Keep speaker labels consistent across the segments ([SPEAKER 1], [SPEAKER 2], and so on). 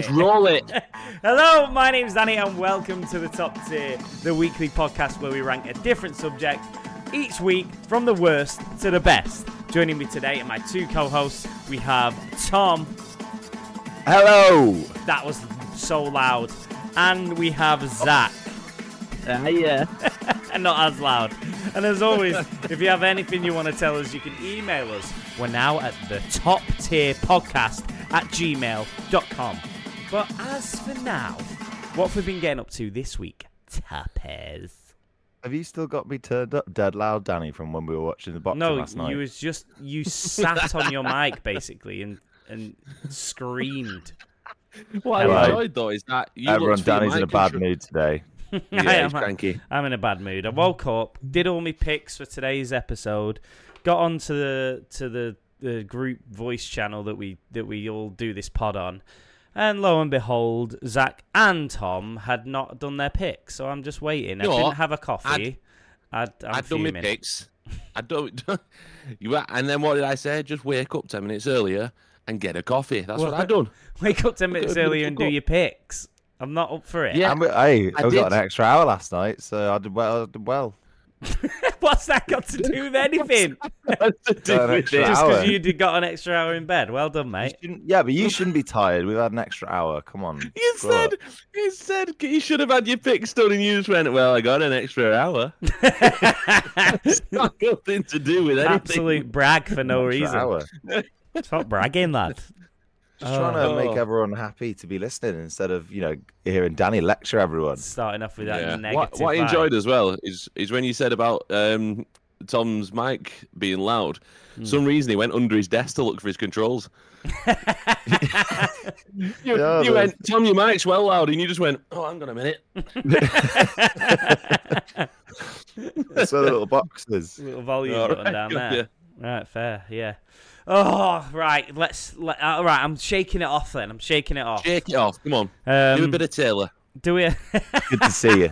[SPEAKER 1] Let's roll it.
[SPEAKER 2] Hello, my name's Danny, and welcome to the Top Tier, the weekly podcast where we rank a different subject each week from the worst to the best. Joining me today are my two co hosts. We have Tom,
[SPEAKER 1] Hello.
[SPEAKER 2] that was so loud, and we have Zach,
[SPEAKER 1] Uh, yeah.
[SPEAKER 2] and not as loud. And as always, if you have anything you want to tell us, you can email us. We're now at the top tier podcast at gmail.com. But as for now, what have we been getting up to this week? Tapez.
[SPEAKER 3] Have you still got me turned up dead loud, Danny, from when we were watching the boxing
[SPEAKER 2] No,
[SPEAKER 3] last night?
[SPEAKER 2] you was just you sat on your mic basically and and screamed.
[SPEAKER 4] What I
[SPEAKER 3] Hello.
[SPEAKER 4] enjoyed though is that you
[SPEAKER 3] Everyone,
[SPEAKER 4] looked for your
[SPEAKER 3] Danny's in a
[SPEAKER 4] mic
[SPEAKER 3] bad
[SPEAKER 4] control-
[SPEAKER 3] mood today.
[SPEAKER 4] Yeah,
[SPEAKER 2] I
[SPEAKER 4] he's
[SPEAKER 2] am.
[SPEAKER 4] cranky.
[SPEAKER 2] I'm in a bad mood. I woke up, did all my picks for today's episode, got onto the to the, the group voice channel that we that we all do this pod on, and lo and behold, Zach and Tom had not done their picks, so I'm just waiting. I
[SPEAKER 4] You know
[SPEAKER 2] didn't
[SPEAKER 4] what?
[SPEAKER 2] have a coffee. I'd, i am
[SPEAKER 4] I've done my
[SPEAKER 2] fuming.
[SPEAKER 4] picks. I don't. you were, and then what did I say? Just wake up ten minutes earlier and get a coffee. That's what I've done.
[SPEAKER 2] Wake up ten minutes earlier and do your picks. I'm not up for it.
[SPEAKER 4] Yeah.
[SPEAKER 3] And we- hey,
[SPEAKER 4] I
[SPEAKER 3] I, got
[SPEAKER 4] did.
[SPEAKER 3] an extra hour last night, so I did well. I did well.
[SPEAKER 2] What's that got to do with anything?
[SPEAKER 3] Got an extra
[SPEAKER 2] Just
[SPEAKER 3] hour.
[SPEAKER 2] because you did got an extra hour in bed. Well done,
[SPEAKER 3] You
[SPEAKER 2] mate.
[SPEAKER 3] shouldn't- yeah, but you shouldn't be tired. We've had an extra hour. Come on.
[SPEAKER 4] You
[SPEAKER 3] grow up.
[SPEAKER 4] said you said you should have had your picks done, and you just went, "Well, I got an extra hour." it's got nothing to do with anything.
[SPEAKER 2] Absolute brag for no
[SPEAKER 3] Extra
[SPEAKER 2] reason.
[SPEAKER 3] hour.
[SPEAKER 2] Stop bragging, lad.
[SPEAKER 3] Just trying to make
[SPEAKER 4] Oh.
[SPEAKER 3] everyone happy to be listening instead of you know hearing Danny lecture everyone.
[SPEAKER 2] Starting off with that
[SPEAKER 4] Yeah.
[SPEAKER 2] negative.
[SPEAKER 4] What, what I
[SPEAKER 2] vibe.
[SPEAKER 4] enjoyed as well is is when you said about um, Tom's mic being loud.
[SPEAKER 2] Hmm.
[SPEAKER 4] Some reason he went under his desk to look for his controls. you
[SPEAKER 3] Yeah,
[SPEAKER 4] you
[SPEAKER 3] but-
[SPEAKER 4] went, Tom, your mic's well loud, and you just went, "Oh, hang on a minute."
[SPEAKER 3] It's the little boxes.
[SPEAKER 2] Little volume
[SPEAKER 4] All
[SPEAKER 2] button
[SPEAKER 4] right,
[SPEAKER 2] down
[SPEAKER 4] good,
[SPEAKER 2] there. Right, fair, yeah. Oh, right. Let's. Let, all right, I'm shaking it off then. I'm shaking it off.
[SPEAKER 4] Shake it off. Come on, do a
[SPEAKER 2] Um,
[SPEAKER 4] bit of Taylor.
[SPEAKER 2] do we?
[SPEAKER 3] Good to see you.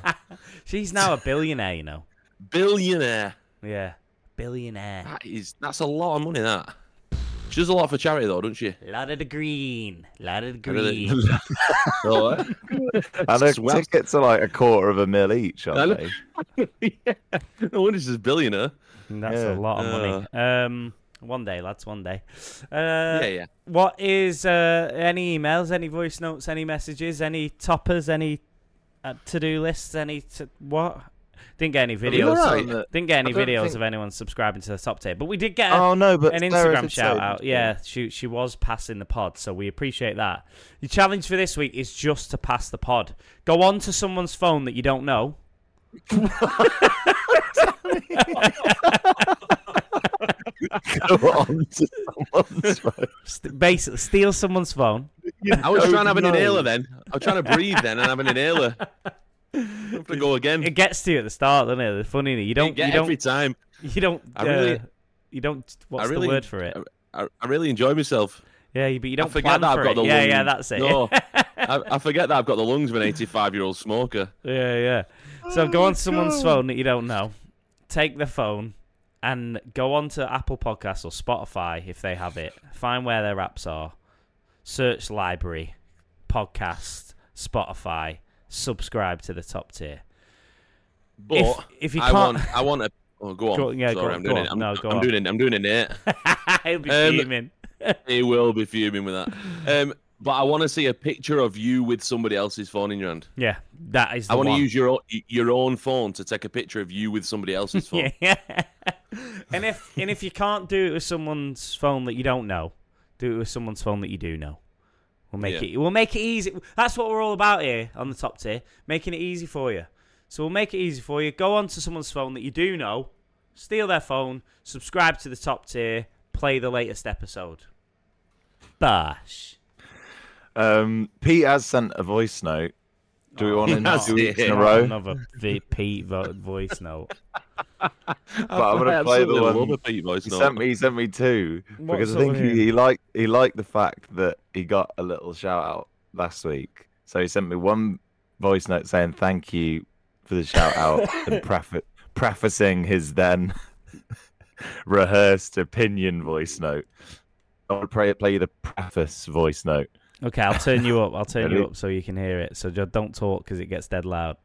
[SPEAKER 2] She's now a billionaire, you know.
[SPEAKER 4] Billionaire.
[SPEAKER 2] Yeah, billionaire.
[SPEAKER 4] That is. That's a lot of money. That. She does a lot for charity, though, doesn't she?
[SPEAKER 2] Lot of the green. Lot of the
[SPEAKER 4] I really-
[SPEAKER 2] green.
[SPEAKER 4] Oh, eh?
[SPEAKER 3] I know
[SPEAKER 4] Just well-
[SPEAKER 3] tickets are like a quarter of a mil each,
[SPEAKER 4] I know.
[SPEAKER 3] aren't they?
[SPEAKER 4] yeah. No wonder she's a billionaire.
[SPEAKER 2] That's a
[SPEAKER 3] Yeah.
[SPEAKER 2] lot of money. Um, one day, lads, one day. Uh,
[SPEAKER 4] Uh. yeah, yeah.
[SPEAKER 2] What is uh, any emails, any voice notes, any messages, any toppers, any uh, to-do lists, any t- what? Didn't get any
[SPEAKER 4] Are you all
[SPEAKER 2] videos.
[SPEAKER 4] right?
[SPEAKER 2] Didn't get any
[SPEAKER 3] I don't
[SPEAKER 2] videos
[SPEAKER 3] think-
[SPEAKER 2] of anyone subscribing to the top tier, but we did get a,
[SPEAKER 3] Oh no, but
[SPEAKER 2] an
[SPEAKER 3] Sarah
[SPEAKER 2] Instagram
[SPEAKER 3] did say-
[SPEAKER 2] shout out. Yeah, she she was passing the pod, so we appreciate that. Your challenge for this week is just to pass the pod. Go on to someone's phone that you don't know.
[SPEAKER 3] Go on to someone's phone.
[SPEAKER 2] St- basically, steal someone's phone.
[SPEAKER 4] I was
[SPEAKER 3] Oh,
[SPEAKER 4] trying to have an
[SPEAKER 3] no.
[SPEAKER 4] inhaler then. I was trying to breathe then and have an inhaler. Have to go again.
[SPEAKER 2] It gets to you at the start, doesn't it? The funny thing, you don't
[SPEAKER 4] get
[SPEAKER 2] you don't
[SPEAKER 4] every time.
[SPEAKER 2] you don't
[SPEAKER 4] I really-
[SPEAKER 2] uh, you don't what's
[SPEAKER 4] really-
[SPEAKER 2] the word for it?
[SPEAKER 4] I, I really enjoy myself.
[SPEAKER 2] Yeah, you- but you don't
[SPEAKER 4] forget
[SPEAKER 2] plan
[SPEAKER 4] that I've
[SPEAKER 2] for
[SPEAKER 4] got
[SPEAKER 2] it.
[SPEAKER 4] the
[SPEAKER 2] yeah, yeah,
[SPEAKER 4] lungs.
[SPEAKER 2] that's it.
[SPEAKER 4] No. I, I forget that I've got the lungs of an 85 year old smoker.
[SPEAKER 2] yeah, yeah. So go on someone's phone that you don't know, take the phone, and go on to Apple Podcasts or Spotify if they have it. Find where their apps are. Search library, podcast, Spotify. Subscribe to the top tier.
[SPEAKER 4] But
[SPEAKER 2] If- if you
[SPEAKER 4] I
[SPEAKER 2] can't-
[SPEAKER 4] want, I want a. Oh, go on.
[SPEAKER 2] Go- yeah, go
[SPEAKER 4] Sorry,
[SPEAKER 2] on,
[SPEAKER 4] I'm
[SPEAKER 2] go
[SPEAKER 4] doing
[SPEAKER 2] on.
[SPEAKER 4] it. I'm,
[SPEAKER 2] No, go
[SPEAKER 4] I'm
[SPEAKER 2] on.
[SPEAKER 4] doing it. I'm doing it. Nate.
[SPEAKER 2] He'll be
[SPEAKER 4] Um,
[SPEAKER 2] fuming.
[SPEAKER 4] he will be fuming with that. Um, but I want to see a picture of you with somebody else's phone in your hand.
[SPEAKER 2] Yeah, that is. The
[SPEAKER 4] I want
[SPEAKER 2] one.
[SPEAKER 4] to use your own, your own phone to take a picture of you with somebody else's phone.
[SPEAKER 2] Yeah. and if and if you can't do it with someone's phone that you don't know, do it with someone's phone that you do know. We'll make
[SPEAKER 4] Yeah.
[SPEAKER 2] it. We'll make it easy. That's what we're all about here on the top tier, making it easy for you. So we'll make it easy for you. Go onto someone's phone that you do know, steal their phone, subscribe to the top tier, play the latest episode. Bash.
[SPEAKER 3] Um, Pete has sent a voice note. Do we want
[SPEAKER 4] Oh, he
[SPEAKER 3] to
[SPEAKER 4] has
[SPEAKER 3] do it in a
[SPEAKER 4] it.
[SPEAKER 3] row?
[SPEAKER 2] Another VP vo- voice note.
[SPEAKER 3] But I'm gonna play the
[SPEAKER 4] absolutely
[SPEAKER 3] one-
[SPEAKER 4] love a Pete voice
[SPEAKER 3] He
[SPEAKER 4] note.
[SPEAKER 3] sent me. He sent me two
[SPEAKER 2] What
[SPEAKER 3] because I
[SPEAKER 2] sort
[SPEAKER 3] think
[SPEAKER 2] of
[SPEAKER 3] he,
[SPEAKER 2] him?
[SPEAKER 3] he liked he liked the fact that he got a little shout out last week. So he sent me one voice note saying thank you for the shout out and prefa- prefacing his then rehearsed opinion voice note. I would play play you the preface voice note.
[SPEAKER 2] Okay, I'll turn you up. I'll turn you
[SPEAKER 3] Ready?
[SPEAKER 2] up so you can hear it. So ju- don't talk because it gets dead loud.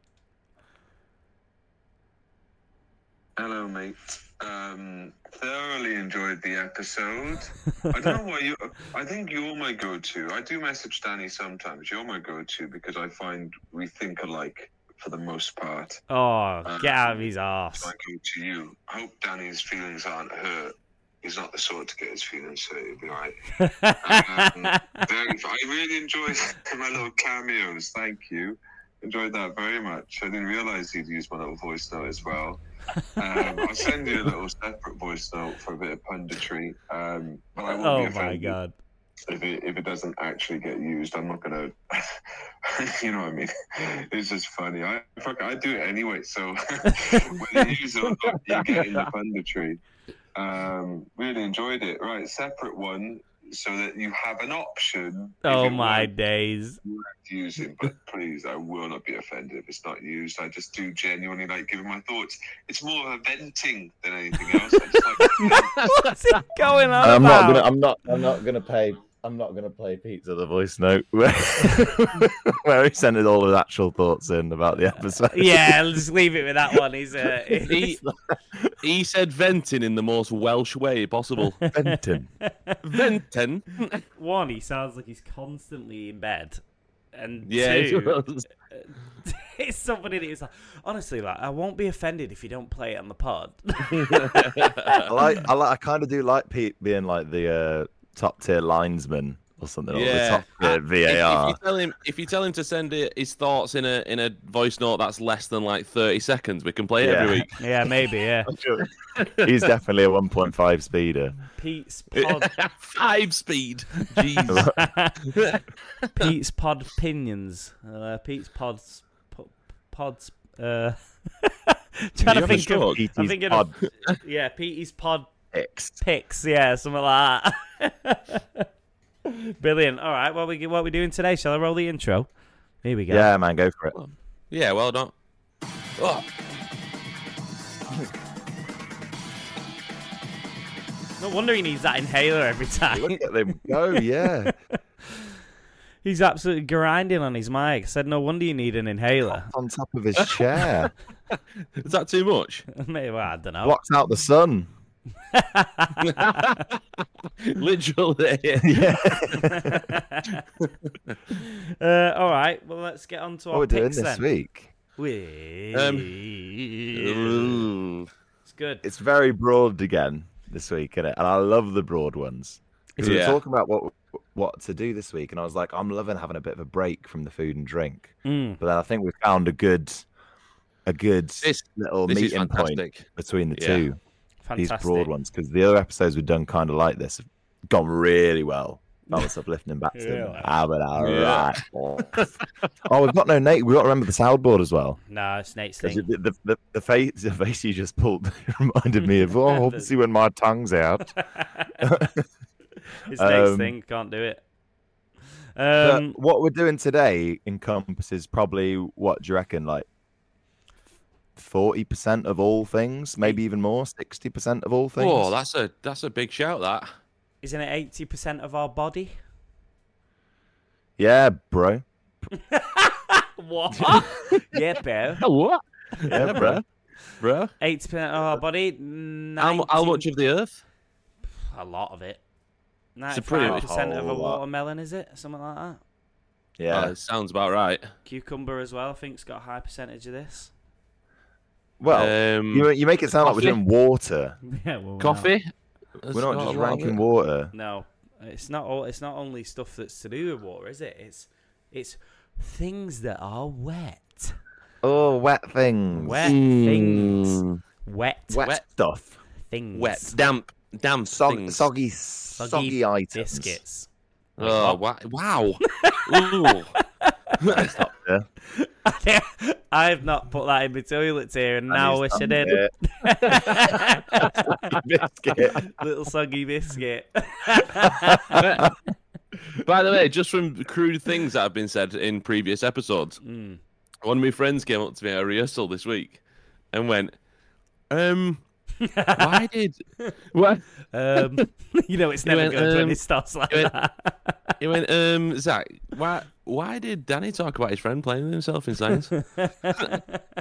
[SPEAKER 5] Hello, mate. Um, thoroughly enjoyed the episode. I don't know why you. I think you're my go-to. I do message Danny sometimes. You're my go-to because I find we think alike for the most part.
[SPEAKER 2] Oh, get out of his
[SPEAKER 5] So I
[SPEAKER 2] arse.
[SPEAKER 5] go to you. I hope Danny's feelings aren't hurt. He's not the sort to get his feelings hurt. He'll be right. Very, I really enjoyed my little cameos. Thank you. Enjoyed that very much. I didn't realize you'd use my little voice note as well. Um, I'll send you a little separate voice note for a bit of punditry. Um, but I won't be
[SPEAKER 2] oh my
[SPEAKER 5] offended
[SPEAKER 2] god.
[SPEAKER 5] If it, if it doesn't actually get used, I'm not gonna. you know what I mean? It's just funny. I fuck, I do it anyway. So whether you use it or not, you get in the punditry. Um, really enjoyed it. Right, separate one so that you have an option. if
[SPEAKER 2] Oh
[SPEAKER 5] it
[SPEAKER 2] my
[SPEAKER 5] won't
[SPEAKER 2] days.
[SPEAKER 5] Use it, but please, I will not be offended if it's not used. I just do genuinely like giving my thoughts. It's more of a venting than anything else. I just like
[SPEAKER 2] What's it going on?
[SPEAKER 3] I'm not gonna.
[SPEAKER 2] about?
[SPEAKER 3] I'm not. I'm not gonna pay. I'm not gonna play Pizza the voice note where, where he sent all his actual thoughts in about the episode.
[SPEAKER 2] Yeah, I'll just leave it with that one. He's uh,
[SPEAKER 4] He, he said venting in the most Welsh way possible.
[SPEAKER 3] Benton.
[SPEAKER 4] venting.
[SPEAKER 2] one, he sounds like he's constantly in bed. And
[SPEAKER 4] Yeah.
[SPEAKER 2] two, it's somebody that is like, honestly, like, I won't be offended if you don't play it on the pod.
[SPEAKER 3] I like. I like. I kind of do like Pete being like the uh, top tier linesman or something.
[SPEAKER 4] Yeah.
[SPEAKER 3] Or the top tier
[SPEAKER 4] If, if
[SPEAKER 3] VAR.
[SPEAKER 4] you tell him, if you tell him to send i- his thoughts in a in a voice note that's less than like thirty seconds, we can play it every
[SPEAKER 3] Yeah.
[SPEAKER 4] week.
[SPEAKER 2] yeah, maybe, yeah.
[SPEAKER 3] He's definitely a 1.5 speeder.
[SPEAKER 2] Pete's pod,
[SPEAKER 4] Five speed. Jeez.
[SPEAKER 2] Pete's pod opinions. Uh, Pete's pods, po- pods, uh, trying
[SPEAKER 4] you
[SPEAKER 2] to
[SPEAKER 4] have a
[SPEAKER 2] think of,
[SPEAKER 4] stroke?
[SPEAKER 3] Petey's
[SPEAKER 2] I'm thinking
[SPEAKER 3] pod
[SPEAKER 2] of, yeah, Pete's pod
[SPEAKER 3] X.
[SPEAKER 2] picks, yeah, something like that. Brilliant. All right, what we what we doing today? Shall I roll the intro? Here we go.
[SPEAKER 3] Yeah, man, go for it.
[SPEAKER 4] yeah. Well done. Oh,
[SPEAKER 2] No wonder he needs that inhaler every time.
[SPEAKER 3] Look at them go. Yeah.
[SPEAKER 2] He's absolutely grinding on his mic. Said no wonder you need an inhaler.
[SPEAKER 3] On top of his chair.
[SPEAKER 4] is that too much?
[SPEAKER 2] Maybe well, I don't know.
[SPEAKER 3] Blocks out the sun.
[SPEAKER 4] Literally.
[SPEAKER 3] Yeah.
[SPEAKER 2] Uh, all right, well let's get on to
[SPEAKER 3] What
[SPEAKER 2] our
[SPEAKER 3] we're doing
[SPEAKER 2] picks
[SPEAKER 3] this
[SPEAKER 2] then.
[SPEAKER 3] week.
[SPEAKER 2] We-
[SPEAKER 3] Um,
[SPEAKER 4] Ooh.
[SPEAKER 2] it's good.
[SPEAKER 3] It's very broad again this week, is it? And I love the broad ones. 'Cause we
[SPEAKER 4] Yeah.
[SPEAKER 3] were talking about what what to do this week, and I was like, I'm loving having a bit of a break from the food and drink.
[SPEAKER 2] Mm.
[SPEAKER 3] But then I think we found a good, a good
[SPEAKER 4] This-
[SPEAKER 3] little
[SPEAKER 4] This is
[SPEAKER 3] meeting point
[SPEAKER 4] fantastic.
[SPEAKER 3] between the
[SPEAKER 4] Yeah.
[SPEAKER 3] two.
[SPEAKER 2] Fantastic.
[SPEAKER 3] these broad ones because the other episodes we've done kind of like this have gone really well. That was uplifting and back to them.
[SPEAKER 2] Really?
[SPEAKER 3] Ah, but all
[SPEAKER 4] Yeah.
[SPEAKER 3] right. oh, we've got no Nate. We've got to remember the soundboard as well.
[SPEAKER 2] No, it's Nate's
[SPEAKER 3] 'Cause
[SPEAKER 2] thing.
[SPEAKER 3] The, the, the, the, face, the face you just pulled reminded me of, oh, obviously when my tongue's out.
[SPEAKER 2] it's Nate's
[SPEAKER 3] Um,
[SPEAKER 2] thing. Can't do it.
[SPEAKER 3] But
[SPEAKER 2] Um,
[SPEAKER 3] what we're doing today encompasses probably, what do you reckon, like 40% of all things, maybe even more, 60% of all things?
[SPEAKER 4] Oh, that's a that's a big shout. That.
[SPEAKER 2] isn't it eighty percent of our body?
[SPEAKER 3] Yeah, bro.
[SPEAKER 2] What? yeah, bro.
[SPEAKER 4] What?
[SPEAKER 3] Yeah, bro.
[SPEAKER 4] Bro,
[SPEAKER 2] Eighty percent of our body.
[SPEAKER 4] how, mu- how
[SPEAKER 2] 90
[SPEAKER 4] much of the earth?
[SPEAKER 2] A lot of it.
[SPEAKER 4] a pretty-
[SPEAKER 2] Ninety-five percent of a
[SPEAKER 3] whole lot.
[SPEAKER 2] watermelon, is it? Something like that.
[SPEAKER 3] Yeah.
[SPEAKER 4] Oh, sounds about right.
[SPEAKER 2] Cucumber as well. I think's got a high percentage of this.
[SPEAKER 3] well,
[SPEAKER 4] um,
[SPEAKER 3] You, you make it sound
[SPEAKER 4] Coffee?
[SPEAKER 3] like we're doing water.
[SPEAKER 2] Yeah. Well,
[SPEAKER 4] coffee.
[SPEAKER 3] We're not just ranking water.
[SPEAKER 2] No, it's not. All, it's not only stuff that's to do with water, is it? It's it's things that are wet.
[SPEAKER 3] Oh, wet things.
[SPEAKER 2] Wet
[SPEAKER 4] Hmm.
[SPEAKER 2] things. Wet,
[SPEAKER 3] Wet,
[SPEAKER 4] Wet.
[SPEAKER 3] stuff.
[SPEAKER 2] things.
[SPEAKER 4] Wet, damp, damp
[SPEAKER 3] Sog-
[SPEAKER 4] things.
[SPEAKER 3] soggy, soggy, items.
[SPEAKER 2] biscuits.
[SPEAKER 4] Oh, wa- wow! Ooh.
[SPEAKER 3] Yeah.
[SPEAKER 2] I've not put that in my toilets here, and now I wish I did.
[SPEAKER 3] Biscuit.
[SPEAKER 2] Little soggy biscuit.
[SPEAKER 4] By the way, just from crude things that have been said in previous episodes,
[SPEAKER 2] Mm.
[SPEAKER 4] one of my friends came up to me at a rehearsal this week and went, "Um, Why did? What?
[SPEAKER 2] Um, you know, it's
[SPEAKER 4] He
[SPEAKER 2] never
[SPEAKER 4] went,
[SPEAKER 2] good when
[SPEAKER 4] um,
[SPEAKER 2] it starts like
[SPEAKER 4] he went-
[SPEAKER 2] that.
[SPEAKER 4] He went, um, Zach. Why? Why did Danny talk about his friend playing with himself in science? I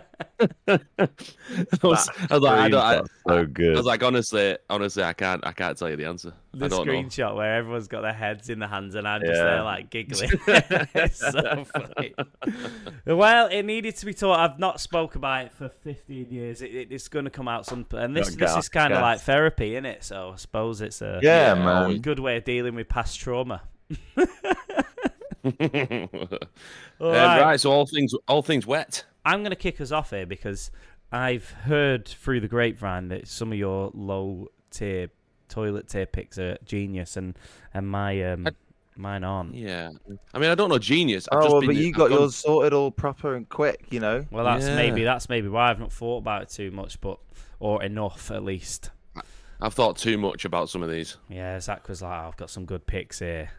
[SPEAKER 4] was, I was like, I don't. I,
[SPEAKER 3] so good.
[SPEAKER 4] I was like, honestly, honestly, I can't, I can't tell you the answer. I
[SPEAKER 2] the
[SPEAKER 4] don't
[SPEAKER 2] screenshot where everyone's got their heads in the hands and I'm just
[SPEAKER 3] Yeah.
[SPEAKER 2] there like giggling. it's so funny. Well, it needed to be taught. I've not spoke about it for 15 years. It, it- it's going to come out some, and this
[SPEAKER 3] Got
[SPEAKER 2] this
[SPEAKER 3] gas,
[SPEAKER 2] is kind of
[SPEAKER 3] gas.
[SPEAKER 2] like therapy, isn't it? So I suppose it's a
[SPEAKER 4] yeah,
[SPEAKER 3] yeah, man.
[SPEAKER 4] always-
[SPEAKER 2] good way of dealing with past trauma.
[SPEAKER 4] know.
[SPEAKER 2] All
[SPEAKER 4] Um,
[SPEAKER 2] right.
[SPEAKER 4] right. so all things, all things wet.
[SPEAKER 2] I'm going to kick us off here because I've heard through the grapevine that some of your low tier toilet tier picks are genius, and and my um, mine aren't.
[SPEAKER 4] Yeah, I mean, I don't know genius. I've
[SPEAKER 3] Oh,
[SPEAKER 4] just
[SPEAKER 3] well,
[SPEAKER 4] been,
[SPEAKER 3] but you
[SPEAKER 4] I've
[SPEAKER 3] got
[SPEAKER 4] gone-
[SPEAKER 3] yours sorted all proper and quick, you know.
[SPEAKER 2] Well, that's
[SPEAKER 4] Yeah.
[SPEAKER 2] maybe that's maybe why I've not thought about it too much, but or enough at least.
[SPEAKER 4] I've thought too much about some of these.
[SPEAKER 2] Yeah, Zach was like, "Oh, "I've got some good picks here."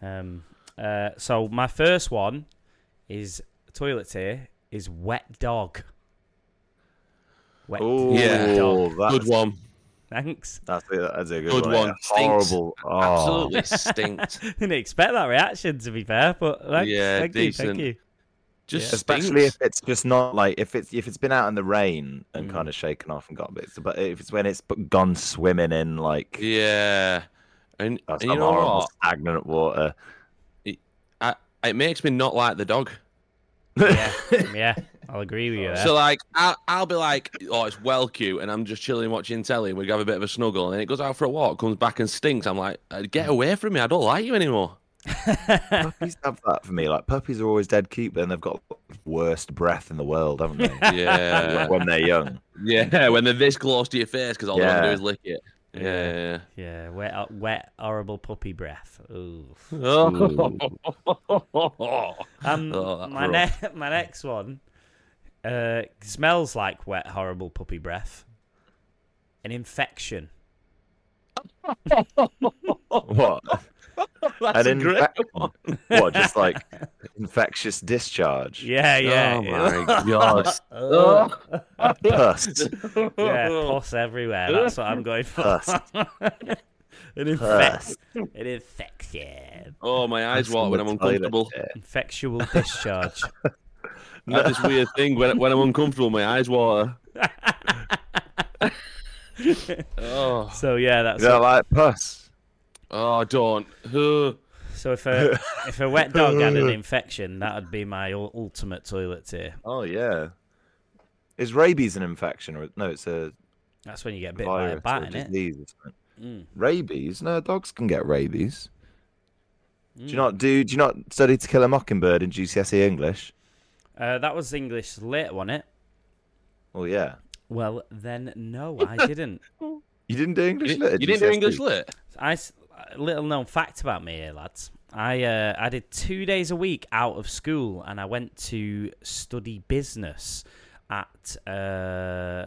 [SPEAKER 2] Um, uh, so my first one is toilet tier is wet dog. Wet
[SPEAKER 3] Oh,
[SPEAKER 4] Yeah.
[SPEAKER 2] dog.
[SPEAKER 3] that's,
[SPEAKER 4] Good one.
[SPEAKER 2] Thanks.
[SPEAKER 3] That's a, that's a good,
[SPEAKER 4] Good
[SPEAKER 3] yeah.
[SPEAKER 4] one. Stinks.
[SPEAKER 3] Horrible. Oh,
[SPEAKER 4] Absolutely stinks.
[SPEAKER 2] Didn't expect that reaction to be fair, but thanks.
[SPEAKER 4] Yeah,
[SPEAKER 2] thank you,
[SPEAKER 4] decent.
[SPEAKER 2] thank you.
[SPEAKER 4] Just
[SPEAKER 2] Yeah.
[SPEAKER 3] Especially if
[SPEAKER 4] stinks.
[SPEAKER 3] it's just not like if it's if it's been out in the rain and
[SPEAKER 2] Mm.
[SPEAKER 4] Mm-hmm.
[SPEAKER 3] kind of shaken off and got a bit, but if it's when it's b- gone swimming in like
[SPEAKER 4] Yeah, and,
[SPEAKER 3] uh,
[SPEAKER 4] and
[SPEAKER 3] some
[SPEAKER 4] you know
[SPEAKER 3] horrible
[SPEAKER 4] what?
[SPEAKER 3] stagnant water,
[SPEAKER 4] I, it makes me not like the dog.
[SPEAKER 2] Yeah, yeah, I'll agree with you there.
[SPEAKER 4] So like, I, I'll be like, oh, it's well cute, and I'm just chilling watching telly, and we have a bit of a snuggle, and then it goes out for a walk, comes back and stinks. I'm like, "Uh, get away from me! I don't like you anymore.
[SPEAKER 3] puppies have that for me. Like puppies are always dead cute, but then they've got the worst breath in the world, haven't they?
[SPEAKER 4] Yeah,
[SPEAKER 3] when they're young.
[SPEAKER 4] yeah. When they're this close to your face, because all they want to
[SPEAKER 3] Yeah.
[SPEAKER 4] do is lick it. Yeah. yeah.
[SPEAKER 2] yeah, wet, uh, wet, horrible puppy breath. Ooh.
[SPEAKER 4] Oh.
[SPEAKER 2] Um,
[SPEAKER 4] Oh, that's
[SPEAKER 2] my, ne-
[SPEAKER 4] rough.
[SPEAKER 2] my next one uh, smells like wet, horrible puppy breath. An infection.
[SPEAKER 3] What?
[SPEAKER 4] That's a
[SPEAKER 3] An
[SPEAKER 4] great
[SPEAKER 3] infec-
[SPEAKER 4] one.
[SPEAKER 3] what? Just like infectious discharge.
[SPEAKER 2] Yeah, yeah.
[SPEAKER 4] Oh my
[SPEAKER 2] yeah.
[SPEAKER 4] god. Oh.
[SPEAKER 2] Ugh.
[SPEAKER 3] Pus.
[SPEAKER 2] yeah, pus everywhere. That's what I'm going for.
[SPEAKER 3] Pus.
[SPEAKER 2] An infect, an infection,
[SPEAKER 4] Oh, my eyes water when I'm uncomfortable.
[SPEAKER 2] infectual discharge.
[SPEAKER 4] I have this weird thing when when I'm uncomfortable, my eyes water. oh,
[SPEAKER 2] so yeah, that's
[SPEAKER 3] Is that like pus?
[SPEAKER 4] oh, don't. Ugh.
[SPEAKER 2] so. If a if a wet dog had an infection, that would be my ul- ultimate toilet tier.
[SPEAKER 3] Oh yeah. Is rabies an infection or no? It's a
[SPEAKER 2] That's when you get bit by a
[SPEAKER 3] virus
[SPEAKER 2] bat,
[SPEAKER 3] or
[SPEAKER 2] innit?
[SPEAKER 3] disease. or something.
[SPEAKER 2] Mm.
[SPEAKER 3] Rabies? No, dogs can get rabies. Do
[SPEAKER 2] Mm.
[SPEAKER 3] you not do? Do you not study to kill a mockingbird in GCSE E English?
[SPEAKER 2] Uh, that was English lit, wasn't it?
[SPEAKER 3] Well, yeah.
[SPEAKER 2] Well, then no, I didn't.
[SPEAKER 3] You didn't do
[SPEAKER 4] You,
[SPEAKER 3] English lit.
[SPEAKER 4] didn't-
[SPEAKER 3] at
[SPEAKER 4] you didn't do
[SPEAKER 3] GCSE?
[SPEAKER 4] English lit?
[SPEAKER 2] I s- little known fact about me here, lads. I uh, I did two days a week out of school, and I went to study business at uh,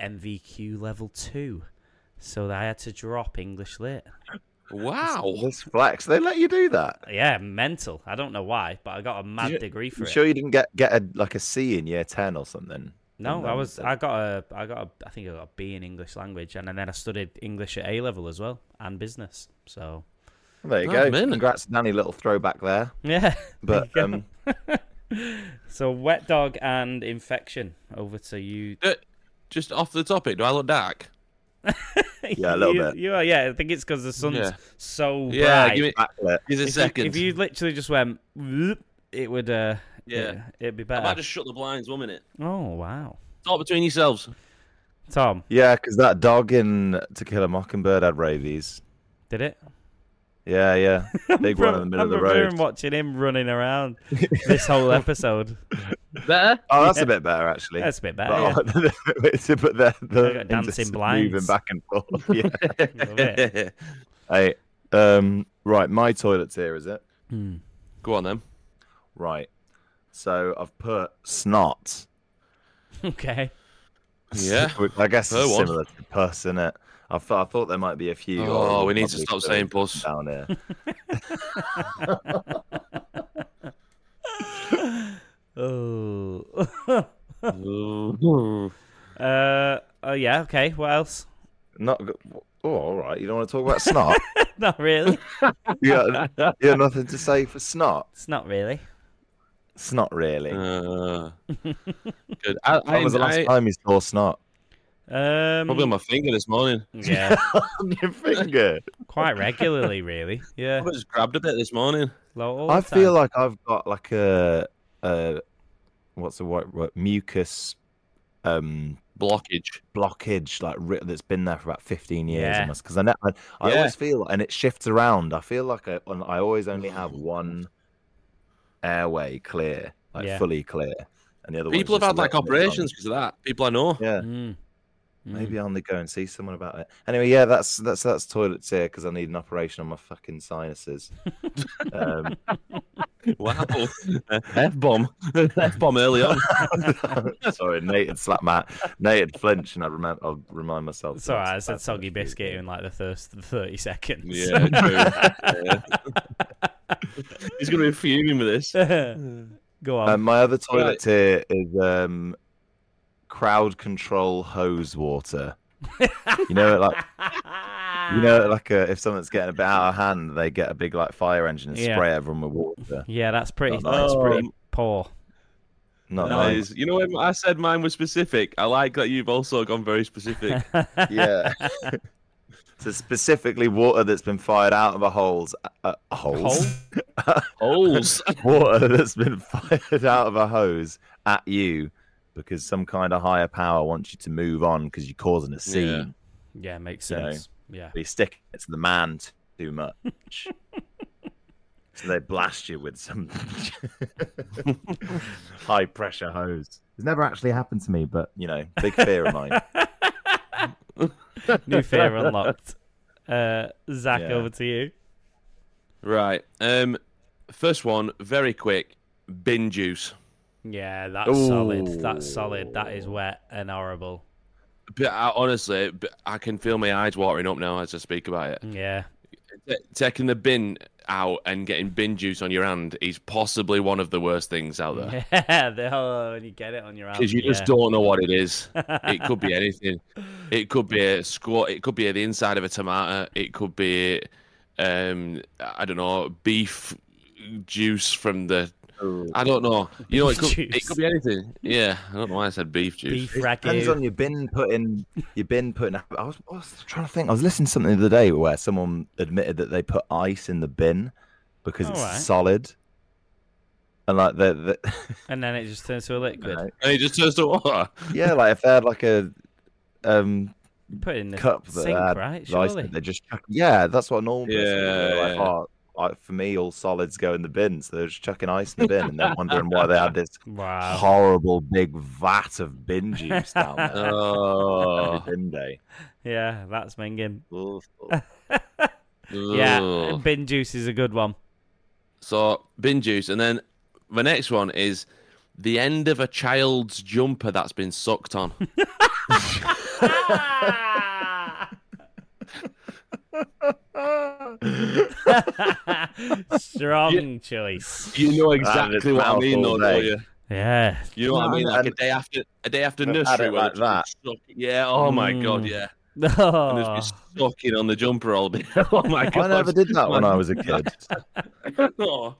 [SPEAKER 2] MVQ level two. So I had to drop English lit.
[SPEAKER 4] Wow.
[SPEAKER 3] This flex. They let you do that.
[SPEAKER 2] Yeah, mental. I don't know why, but I got a mad
[SPEAKER 3] you-
[SPEAKER 2] degree for
[SPEAKER 3] You
[SPEAKER 2] it.
[SPEAKER 3] sure you didn't get get a like a C in year ten or something?
[SPEAKER 2] No,
[SPEAKER 3] And um,
[SPEAKER 2] I
[SPEAKER 3] then-
[SPEAKER 2] was. I got a. I got a. I think I got a B in English language, and then I studied English at A level as well and business. So
[SPEAKER 3] There you
[SPEAKER 4] Oh,
[SPEAKER 3] go.
[SPEAKER 4] man.
[SPEAKER 3] Congrats, Danny. Little throwback there.
[SPEAKER 2] yeah.
[SPEAKER 3] But
[SPEAKER 2] you go.
[SPEAKER 3] um,
[SPEAKER 2] So wet dog and infection. Over to you.
[SPEAKER 4] Uh, Just off the topic, do I look dark?
[SPEAKER 3] Yeah, a little
[SPEAKER 2] you,
[SPEAKER 3] bit.
[SPEAKER 2] You are. Yeah, I think it's because the sun's
[SPEAKER 4] Yeah.
[SPEAKER 2] so
[SPEAKER 4] Yeah,
[SPEAKER 2] bright.
[SPEAKER 4] give me
[SPEAKER 3] backlit.
[SPEAKER 4] give us a
[SPEAKER 2] if,
[SPEAKER 4] second.
[SPEAKER 2] You, if you literally just went, "Whoop," it would. Uh,
[SPEAKER 4] Yeah.
[SPEAKER 2] it, would be
[SPEAKER 4] I
[SPEAKER 2] better.
[SPEAKER 4] might just shut the blinds one minute.
[SPEAKER 2] Oh wow,
[SPEAKER 4] Talk between yourselves.
[SPEAKER 2] Tom,
[SPEAKER 3] yeah, because that dog in To Kill a Mockingbird had rabies.
[SPEAKER 2] did it?
[SPEAKER 3] Yeah, yeah, big one in the
[SPEAKER 2] I'm
[SPEAKER 3] middle of the
[SPEAKER 2] preferring
[SPEAKER 3] road.
[SPEAKER 2] watching him running around this whole episode.
[SPEAKER 4] Better?
[SPEAKER 3] Oh, that's a bit better actually.
[SPEAKER 2] That's a bit better. yeah.
[SPEAKER 3] But, but the,
[SPEAKER 2] They
[SPEAKER 3] the
[SPEAKER 2] got dancing
[SPEAKER 3] just moving
[SPEAKER 2] blinds.
[SPEAKER 3] back and forth. Yeah.
[SPEAKER 2] Love it.
[SPEAKER 3] hey, um, right, my toilet's here, is it?
[SPEAKER 2] Hmm.
[SPEAKER 4] Go on then.
[SPEAKER 3] Right. So I've put snot.
[SPEAKER 2] Okay.
[SPEAKER 4] Yeah.
[SPEAKER 3] Which I guess
[SPEAKER 4] Fair
[SPEAKER 3] it's
[SPEAKER 4] one.
[SPEAKER 3] similar to pus, is it? I thought I thought there might be a few.
[SPEAKER 4] Oh, we need to stop
[SPEAKER 3] lovely birds
[SPEAKER 4] saying puss.
[SPEAKER 3] down here.
[SPEAKER 2] Oh.
[SPEAKER 4] Ooh.
[SPEAKER 2] Oh. uh, are yeah, okay. What else?
[SPEAKER 3] Not. go- Oh, all right. You don't want to talk about snot.
[SPEAKER 2] Not really.
[SPEAKER 3] you, got, you got nothing to say for snot.
[SPEAKER 2] it's not really.
[SPEAKER 3] Snot really.
[SPEAKER 4] Uh, good. I, I,
[SPEAKER 3] when was the last
[SPEAKER 4] I-
[SPEAKER 3] time you saw snot?
[SPEAKER 2] Um,
[SPEAKER 4] probably on my finger this morning.
[SPEAKER 2] yeah,
[SPEAKER 3] on your finger.
[SPEAKER 2] quite regularly, really. Yeah,
[SPEAKER 4] Probably just grabbed a bit this morning.
[SPEAKER 2] Like, all
[SPEAKER 3] I
[SPEAKER 2] the time.
[SPEAKER 3] feel like I've got like a, a what's the white word? Mucus um
[SPEAKER 4] Blockage.
[SPEAKER 3] blockage like ri- that's been there for about 15 years
[SPEAKER 2] Yeah.
[SPEAKER 3] almost because I, ne- I, I
[SPEAKER 4] Yeah.
[SPEAKER 3] always feel and it shifts around I feel like I, and I always
[SPEAKER 2] Oh,
[SPEAKER 3] only have one airway clear like
[SPEAKER 2] Yeah.
[SPEAKER 3] fully clear and the other one's
[SPEAKER 4] People have
[SPEAKER 3] just
[SPEAKER 4] had
[SPEAKER 3] a
[SPEAKER 4] like
[SPEAKER 3] little bit
[SPEAKER 4] operations because of that. People I know.
[SPEAKER 3] on. yeah
[SPEAKER 2] Mm. Mm.
[SPEAKER 3] maybe I'll go and see someone about it anyway yeah that's that's that's toilet tear because I need an operation on my fucking sinuses um,
[SPEAKER 4] Wow. F bomb. F bomb early on.
[SPEAKER 3] sorry Nate had slapped Matt Nate had flinched and I remember I'll remind myself
[SPEAKER 2] It's
[SPEAKER 3] to not
[SPEAKER 2] alright. I
[SPEAKER 3] slap
[SPEAKER 2] said
[SPEAKER 3] him
[SPEAKER 2] soggy
[SPEAKER 3] if he was
[SPEAKER 2] biscuit
[SPEAKER 3] there.
[SPEAKER 2] in like the first thirty seconds.
[SPEAKER 4] Yeah, true. Yeah. He's going to be fuming with this.
[SPEAKER 2] Go on.
[SPEAKER 3] Um, my other toilet
[SPEAKER 4] Right.
[SPEAKER 3] tier is um, crowd control hose water. you know, it like you know, it like uh if something's getting a bit out of hand, they get a big like fire engine and
[SPEAKER 2] Yeah.
[SPEAKER 3] spray everyone with water.
[SPEAKER 2] yeah, that's pretty.
[SPEAKER 3] Not
[SPEAKER 2] That's
[SPEAKER 4] nice.
[SPEAKER 2] pretty poor.
[SPEAKER 3] Not
[SPEAKER 4] That
[SPEAKER 3] nice.
[SPEAKER 4] is- You know, when I said mine was specific, I like that you've also gone very specific.
[SPEAKER 3] Yeah. so specifically, water that's been fired out of a holes, uh, holes,
[SPEAKER 4] Holes.
[SPEAKER 3] water that's been fired out of a hose at you because some kind of higher power wants you to move on because you're causing a scene.
[SPEAKER 4] Yeah.
[SPEAKER 2] yeah, makes
[SPEAKER 3] You know.
[SPEAKER 2] sense. Yeah.
[SPEAKER 3] They stick it to the man t- too much. so they blast you with some high pressure hose. It's never actually happened to me, but you know, big fear of mine.
[SPEAKER 2] New fear unlocked. Uh, Zach,
[SPEAKER 3] Yeah.
[SPEAKER 2] over to you.
[SPEAKER 4] Right. Um, first one, very quick. Bin juice.
[SPEAKER 2] Yeah, that's solid. That's solid. That is wet and horrible.
[SPEAKER 4] But I, honestly, but I can feel my eyes watering up now as I speak about it.
[SPEAKER 2] Yeah.
[SPEAKER 4] T- taking the bin out and getting bin juice on your hand is possibly one of the worst things out there
[SPEAKER 2] Yeah, the oh, when you get it on your arm.
[SPEAKER 4] because you just
[SPEAKER 2] yeah.
[SPEAKER 4] don't know what it is. It could be anything. It could be a squat. It could be the inside of a tomato. It could be, um, I don't know, beef juice from the. I don't know. You know, it could, it
[SPEAKER 2] Juice.
[SPEAKER 4] could be anything. Yeah, I don't know why I said beef juice.
[SPEAKER 2] beef
[SPEAKER 3] Depends
[SPEAKER 2] ragu.
[SPEAKER 3] on your bin putting your bin putting. I was, I was trying to think. I was listening to something the other day where someone admitted that they put ice in the bin because it's
[SPEAKER 2] Alright.
[SPEAKER 3] solid. And like the, the
[SPEAKER 2] and then it just turns to a liquid.
[SPEAKER 4] And it just turns to water.
[SPEAKER 3] yeah, like if they had like a um
[SPEAKER 2] You Put it in the
[SPEAKER 3] cup that
[SPEAKER 2] sink,
[SPEAKER 3] had
[SPEAKER 2] right?
[SPEAKER 3] the ice in
[SPEAKER 2] Surely.
[SPEAKER 3] it, They just chuck. Yeah, that's what a normal person would do. They're
[SPEAKER 4] Yeah,
[SPEAKER 3] like,
[SPEAKER 4] yeah.
[SPEAKER 3] oh, I- for me, all solids go in the bin, so they're just chucking ice in the bin, and they're wondering why they had this
[SPEAKER 2] Wow.
[SPEAKER 3] horrible big vat of bin juice down there.
[SPEAKER 4] Oh,
[SPEAKER 3] every Bin day.
[SPEAKER 2] Yeah, that's minging.
[SPEAKER 3] Ugh.
[SPEAKER 2] Yeah,
[SPEAKER 4] Ugh.
[SPEAKER 2] bin juice is a good one.
[SPEAKER 4] Oh. So bin juice, and then the next one is the end of a child's jumper that's been sucked on.
[SPEAKER 2] Strong choice.
[SPEAKER 4] You know
[SPEAKER 3] exactly what I mean, though, don't you?
[SPEAKER 2] Yeah.
[SPEAKER 4] You know what I mean?
[SPEAKER 3] No,
[SPEAKER 4] Like a
[SPEAKER 3] and-
[SPEAKER 4] day after a day after
[SPEAKER 3] I've had
[SPEAKER 4] nursery,
[SPEAKER 3] it
[SPEAKER 4] where
[SPEAKER 3] like
[SPEAKER 4] it's just been suck- Yeah. Oh my god.
[SPEAKER 2] Mm.
[SPEAKER 4] Yeah. And
[SPEAKER 2] Oh,
[SPEAKER 4] it's been sucking on the jumper all day. oh my
[SPEAKER 3] I
[SPEAKER 4] god.
[SPEAKER 3] never did that when I was a kid.
[SPEAKER 4] oh.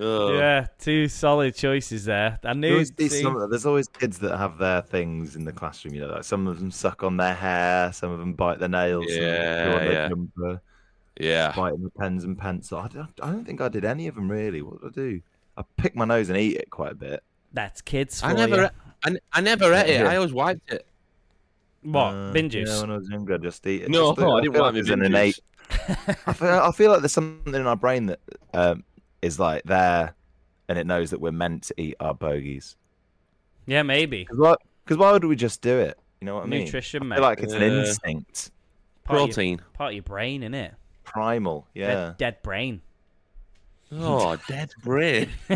[SPEAKER 4] Oh.
[SPEAKER 2] yeah, two solid choices there. I
[SPEAKER 3] There
[SPEAKER 2] knew.
[SPEAKER 3] always be
[SPEAKER 2] see-
[SPEAKER 3] some- there's always kids that have their things in the classroom, you know. Like some of them suck on their hair, some of them bite their nails, some of them chew on
[SPEAKER 4] Yeah,
[SPEAKER 3] their
[SPEAKER 4] yeah.
[SPEAKER 3] jumper.
[SPEAKER 4] Yeah.
[SPEAKER 3] biting the pens and pencil. I don't, I don't think I did any of them really. What did I do? I pick my nose and eat it quite a bit.
[SPEAKER 2] That's kids for
[SPEAKER 4] I never.
[SPEAKER 2] you.
[SPEAKER 4] e- I, n- I never ate it.
[SPEAKER 3] Yeah.
[SPEAKER 4] I always wiped it.
[SPEAKER 2] What
[SPEAKER 3] Uh,
[SPEAKER 2] bin
[SPEAKER 3] Yeah,
[SPEAKER 2] juice?
[SPEAKER 3] when I was younger, I just eat it.
[SPEAKER 4] No,
[SPEAKER 3] just do it.
[SPEAKER 4] I didn't
[SPEAKER 3] feel
[SPEAKER 4] wipe
[SPEAKER 3] like
[SPEAKER 4] my
[SPEAKER 3] it's an
[SPEAKER 4] bin
[SPEAKER 3] innate.
[SPEAKER 4] juice.
[SPEAKER 3] I feel, I feel like there's something in our brain that um, is like there, and it knows that we're meant to eat our bogeys.
[SPEAKER 2] Yeah, maybe.
[SPEAKER 3] Because why, 'cause why would we just do it? You know what I mean?
[SPEAKER 2] Nutrition,
[SPEAKER 3] I
[SPEAKER 2] mate.
[SPEAKER 3] feel like it's an
[SPEAKER 4] Uh,
[SPEAKER 3] instinct,
[SPEAKER 2] part of your-
[SPEAKER 4] Protein.
[SPEAKER 2] part of your brain, innit?
[SPEAKER 3] primal. Yeah.
[SPEAKER 2] Dead, dead brain.
[SPEAKER 4] Oh, dead brain.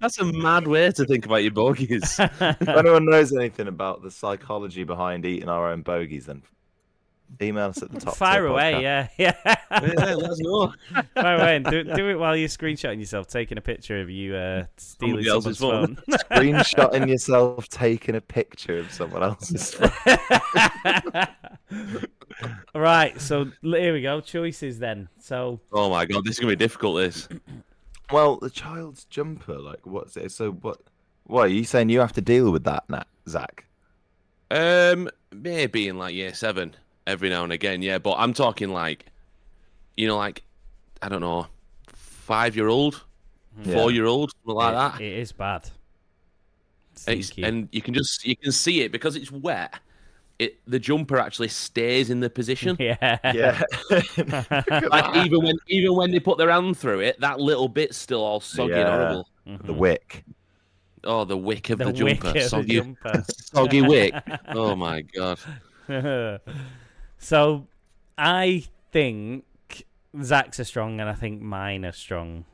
[SPEAKER 4] That's a mad way to think about your bogies.
[SPEAKER 3] if anyone knows anything about the psychology behind eating our own bogeys, then Email us at the top.
[SPEAKER 2] Fire
[SPEAKER 3] tier
[SPEAKER 2] away,
[SPEAKER 3] podcast.
[SPEAKER 2] yeah, yeah.
[SPEAKER 4] yeah, let us know.
[SPEAKER 2] Fire away, and do, do it while you're screenshotting yourself, taking a picture of you uh, stealing
[SPEAKER 4] Somebody else's
[SPEAKER 2] someone's phone.
[SPEAKER 3] Screenshotting yourself taking a picture of someone else's. phone.
[SPEAKER 2] right, so l- here we go. Choices then. So
[SPEAKER 4] Oh my god, this is gonna be difficult. This.
[SPEAKER 3] well, the child's jumper. Like, what's it? So what? What are you saying? You have to deal with that, Nat, Zach.
[SPEAKER 4] Um, maybe in like year seven, every now and again, yeah. But I'm talking like, you know, like I don't know, five year old,
[SPEAKER 2] Hmm.
[SPEAKER 4] four year old, something like that.
[SPEAKER 2] it- it is bad.
[SPEAKER 4] and, it's-
[SPEAKER 2] Stinky.
[SPEAKER 4] and you can just you can see it because it's wet. It the jumper actually stays in the position.
[SPEAKER 2] yeah.
[SPEAKER 3] Yeah.
[SPEAKER 4] Like even when even when they put their hand through it, that little bit's still all soggy and
[SPEAKER 3] Yeah.
[SPEAKER 4] horrible.
[SPEAKER 3] the wick.
[SPEAKER 4] Oh, the wick of
[SPEAKER 2] Mm-hmm. The,
[SPEAKER 4] the, jumper,
[SPEAKER 2] wick of the
[SPEAKER 4] soggy,
[SPEAKER 2] jumper.
[SPEAKER 4] soggy wick. Oh my god.
[SPEAKER 2] so I think Zach's are strong, and I think mine are strong.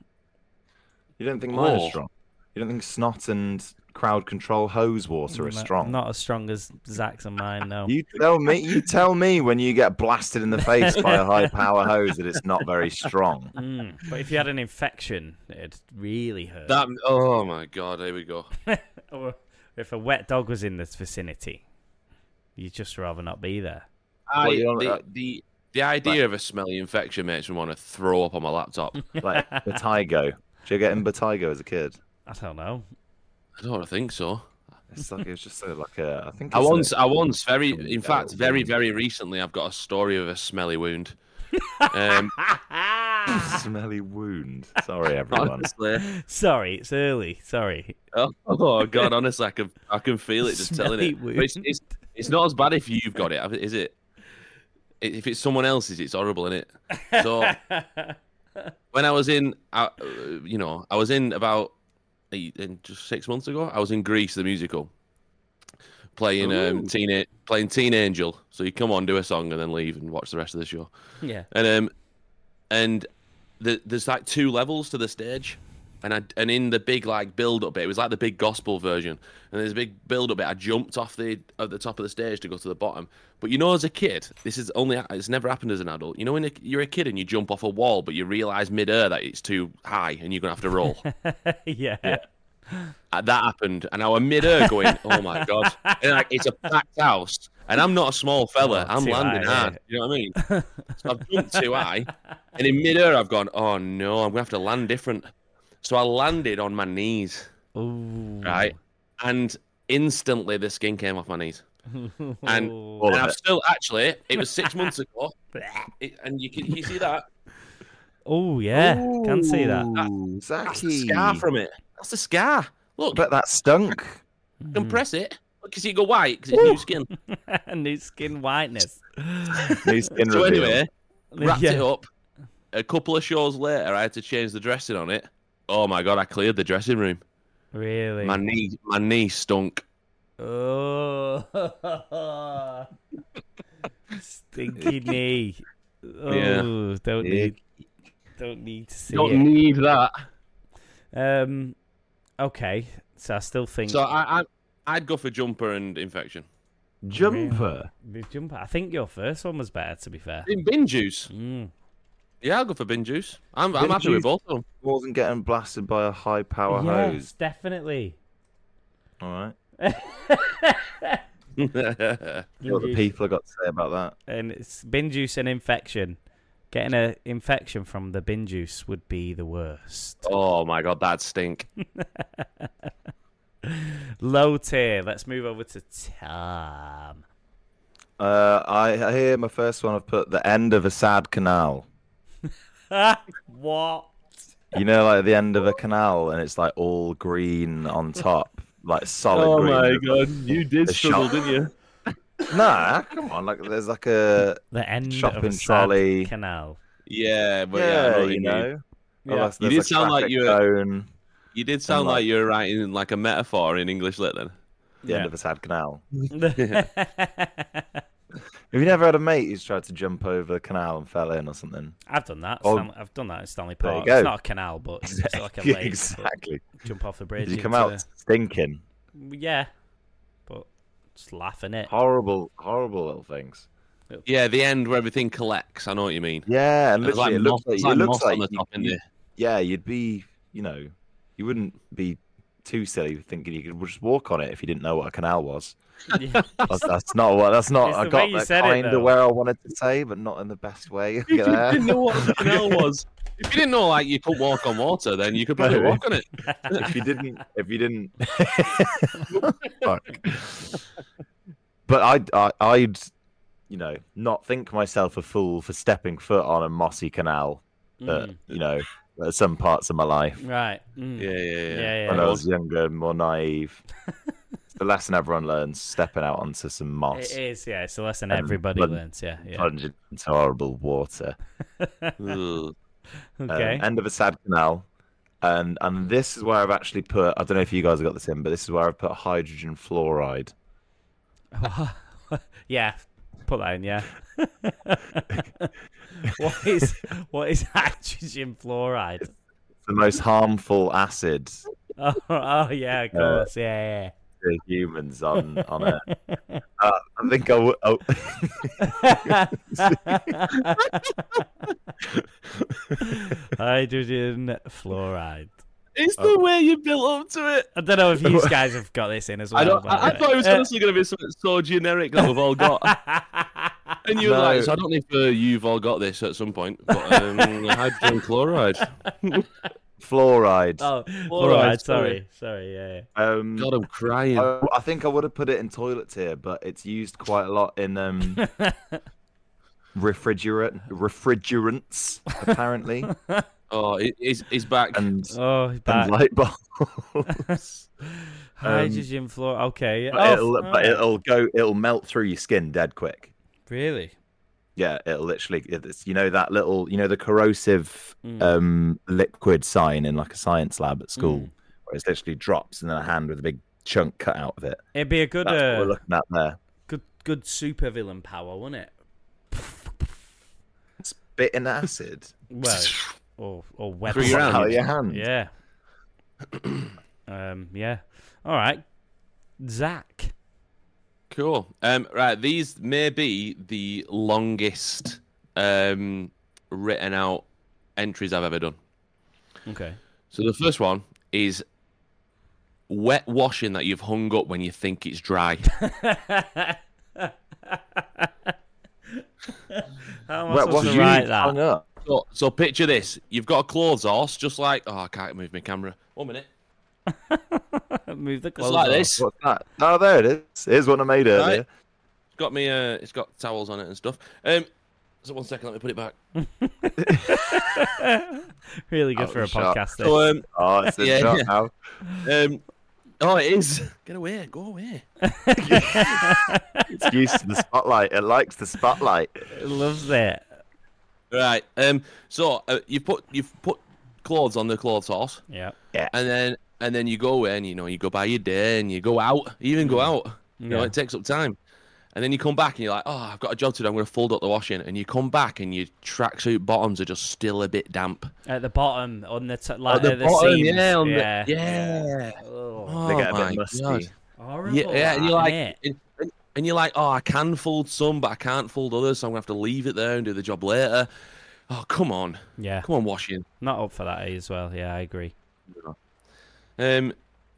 [SPEAKER 3] You don't think mine
[SPEAKER 4] Oh.
[SPEAKER 3] are strong? You don't think snot and crowd control hose water are
[SPEAKER 2] No-
[SPEAKER 3] strong?
[SPEAKER 2] Mm, Not as strong as Zach's and mine, no.
[SPEAKER 3] You tell me. You tell me when you get blasted in the face by a high power hose that it's not very strong.
[SPEAKER 2] Mm, But if you had an infection, it'd really hurt.
[SPEAKER 4] That oh my god. Here we go.
[SPEAKER 2] Or if a wet dog was in this vicinity, you'd just rather not be there.
[SPEAKER 4] I,
[SPEAKER 3] you don't-
[SPEAKER 4] the,
[SPEAKER 3] uh,
[SPEAKER 4] the the idea of a smelly infection makes me want to throw up on my laptop. I
[SPEAKER 3] Like Batigo. Did you get in Batigo as a kid?
[SPEAKER 2] I don't know.
[SPEAKER 4] don't think so.
[SPEAKER 3] It's like it was just sort of like a. I think
[SPEAKER 4] I
[SPEAKER 3] it's a-
[SPEAKER 4] once, I once, very,
[SPEAKER 3] Something
[SPEAKER 4] in
[SPEAKER 3] that
[SPEAKER 4] fact,
[SPEAKER 3] would
[SPEAKER 4] very,
[SPEAKER 3] be-
[SPEAKER 4] very recently, I've got a story of a smelly wound. Um,
[SPEAKER 3] smelly wound. Sorry, everyone.
[SPEAKER 4] honestly,
[SPEAKER 2] Sorry, it's early. Sorry.
[SPEAKER 4] oh, oh, god, honestly, I can, I can feel it just telling
[SPEAKER 2] Smelly
[SPEAKER 4] it. But It's,
[SPEAKER 2] wound.
[SPEAKER 4] it's, it's not as bad if you've got it, is it? If it's someone else's, it's horrible, is it? So when I was in, I, uh, you know, I was in about eight, in just six months ago. I was in Greece, the musical, playing um, teen, playing Teen Angel. So you come on, do a song, and then leave and watch the rest of the show.
[SPEAKER 2] yeah.
[SPEAKER 4] and um, and the, there's like two levels to the stage, and I and in the big like build up bit, it was like the big gospel version, and there's a big build up bit. I jumped off the at the top of the stage to go to the bottom, but you know, as a kid, this is only it's never happened as an adult. You know, when you're a kid and you jump off a wall, but you realise mid air that it's too high and you're gonna have to roll.
[SPEAKER 2] yeah.
[SPEAKER 4] Uh, that happened, and I were mid air going, "Oh my god!" And like it's a packed house, and I'm not a small fella.
[SPEAKER 2] Oh,
[SPEAKER 4] I'm
[SPEAKER 2] too
[SPEAKER 4] landing
[SPEAKER 2] high,
[SPEAKER 4] hard. You know what I mean? so I've jumped too high, and in mid air I've gone, "Oh no, I'm gonna have to land different." So I landed on my knees,
[SPEAKER 2] Ooh.
[SPEAKER 4] right, and instantly the skin came off my knees.
[SPEAKER 2] Ooh.
[SPEAKER 3] All
[SPEAKER 4] And
[SPEAKER 3] of
[SPEAKER 4] I've
[SPEAKER 3] it.
[SPEAKER 4] still actually, it was six months ago, it, and you can you see that
[SPEAKER 2] Oh yeah, can see that.
[SPEAKER 3] Ooh,
[SPEAKER 4] that's
[SPEAKER 3] Zaki.
[SPEAKER 4] the scar from it. That's the scar. Look,
[SPEAKER 3] But that stunk.
[SPEAKER 2] Hmm.
[SPEAKER 4] compress it. Look, you see it go white because it's new skin.
[SPEAKER 2] New skin whiteness.
[SPEAKER 3] New skin
[SPEAKER 4] So
[SPEAKER 3] reveal.
[SPEAKER 4] anyway, wrapped it
[SPEAKER 2] Yeah.
[SPEAKER 4] up. A couple of shows later, I had to change the dressing on it. Oh my god, I cleared the dressing room.
[SPEAKER 2] Really.
[SPEAKER 4] My knee, my knee stunk.
[SPEAKER 2] Oh. Stinky knee. Oh, don't
[SPEAKER 3] Yeah.
[SPEAKER 2] need don't need to see
[SPEAKER 4] Don't
[SPEAKER 2] it.
[SPEAKER 4] need that.
[SPEAKER 2] Um okay. So I still think
[SPEAKER 4] So I, I, I'd go for jumper and infection.
[SPEAKER 3] Jumper.
[SPEAKER 2] the jumper. I think your first one was better to be fair.
[SPEAKER 4] In bin juice.
[SPEAKER 2] Mm.
[SPEAKER 4] Yeah, I'll go for bin juice. I'm, I'm
[SPEAKER 3] Bin
[SPEAKER 4] happy
[SPEAKER 3] juice.
[SPEAKER 4] with both of them.
[SPEAKER 3] Wasn't getting blasted by a high power
[SPEAKER 2] Yes,
[SPEAKER 3] hose.
[SPEAKER 2] definitely.
[SPEAKER 3] All right.
[SPEAKER 2] Bin
[SPEAKER 3] What the
[SPEAKER 2] juice.
[SPEAKER 3] people have got to say about that?
[SPEAKER 2] And it's bin juice and infection. Getting an infection from the bin juice would be the worst.
[SPEAKER 4] oh my god, that stink.
[SPEAKER 2] Low tier. Let's move over to Tom.
[SPEAKER 3] Uh, I, I hear my first one. I've put the end of a sad canal.
[SPEAKER 2] what?
[SPEAKER 3] You know, like the end of a canal, and it's like all green on top, like solid
[SPEAKER 2] Oh
[SPEAKER 3] green.
[SPEAKER 4] god, you did
[SPEAKER 3] The struggle, shop.
[SPEAKER 4] didn't you?
[SPEAKER 3] Nah, come on. Like there's like a
[SPEAKER 2] The end of
[SPEAKER 3] Shopping
[SPEAKER 2] a sad
[SPEAKER 3] trolley.
[SPEAKER 2] canal.
[SPEAKER 4] Yeah, but yeah, I
[SPEAKER 3] yeah,
[SPEAKER 4] know what
[SPEAKER 3] you know.
[SPEAKER 2] Yeah.
[SPEAKER 3] Unless
[SPEAKER 4] You
[SPEAKER 3] there's
[SPEAKER 4] did sound like
[SPEAKER 3] traffic
[SPEAKER 4] you were-
[SPEAKER 3] zone,
[SPEAKER 4] You did sound
[SPEAKER 3] like-
[SPEAKER 4] like you were writing like a metaphor in English lit then.
[SPEAKER 3] the end of a sad canal.
[SPEAKER 2] I've
[SPEAKER 3] Have you never had a mate who's tried to jump over the canal and fell in or something?
[SPEAKER 2] done that.
[SPEAKER 3] Oh,
[SPEAKER 2] Stan- I've done that at Stanley
[SPEAKER 3] there you
[SPEAKER 2] Park.
[SPEAKER 3] go.
[SPEAKER 2] It's not a canal, but it's like a lake.
[SPEAKER 3] exactly.
[SPEAKER 2] Jump off the bridge.
[SPEAKER 3] Did you come
[SPEAKER 2] into
[SPEAKER 3] out stinking?
[SPEAKER 2] the- Yeah, but just laughing it.
[SPEAKER 3] Horrible, horrible little things.
[SPEAKER 4] Yeah, the end where everything collects. I know what you mean.
[SPEAKER 3] Yeah, and
[SPEAKER 4] There's
[SPEAKER 3] literally,
[SPEAKER 4] like
[SPEAKER 3] it
[SPEAKER 4] moss,
[SPEAKER 3] looks like,
[SPEAKER 4] there's
[SPEAKER 3] it
[SPEAKER 4] like
[SPEAKER 3] looks
[SPEAKER 4] moss
[SPEAKER 3] like
[SPEAKER 4] on the top,
[SPEAKER 3] you-
[SPEAKER 4] isn't there?
[SPEAKER 3] yeah, you'd be, you know, you wouldn't be too silly thinking you could just walk on it if you didn't know what a canal was.
[SPEAKER 2] Yeah.
[SPEAKER 3] That's, that's not what. That's not.
[SPEAKER 2] It's
[SPEAKER 3] I
[SPEAKER 2] the way
[SPEAKER 3] got
[SPEAKER 2] you
[SPEAKER 3] that
[SPEAKER 2] said it,
[SPEAKER 3] kind
[SPEAKER 2] though.
[SPEAKER 3] of where I wanted to say, but not in the best way. Get there.
[SPEAKER 4] know what the canal was. If you didn't know, like, you could walk on water, then you could probably
[SPEAKER 3] Maybe.
[SPEAKER 4] walk on it.
[SPEAKER 3] if you didn't, if you didn't, Fuck. But I'd, I, I'd, you know, not think myself a fool for stepping foot on a mossy canal. That
[SPEAKER 2] Mm,
[SPEAKER 3] you know, at some parts of my life
[SPEAKER 2] right. Mm.
[SPEAKER 4] Yeah, yeah, yeah.
[SPEAKER 2] Yeah,
[SPEAKER 3] when
[SPEAKER 2] yeah.
[SPEAKER 3] I was younger and more naive. It's the lesson everyone learns: stepping out onto some moss,
[SPEAKER 2] It is, yeah. It's a lesson
[SPEAKER 3] Um,
[SPEAKER 2] everybody
[SPEAKER 3] but-
[SPEAKER 2] learns, yeah. yeah.
[SPEAKER 3] plunging into horrible water.
[SPEAKER 4] Ugh.
[SPEAKER 3] um,
[SPEAKER 2] Okay.
[SPEAKER 3] end of a sad canal. And and this is where I've actually put. I don't know if you guys have got this in, but this is where I've put hydrogen fluoride.
[SPEAKER 2] yeah. Put that in, yeah. what is what is hydrogen fluoride?
[SPEAKER 3] the most harmful acid
[SPEAKER 2] Oh, oh yeah, of
[SPEAKER 3] Uh,
[SPEAKER 2] course. yeah,
[SPEAKER 3] to humans on on Earth. Uh, I think I would. Oh,
[SPEAKER 2] yeah. hydrogen fluoride.
[SPEAKER 4] It's the way you built up to it. Uh,
[SPEAKER 2] I don't know if you guys have got this in as well.
[SPEAKER 4] I don't.
[SPEAKER 2] by the
[SPEAKER 4] I, I
[SPEAKER 2] way.
[SPEAKER 4] thought it was honestly going to be something so generic that we've all got. And you were
[SPEAKER 3] No.
[SPEAKER 4] like, so I don't know if uh, you've all got this at some point, but um, hydrogen chloride.
[SPEAKER 3] fluoride.
[SPEAKER 4] Fluoride,
[SPEAKER 2] Oh, fluoride. Sorry,
[SPEAKER 4] sorry.
[SPEAKER 2] sorry. Yeah.
[SPEAKER 3] um,
[SPEAKER 4] God, I'm crying.
[SPEAKER 3] I, I think I would have put it in toilet tier, but it's used quite a lot in um, refrigerant refrigerants apparently,
[SPEAKER 4] Oh, he- he's, he's back.
[SPEAKER 3] and,
[SPEAKER 2] yeah. Oh,
[SPEAKER 3] and
[SPEAKER 2] that
[SPEAKER 3] light bulbs.
[SPEAKER 4] Um,
[SPEAKER 2] hydrogen fluor. Okay. Yeah.
[SPEAKER 3] But,
[SPEAKER 2] Oh,
[SPEAKER 3] it'll, but
[SPEAKER 2] alright.
[SPEAKER 3] it'll go. It'll melt through your skin dead quick.
[SPEAKER 2] really.
[SPEAKER 3] Yeah, it'll literally. It's, you know that little. You know the corrosive
[SPEAKER 2] Mm.
[SPEAKER 3] um, liquid sign in like a science lab at school,
[SPEAKER 2] Mm.
[SPEAKER 3] where it literally drops and then a hand with a big chunk cut out of it.
[SPEAKER 2] It'd be a good,
[SPEAKER 3] That's what
[SPEAKER 2] uh,
[SPEAKER 3] we're looking at there.
[SPEAKER 2] good, good super villain power, wouldn't it?
[SPEAKER 3] Spitting acid
[SPEAKER 2] Well, or or weapon.
[SPEAKER 4] Through your
[SPEAKER 3] out
[SPEAKER 4] hand.
[SPEAKER 3] of your hand.
[SPEAKER 2] Yeah. um. Yeah. All right. Zach.
[SPEAKER 4] Cool. Um, right, these may be the longest um, written out entries I've ever done.
[SPEAKER 2] Okay.
[SPEAKER 4] So the first one is wet washing that you've hung up when you think it's dry.
[SPEAKER 2] How am I
[SPEAKER 3] Wait,
[SPEAKER 2] supposed
[SPEAKER 3] what
[SPEAKER 2] to
[SPEAKER 3] you
[SPEAKER 2] write that?
[SPEAKER 3] hung up?
[SPEAKER 4] so, so picture this: you've got a clothes horse, just like oh, I can't move my camera. One minute.
[SPEAKER 2] Move the
[SPEAKER 4] Just
[SPEAKER 2] clothes
[SPEAKER 4] like
[SPEAKER 2] off.
[SPEAKER 4] this.
[SPEAKER 3] What's that? Oh, there it is. Here's one I made earlier.
[SPEAKER 4] Right. It's got me. Uh, it's got towels on it and stuff. Um, so one second, let me put it back.
[SPEAKER 2] really good
[SPEAKER 3] Out
[SPEAKER 2] for a
[SPEAKER 3] of shot.
[SPEAKER 2] podcast. This.
[SPEAKER 4] So um,
[SPEAKER 3] Oh, it's in
[SPEAKER 4] Yeah,
[SPEAKER 3] shot
[SPEAKER 4] yeah.
[SPEAKER 3] now.
[SPEAKER 4] um, oh, it is. Get away. Go away.
[SPEAKER 3] It's used to the spotlight. It likes the spotlight.
[SPEAKER 2] It loves it.
[SPEAKER 4] Right. Um. So uh, you put you've put clothes on the clothes horse,
[SPEAKER 2] Yeah.
[SPEAKER 4] and then and then you go away and you know you go by your day and you go out, you even go out. You know
[SPEAKER 2] Yeah.
[SPEAKER 4] it takes up time, and then you come back and you're like, oh, I've got a job to do. I'm going to fold up the washing, and you come back and your tracksuit bottoms are just still a bit damp.
[SPEAKER 2] At the bottom, on the t- like
[SPEAKER 4] At the
[SPEAKER 2] at Uh, the
[SPEAKER 4] bottom,
[SPEAKER 2] seams.
[SPEAKER 4] yeah, on the-
[SPEAKER 2] yeah.
[SPEAKER 4] yeah.
[SPEAKER 2] Oh,
[SPEAKER 4] Oh
[SPEAKER 3] They get a bit
[SPEAKER 4] my
[SPEAKER 3] musty.
[SPEAKER 4] God.
[SPEAKER 2] horrible.
[SPEAKER 4] Yeah, yeah, and
[SPEAKER 2] that,
[SPEAKER 4] you're like,
[SPEAKER 2] innit?
[SPEAKER 4] and, and- and you're like, oh, I can fold some, but I can't fold others, so I'm gonna have to leave it there and do the job later. Oh, come on,
[SPEAKER 2] yeah,
[SPEAKER 4] come on, washing.
[SPEAKER 2] not up for that as well. Yeah, I agree.
[SPEAKER 4] Um,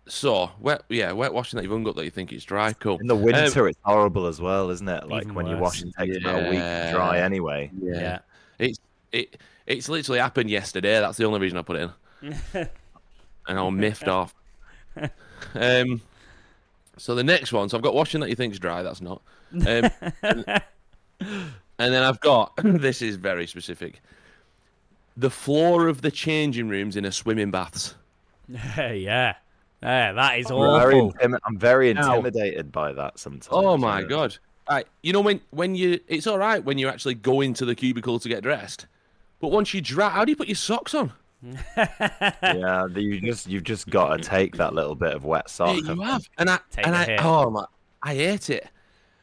[SPEAKER 4] so wet, yeah, wet washing that you've hung up that you think it's dry. Cool.
[SPEAKER 3] In the winter,
[SPEAKER 4] Um,
[SPEAKER 3] it's horrible as well, isn't it? Like
[SPEAKER 2] Even
[SPEAKER 3] when you're
[SPEAKER 2] worse.
[SPEAKER 3] washing, it takes about a week to
[SPEAKER 4] Yeah.
[SPEAKER 3] dry anyway.
[SPEAKER 2] Yeah.
[SPEAKER 4] It's it it's literally happened yesterday. That's the only reason I put it in. and I'm miffed off. Um, so the next one. So I've got washing that you think's dry. That's not. Um, and, and then I've got this is very specific. The floor of the changing rooms in a swimming baths.
[SPEAKER 2] yeah, yeah. That is
[SPEAKER 3] I'm very,
[SPEAKER 2] awful.
[SPEAKER 3] intimi- I'm very
[SPEAKER 4] Ow.
[SPEAKER 3] intimidated by that sometimes.
[SPEAKER 4] Oh my
[SPEAKER 3] you know.
[SPEAKER 4] god! Right, you know when when you it's all right when you actually go into the cubicle to get dressed, but once you dry, how do you put your socks on?
[SPEAKER 3] Yeah, the- you just you've just got to take that little bit of wet sock.
[SPEAKER 4] Yeah, you
[SPEAKER 3] haven't
[SPEAKER 4] have. And I
[SPEAKER 2] Take
[SPEAKER 4] and
[SPEAKER 2] the
[SPEAKER 4] I
[SPEAKER 2] hit.
[SPEAKER 4] oh my, I hate it.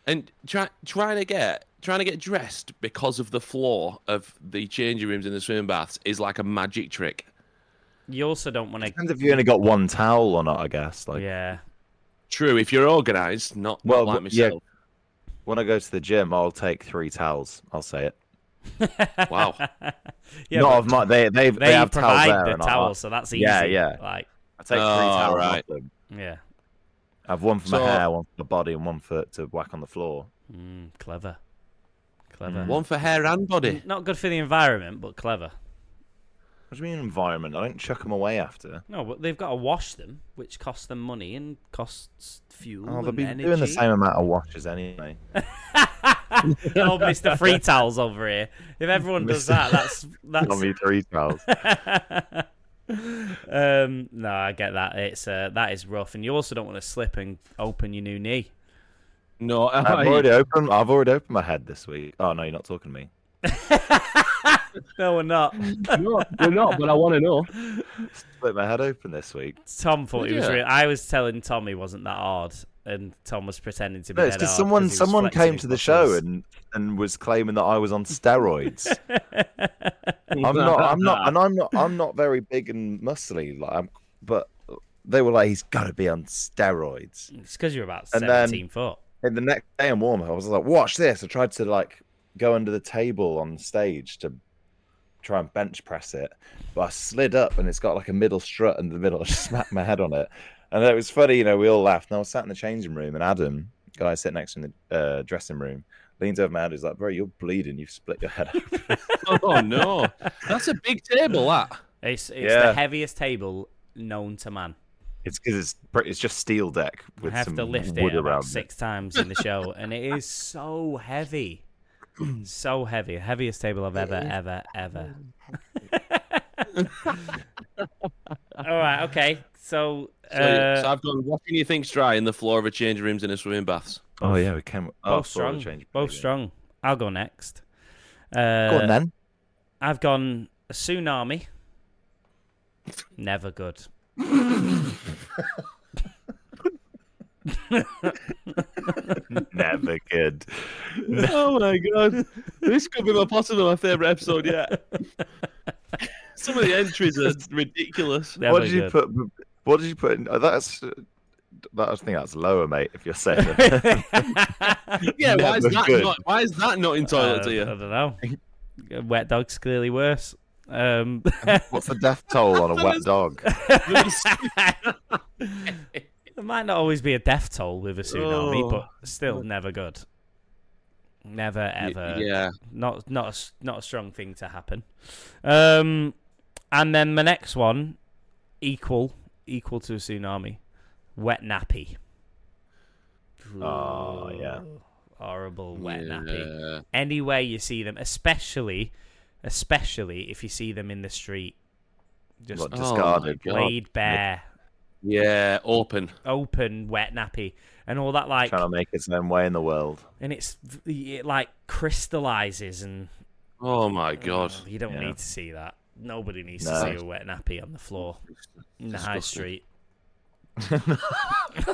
[SPEAKER 4] And try, trying to get trying to get dressed because of the floor of the changing rooms in the swimming baths is like a magic trick.
[SPEAKER 2] You also don't want to.
[SPEAKER 3] Depends if you only got one towel or not, I guess. Like,
[SPEAKER 2] Yeah.
[SPEAKER 4] True, if you're organised, not
[SPEAKER 3] Well,
[SPEAKER 4] well, like
[SPEAKER 3] w- yeah.
[SPEAKER 4] myself.
[SPEAKER 3] when I go to the gym, I'll take three towels. I'll say it.
[SPEAKER 4] Wow.
[SPEAKER 2] yeah,
[SPEAKER 3] Not
[SPEAKER 2] but
[SPEAKER 3] of my. They they
[SPEAKER 2] they,
[SPEAKER 3] have towels
[SPEAKER 2] provide
[SPEAKER 3] there
[SPEAKER 2] the
[SPEAKER 3] and
[SPEAKER 2] towels, so that's easy.
[SPEAKER 3] Yeah, yeah.
[SPEAKER 2] Like,
[SPEAKER 3] I, I take three
[SPEAKER 4] Oh,
[SPEAKER 3] towels. off
[SPEAKER 4] right.
[SPEAKER 3] them.
[SPEAKER 2] yeah.
[SPEAKER 3] I've one for my
[SPEAKER 4] So-
[SPEAKER 3] hair, one for my body, and one for to whack on the floor.
[SPEAKER 2] Mm, clever.
[SPEAKER 3] Mm.
[SPEAKER 2] Clever.
[SPEAKER 4] One for hair and body.
[SPEAKER 2] Not good for the environment, but clever.
[SPEAKER 3] What do you mean environment? I don't chuck them away after.
[SPEAKER 2] No, but they've got to wash them, which costs them money and costs fuel
[SPEAKER 3] Oh, they'll
[SPEAKER 2] and
[SPEAKER 3] be
[SPEAKER 2] energy.
[SPEAKER 3] doing the same amount of washes anyway.
[SPEAKER 2] oh, Mr. Free Towels over here. If everyone does that, that's
[SPEAKER 3] I'll
[SPEAKER 2] that's.
[SPEAKER 3] be three towels.
[SPEAKER 2] um, no, I get that. It's uh, that is rough, and you also don't want to slip and open your new knee.
[SPEAKER 4] No,
[SPEAKER 3] I've already opened. I've already opened my head this week. Oh no, you're not talking to me.
[SPEAKER 2] No, we're not.
[SPEAKER 6] No, we're not, but I want to know.
[SPEAKER 3] Split my head open this week.
[SPEAKER 2] Tom thought he was.
[SPEAKER 4] Yeah.
[SPEAKER 2] Real. I was telling Tom he wasn't that hard, and Tom was pretending to be.
[SPEAKER 3] No, it's
[SPEAKER 2] dead
[SPEAKER 3] because
[SPEAKER 2] hard
[SPEAKER 3] someone
[SPEAKER 2] 'cause he was
[SPEAKER 3] someone
[SPEAKER 2] flexing
[SPEAKER 3] came
[SPEAKER 2] his
[SPEAKER 3] to the show
[SPEAKER 2] muscles.
[SPEAKER 3] and and was claiming that I was on steroids. I'm not. I'm not. And I'm not. I'm not very big and muscly. Like, I'm, but they were like, he's got to be on steroids.
[SPEAKER 2] It's because you're about
[SPEAKER 3] And then-
[SPEAKER 2] seventeen foot.
[SPEAKER 3] And the next day, I'm warm. I was like, watch this. I tried to like go under the table on stage to try and bench press it, but I slid up and it's got like a middle strut in the middle. I just smacked my head on it, and it was funny. You know, we all laughed. And I was sat in the changing room, and Adam, guy sitting next to me in the uh, dressing room, leans over my head. He's like, bro, you're bleeding. You've split your head. open."
[SPEAKER 4] oh no, that's a big table. That
[SPEAKER 2] It's it's the
[SPEAKER 3] Yeah.
[SPEAKER 2] heaviest table known to man.
[SPEAKER 3] it's because it's pretty, it's just steel deck with
[SPEAKER 2] I have
[SPEAKER 3] some
[SPEAKER 2] to lift it
[SPEAKER 3] wood around
[SPEAKER 2] about six times in the show, and it is so heavy, so heavy. Heaviest table I've ever, ever, ever. All right, okay. So,
[SPEAKER 4] so, yeah,
[SPEAKER 2] uh,
[SPEAKER 4] so I've gone washing your things dry in the floor of a changing rooms and a swimming baths.
[SPEAKER 3] Oh yeah, we came.
[SPEAKER 2] both
[SPEAKER 3] Oh,
[SPEAKER 2] strong,
[SPEAKER 3] sorry, change
[SPEAKER 2] both
[SPEAKER 3] behaviour.
[SPEAKER 2] strong. I'll go next.
[SPEAKER 3] Go on
[SPEAKER 2] Uh,
[SPEAKER 3] then.
[SPEAKER 2] I've gone a tsunami. Never good.
[SPEAKER 3] Never good.
[SPEAKER 4] oh my god, this could be my possibly my favorite episode yet. Some of the entries are ridiculous.
[SPEAKER 2] Never
[SPEAKER 3] what did you
[SPEAKER 2] good.
[SPEAKER 3] put? What did you put? In, oh, that's. That, I think that's lower, mate. If you're saying that.
[SPEAKER 4] Yeah, why is
[SPEAKER 3] Never
[SPEAKER 4] that
[SPEAKER 3] good.
[SPEAKER 4] not? Why is that not in toilet
[SPEAKER 2] Uh,
[SPEAKER 4] to
[SPEAKER 2] I
[SPEAKER 4] you?
[SPEAKER 2] don't know. Wet dog's clearly worse. Um,
[SPEAKER 3] what's the death toll on a wet dog?
[SPEAKER 2] There might not always be a death toll with a tsunami,
[SPEAKER 4] Oh.
[SPEAKER 2] but still never good. Never ever.
[SPEAKER 4] Yeah,
[SPEAKER 2] Not not a, s- not a strong thing to happen. Um, and then the next one, equal equal to a tsunami, wet nappy.
[SPEAKER 3] Oh, yeah.
[SPEAKER 2] Horrible wet nappy.
[SPEAKER 4] yeah.
[SPEAKER 2] Anywhere you see them, especially especially if you see them in the street, just oh
[SPEAKER 3] What, discarded.
[SPEAKER 4] God.
[SPEAKER 2] laid bare,
[SPEAKER 4] yeah, open.
[SPEAKER 2] open wet nappy, and all that like
[SPEAKER 3] Trying to make its own way in the world.
[SPEAKER 2] and it's it like crystallizes and
[SPEAKER 4] Oh
[SPEAKER 2] Uh,
[SPEAKER 4] my god.
[SPEAKER 2] you don't
[SPEAKER 3] Yeah.
[SPEAKER 2] need to see that nobody needs
[SPEAKER 3] No.
[SPEAKER 2] to see a wet nappy on the floor in the high street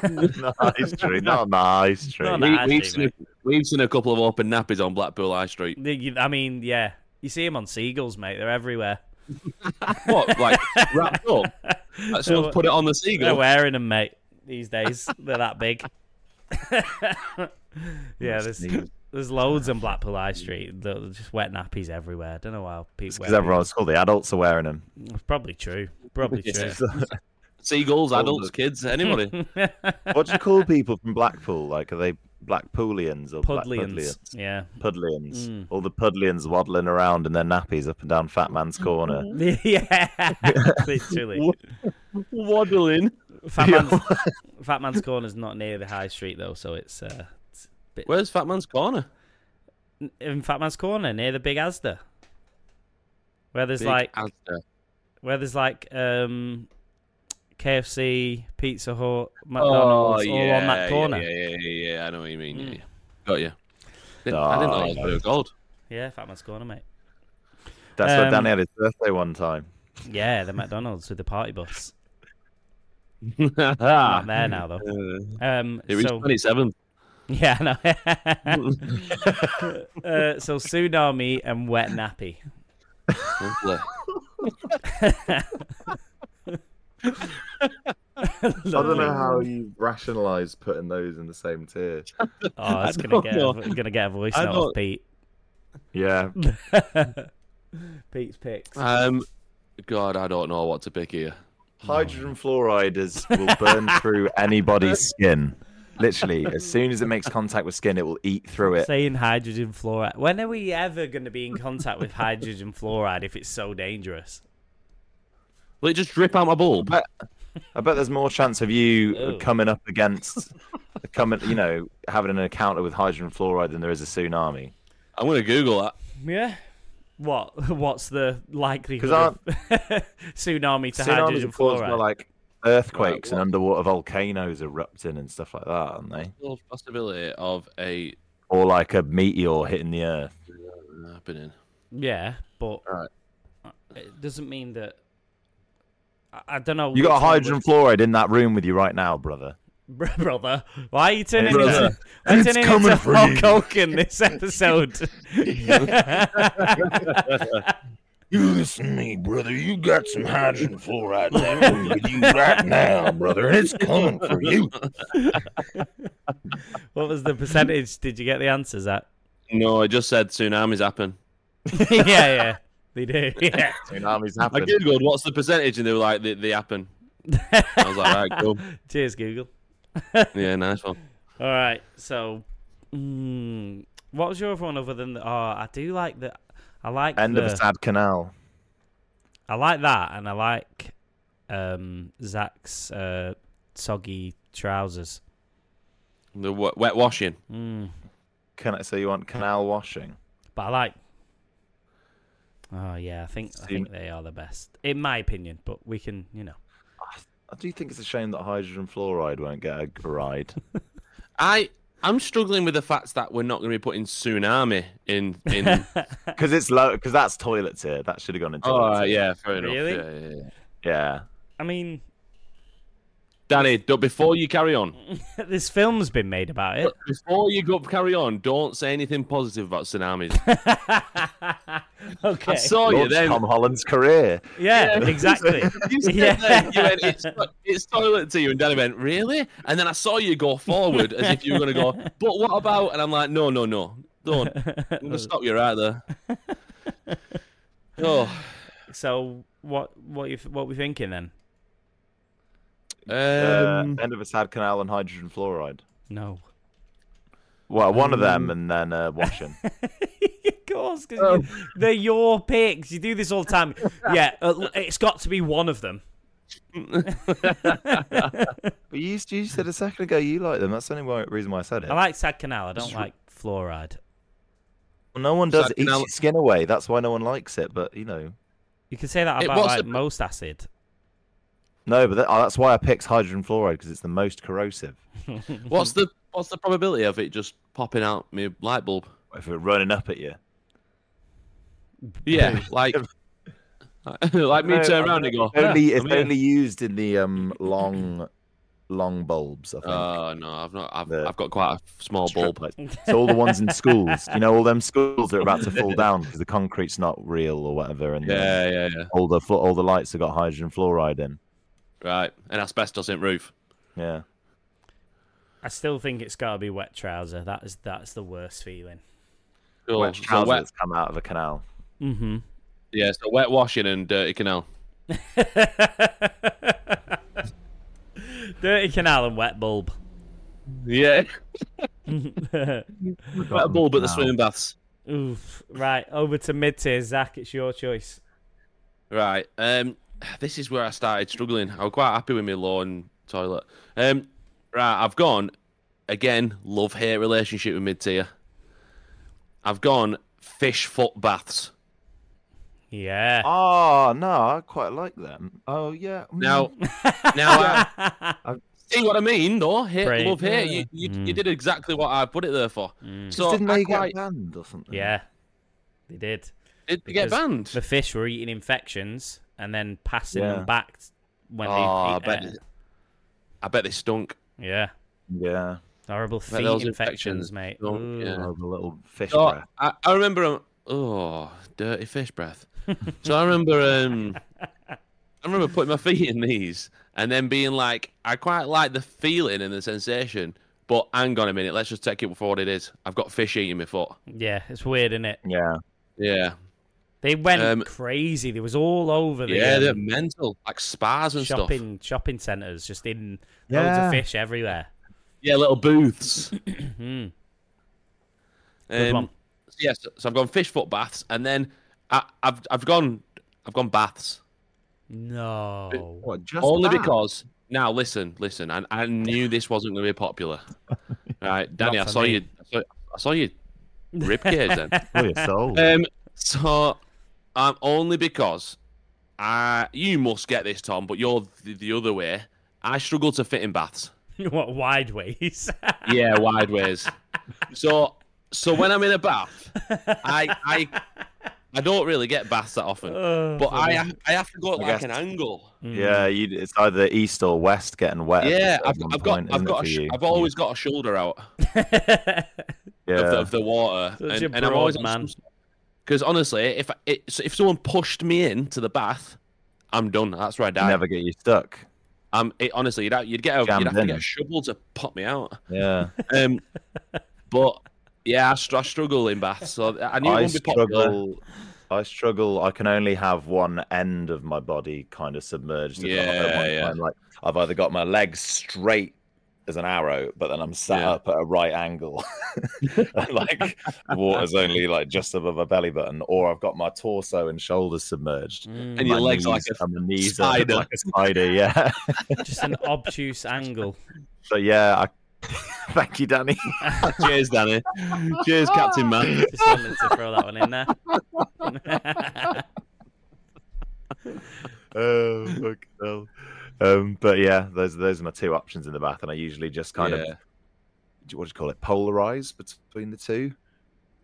[SPEAKER 3] nice tree, not nice tree.
[SPEAKER 2] Not
[SPEAKER 4] We,
[SPEAKER 2] Nah,
[SPEAKER 4] we've,
[SPEAKER 2] I'd
[SPEAKER 4] seen
[SPEAKER 2] say,
[SPEAKER 4] a, we've seen a couple of open nappies on Blackpool High Street.
[SPEAKER 2] The- you- i mean yeah you see them on seagulls mate they're everywhere
[SPEAKER 4] What, like wrapped up? Like someone's put it on the
[SPEAKER 2] they're
[SPEAKER 4] seagull.
[SPEAKER 2] wearing them mate these days they're that big yeah there's there's loads on blackpool high street There's just wet nappies everywhere i don't know how people
[SPEAKER 3] Because everyone at school, the adults are wearing them.
[SPEAKER 2] it's probably true probably true
[SPEAKER 4] Seagulls,
[SPEAKER 3] Oh,
[SPEAKER 4] adults,
[SPEAKER 3] look.
[SPEAKER 4] kids, anybody.
[SPEAKER 3] What do you call people from Blackpool? Like, are they Blackpoolians or
[SPEAKER 2] Pudlians,
[SPEAKER 3] Blackpudlians?
[SPEAKER 2] yeah,
[SPEAKER 3] Pudlians.
[SPEAKER 2] Mm.
[SPEAKER 3] All the Pudlians waddling around in their nappies up and down Fat Man's Corner.
[SPEAKER 2] yeah, literally.
[SPEAKER 4] Waddling.
[SPEAKER 2] Fat man's, Fat man's corner's not near the high street though, so it's, uh, it's
[SPEAKER 4] Where's Fat Man's Corner?
[SPEAKER 2] in Fat Man's corner near the big Asda, where there's
[SPEAKER 4] Big
[SPEAKER 2] like
[SPEAKER 4] Asda.
[SPEAKER 2] where there's like um, KFC, Pizza Hut, McDonald's,
[SPEAKER 4] Oh,
[SPEAKER 2] all on that
[SPEAKER 4] yeah,
[SPEAKER 2] corner.
[SPEAKER 4] Yeah, yeah, yeah, yeah, I know what you mean. Yeah,
[SPEAKER 2] Mm.
[SPEAKER 4] yeah. Got you. Didn't- I didn't know that was
[SPEAKER 3] Oh,
[SPEAKER 4] Blue Gold.
[SPEAKER 2] Yeah, Fat Man's corner, mate.
[SPEAKER 3] That's where
[SPEAKER 2] Um,
[SPEAKER 3] Danny had his birthday one time.
[SPEAKER 2] Yeah, the McDonald's with the party bus.
[SPEAKER 4] Ah.
[SPEAKER 2] Not there now though. Um,
[SPEAKER 4] It was
[SPEAKER 2] Ah, so
[SPEAKER 4] 27.
[SPEAKER 2] yeah, I know. uh, so tsunami and wet nappy.
[SPEAKER 4] Lovely.
[SPEAKER 3] I don't
[SPEAKER 2] Lovely.
[SPEAKER 3] know how you rationalise putting those in the same tier.
[SPEAKER 2] Oh, it's
[SPEAKER 6] I
[SPEAKER 2] gonna
[SPEAKER 6] don't
[SPEAKER 2] get
[SPEAKER 6] know.
[SPEAKER 2] a, gonna get a voice
[SPEAKER 6] I
[SPEAKER 2] note of
[SPEAKER 6] don't-
[SPEAKER 2] Pete.
[SPEAKER 3] Yeah,
[SPEAKER 2] Pete's picks.
[SPEAKER 4] Um, God, I don't know what to pick here.
[SPEAKER 3] hydrogen fluoride is, will burn through anybody's skin. Literally, as soon as it makes contact with skin, it will eat through it.
[SPEAKER 2] Saying hydrogen fluoride. When are we ever gonna be in contact with hydrogen fluoride if it's so dangerous?
[SPEAKER 4] Will it just drip out my bulb?
[SPEAKER 3] I bet there's more chance of you
[SPEAKER 2] Ew.
[SPEAKER 3] coming up against coming, you know, having an encounter with hydrogen fluoride than there is a tsunami.
[SPEAKER 4] I'm gonna Google that.
[SPEAKER 2] Yeah. What? What's the likelihood
[SPEAKER 3] 'Cause
[SPEAKER 2] of tsunami to
[SPEAKER 3] Tsunamis
[SPEAKER 2] hydrogen
[SPEAKER 3] are caused
[SPEAKER 2] fluoride?
[SPEAKER 3] by like earthquakes and underwater volcanoes erupting and stuff like that, aren't they?
[SPEAKER 4] Little possibility of a
[SPEAKER 3] Or like a meteor hitting the earth.
[SPEAKER 4] happening.
[SPEAKER 2] Yeah, but
[SPEAKER 4] Right.
[SPEAKER 2] it doesn't mean that. I, I don't know.
[SPEAKER 3] You got
[SPEAKER 2] which one
[SPEAKER 3] hydrogen fluoride in that room with you right now, brother.
[SPEAKER 2] would- brother. Why are you turning
[SPEAKER 3] Brother,
[SPEAKER 2] into? Why are you
[SPEAKER 3] it's
[SPEAKER 2] turning
[SPEAKER 3] coming
[SPEAKER 2] into
[SPEAKER 3] for
[SPEAKER 2] Hulk
[SPEAKER 3] you.
[SPEAKER 2] Hogan this episode?
[SPEAKER 7] You listen to me, brother. You got some hydrogen fluoride down with you right now, brother, and it's coming for you.
[SPEAKER 2] what was the percentage? Did you get the answers at?
[SPEAKER 4] No, I just said tsunamis happen.
[SPEAKER 2] yeah, yeah, they do. Yeah.
[SPEAKER 3] Tsunamis
[SPEAKER 4] I
[SPEAKER 3] happen.
[SPEAKER 4] googled what's the percentage, and they were like, they, they happen. I was like, right, cool.
[SPEAKER 2] Cheers, Google.
[SPEAKER 4] Yeah, nice one.
[SPEAKER 2] All right, so mm, what was your other one other than? The, oh, I do like the. I like
[SPEAKER 3] End
[SPEAKER 2] the,
[SPEAKER 3] of a sad canal.
[SPEAKER 2] I like that, and I like um, Zach's uh, soggy trousers.
[SPEAKER 4] The w- wet washing.
[SPEAKER 2] Mm,
[SPEAKER 3] Can I, so you want canal washing?
[SPEAKER 2] but I like. Oh yeah, I think I
[SPEAKER 3] See-
[SPEAKER 2] think they are the best, in my opinion. But we can, you know,
[SPEAKER 3] I do think it's a shame that hydrogen fluoride won't get a ride.
[SPEAKER 4] I I'm struggling with the fact that we're not going to be putting tsunami in in.
[SPEAKER 3] Because it's low. Because that's toilet tier. That should have gone into.
[SPEAKER 4] oh
[SPEAKER 3] toilet tier.
[SPEAKER 4] yeah, fair enough.
[SPEAKER 2] Really?
[SPEAKER 4] Yeah, yeah, yeah.
[SPEAKER 3] Yeah.
[SPEAKER 2] I mean,
[SPEAKER 4] Danny, do- before you carry on,
[SPEAKER 2] this film's been made about it.
[SPEAKER 4] before you go carry on, don't say anything positive about tsunamis.
[SPEAKER 2] okay.
[SPEAKER 4] I saw you
[SPEAKER 3] Launched
[SPEAKER 4] then.
[SPEAKER 3] Tom Holland's career.
[SPEAKER 2] yeah, exactly.
[SPEAKER 4] You said
[SPEAKER 2] Yeah.
[SPEAKER 4] then, you went, it's, it's toilet to you, and Danny went, really? And then I saw you go forward as if you were going to go, but what about? And I'm like, no, no, no, don't. I'm going to stop you right there. Oh,
[SPEAKER 2] so what? What you? What we thinking then?
[SPEAKER 4] um,
[SPEAKER 3] uh, end of a sad canal and hydrogen fluoride.
[SPEAKER 2] No.
[SPEAKER 3] Well, one of them and then uh, washing.
[SPEAKER 2] of course, 'cause you, they're your picks. You do this all the time. yeah, uh, l- it's got to be one of them.
[SPEAKER 3] but you, you said a second ago you like them. That's the only why, reason why I said it.
[SPEAKER 2] I like Sad Canal. I don't like fluoride.
[SPEAKER 3] Well, no one does
[SPEAKER 4] Sad
[SPEAKER 3] eat
[SPEAKER 4] canal-
[SPEAKER 3] your skin away. That's why no one likes it. But you know,
[SPEAKER 2] You can say that
[SPEAKER 4] It
[SPEAKER 2] about
[SPEAKER 4] was
[SPEAKER 2] like
[SPEAKER 4] a-
[SPEAKER 2] most acid.
[SPEAKER 3] no. But that, oh, that's why I picked hydrogen fluoride because it's the most corrosive.
[SPEAKER 4] what's the what's the probability of it just popping out my light bulb?
[SPEAKER 3] If we're running up at you,
[SPEAKER 4] Yeah, like like me
[SPEAKER 3] No,
[SPEAKER 4] turn
[SPEAKER 3] I
[SPEAKER 4] around and go.
[SPEAKER 3] only
[SPEAKER 4] "Yeah,
[SPEAKER 3] it's
[SPEAKER 4] I'm here."
[SPEAKER 3] only used in the um long, long bulbs. I think.
[SPEAKER 4] Oh no, I've not. I've,
[SPEAKER 3] The-
[SPEAKER 4] I've got quite a small
[SPEAKER 3] Strip
[SPEAKER 4] bulb.
[SPEAKER 3] lights. So all the ones in schools, you know, all them schools that are about to fall down because the concrete's not real or whatever, and the-
[SPEAKER 4] Yeah, yeah, yeah.
[SPEAKER 3] all the flo- all the lights have got hydrogen fluoride in.
[SPEAKER 4] Right, and asbestos in roof.
[SPEAKER 3] Yeah,
[SPEAKER 2] I still think it's got to be wet trouser. That is that's the worst feeling.
[SPEAKER 4] Cool.
[SPEAKER 3] wet
[SPEAKER 4] so
[SPEAKER 3] trousers
[SPEAKER 4] wet,
[SPEAKER 3] come out of a canal.
[SPEAKER 2] Mm-hmm.
[SPEAKER 4] yeah, so wet washing and dirty canal.
[SPEAKER 2] Dirty canal and wet bulb.
[SPEAKER 4] Yeah, wet
[SPEAKER 3] Forgotten
[SPEAKER 4] bulb at the
[SPEAKER 3] canal.
[SPEAKER 4] swimming baths.
[SPEAKER 2] Oof. Right over to mid tier. Zach, it's your choice.
[SPEAKER 4] Right. Um, this is where I started struggling. I was quite happy with my lawn toilet. Um, right, I've gone again. Love hate relationship with mid tier. I've gone fish foot baths.
[SPEAKER 2] Yeah.
[SPEAKER 3] Oh no, I quite like them. Oh yeah. mm.
[SPEAKER 4] Now, now uh, I see what I mean, though. Hate,
[SPEAKER 2] Right.
[SPEAKER 4] love hate. You, you, you
[SPEAKER 2] Mm.
[SPEAKER 4] did exactly what I put it there for.
[SPEAKER 2] Hmm.
[SPEAKER 3] Just
[SPEAKER 4] So
[SPEAKER 3] didn't
[SPEAKER 4] I
[SPEAKER 3] they
[SPEAKER 4] quite,
[SPEAKER 3] get banned or something?
[SPEAKER 2] yeah, they did.
[SPEAKER 4] did they get
[SPEAKER 2] because
[SPEAKER 4] banned?
[SPEAKER 2] the fish were eating infections and then passing
[SPEAKER 3] Yeah.
[SPEAKER 2] them back when they
[SPEAKER 4] Oh, I
[SPEAKER 2] eat
[SPEAKER 4] bet,
[SPEAKER 2] it.
[SPEAKER 4] I bet they stunk.
[SPEAKER 2] yeah
[SPEAKER 3] yeah.
[SPEAKER 2] horrible feet
[SPEAKER 4] those
[SPEAKER 2] infections,
[SPEAKER 4] infections
[SPEAKER 2] mate Mm.
[SPEAKER 4] don't-
[SPEAKER 2] Ooh.
[SPEAKER 4] yeah.
[SPEAKER 3] Oh, the little fish
[SPEAKER 4] So
[SPEAKER 3] breath.
[SPEAKER 4] I, I remember, um, oh, dirty fish breath. so I remember, um, I I remember putting my feet in these and then being like, I quite like the feeling and the sensation, but hang on a minute, let's just take it for what it is. I've got fish eating my foot.
[SPEAKER 2] Yeah, it's weird, isn't it?
[SPEAKER 3] Yeah.
[SPEAKER 4] Yeah.
[SPEAKER 2] They went
[SPEAKER 4] Um,
[SPEAKER 2] crazy. They was all over the
[SPEAKER 4] Yeah,
[SPEAKER 2] um,
[SPEAKER 4] they're mental, like spas and stuff.
[SPEAKER 2] shopping shopping centres, just in loads
[SPEAKER 3] Yeah.
[SPEAKER 2] of fish everywhere.
[SPEAKER 4] Yeah, little booths.
[SPEAKER 2] Mhm. Good one.
[SPEAKER 4] Um, so yes, so I've gone fish foot baths, and then I, I've I've gone I've gone baths
[SPEAKER 2] No.
[SPEAKER 3] What, just
[SPEAKER 4] only
[SPEAKER 3] that?
[SPEAKER 4] because now listen, listen, and I knew this wasn't going to be popular. right, Danny, I
[SPEAKER 2] for
[SPEAKER 4] saw
[SPEAKER 2] me.
[SPEAKER 4] you. I saw, I saw you rib cage then.
[SPEAKER 3] Oh, you're sold.
[SPEAKER 4] Um, so um, only because I you must get this, Tom, but you're the, the other way. I struggle to fit in baths.
[SPEAKER 2] what wide ways?
[SPEAKER 4] Yeah, wide ways. So so when I'm in a bath, I I I don't really get baths that often.
[SPEAKER 2] Oh,
[SPEAKER 4] But I
[SPEAKER 2] funny.
[SPEAKER 4] ha- I have to go at
[SPEAKER 3] I
[SPEAKER 4] like
[SPEAKER 3] guess-
[SPEAKER 4] an angle.
[SPEAKER 3] yeah, you, it's either east or west getting wet.
[SPEAKER 4] yeah,
[SPEAKER 3] at
[SPEAKER 4] I've,
[SPEAKER 3] one
[SPEAKER 4] I've got
[SPEAKER 3] point,
[SPEAKER 4] I've
[SPEAKER 3] isn't it,
[SPEAKER 4] got a
[SPEAKER 3] for
[SPEAKER 4] sh-
[SPEAKER 3] you?
[SPEAKER 4] I've always got a shoulder out
[SPEAKER 3] yeah.
[SPEAKER 4] of, the, of the water,
[SPEAKER 2] Such
[SPEAKER 4] and,
[SPEAKER 2] a
[SPEAKER 4] and I'm
[SPEAKER 2] broad
[SPEAKER 4] always
[SPEAKER 2] man.
[SPEAKER 4] Because honestly, if I, it, so if someone pushed me into the bath, I'm done. That's where I die.
[SPEAKER 3] never get you stuck.
[SPEAKER 4] Um, it, honestly, you'd, have- you'd get a, you'd
[SPEAKER 3] Jammed
[SPEAKER 4] have to
[SPEAKER 3] in.
[SPEAKER 4] get a shovel to pop me out.
[SPEAKER 3] Yeah,
[SPEAKER 4] Um, but yeah, I, str- I struggle in baths. So I knew it
[SPEAKER 3] I
[SPEAKER 4] wouldn't be popular.
[SPEAKER 3] struggle. I struggle. I can only have one end of my body kind of submerged. at the- at
[SPEAKER 4] Yeah,
[SPEAKER 3] one
[SPEAKER 4] yeah.
[SPEAKER 3] time, Like I've either got my legs straight as an arrow, but then I'm sat
[SPEAKER 4] Yeah.
[SPEAKER 3] up at a right angle, and like the water's only like just above my belly button, or I've got my torso and shoulders submerged.
[SPEAKER 2] Mm,
[SPEAKER 4] And your
[SPEAKER 3] my
[SPEAKER 4] legs are like
[SPEAKER 3] knees-
[SPEAKER 4] a
[SPEAKER 3] and my knees are
[SPEAKER 4] spider.
[SPEAKER 3] like a spider. Yeah.
[SPEAKER 2] just an obtuse angle.
[SPEAKER 3] So yeah, I... thank you, Danny.
[SPEAKER 4] Cheers, Danny. Cheers, Captain Man.
[SPEAKER 2] Just wanted to throw that one in there.
[SPEAKER 3] Oh, fucking hell. Um, but yeah, those those are my two options in the bath, and I usually just kind
[SPEAKER 4] Yeah.
[SPEAKER 3] of what do you call it, polarize between the two.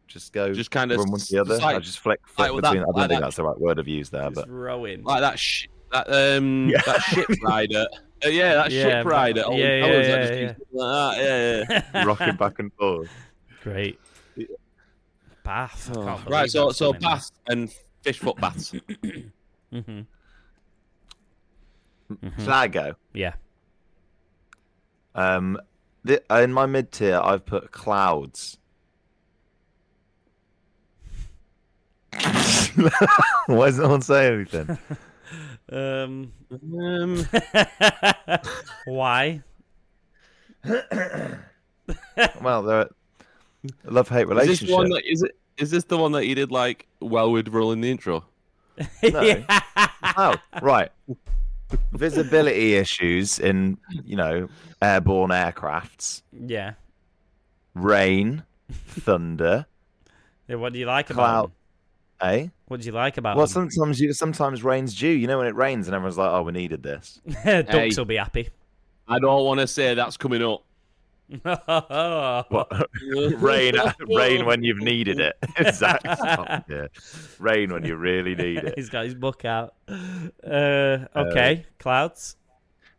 [SPEAKER 3] Just go
[SPEAKER 4] Just kind of
[SPEAKER 3] from one to the other. I just flick,
[SPEAKER 4] like
[SPEAKER 3] flick
[SPEAKER 4] with that-
[SPEAKER 3] between. I don't
[SPEAKER 4] like
[SPEAKER 3] think
[SPEAKER 4] that.
[SPEAKER 3] that's the right word I've used there,
[SPEAKER 2] just
[SPEAKER 3] but
[SPEAKER 2] rowing.
[SPEAKER 4] like that sh- that um
[SPEAKER 3] Yeah.
[SPEAKER 4] that ship rider. Uh, yeah, that
[SPEAKER 2] Yeah,
[SPEAKER 4] ship
[SPEAKER 2] but-
[SPEAKER 4] rider.
[SPEAKER 2] yeah,
[SPEAKER 4] Old
[SPEAKER 2] yeah,
[SPEAKER 4] fellas that
[SPEAKER 2] yeah,
[SPEAKER 4] just
[SPEAKER 2] yeah.
[SPEAKER 4] keeps doing like that. yeah, yeah.
[SPEAKER 3] rocking back and forth.
[SPEAKER 2] Great. Bath.
[SPEAKER 3] Oh,
[SPEAKER 2] I can't
[SPEAKER 4] Right,
[SPEAKER 2] believe
[SPEAKER 4] so
[SPEAKER 2] that's
[SPEAKER 4] so
[SPEAKER 2] coming up.
[SPEAKER 4] baths and fish foot baths.
[SPEAKER 2] Mhm. Mm-hmm.
[SPEAKER 3] Should I go?
[SPEAKER 2] Hmm. Yeah.
[SPEAKER 3] Um, the, in my mid tier, I've put clouds. Why does no one say anything?
[SPEAKER 2] Um.
[SPEAKER 4] um,
[SPEAKER 2] Why?
[SPEAKER 3] Well, they're a love hate
[SPEAKER 4] is
[SPEAKER 3] relationship.
[SPEAKER 4] this one? That, is it? Is this the one that you did like well with rolling the intro?
[SPEAKER 3] No. oh, right. Visibility issues in, you know, airborne aircrafts,
[SPEAKER 2] yeah.
[SPEAKER 3] rain, thunder,
[SPEAKER 2] Yeah, What do you like about?
[SPEAKER 3] Clout.
[SPEAKER 2] them?
[SPEAKER 3] eh?
[SPEAKER 2] What do you like
[SPEAKER 4] Um,
[SPEAKER 2] about?
[SPEAKER 3] Well,
[SPEAKER 2] them?
[SPEAKER 3] sometimes you, sometimes rain's due. You know when it rains and everyone's like, "Oh, we needed this."
[SPEAKER 2] Ducks will be happy.
[SPEAKER 4] I don't want to say that's coming up.
[SPEAKER 3] What? rain, rain when you've needed it. exactly. Yeah. Rain when you really need it.
[SPEAKER 2] He's got his book out. Uh, okay, clouds.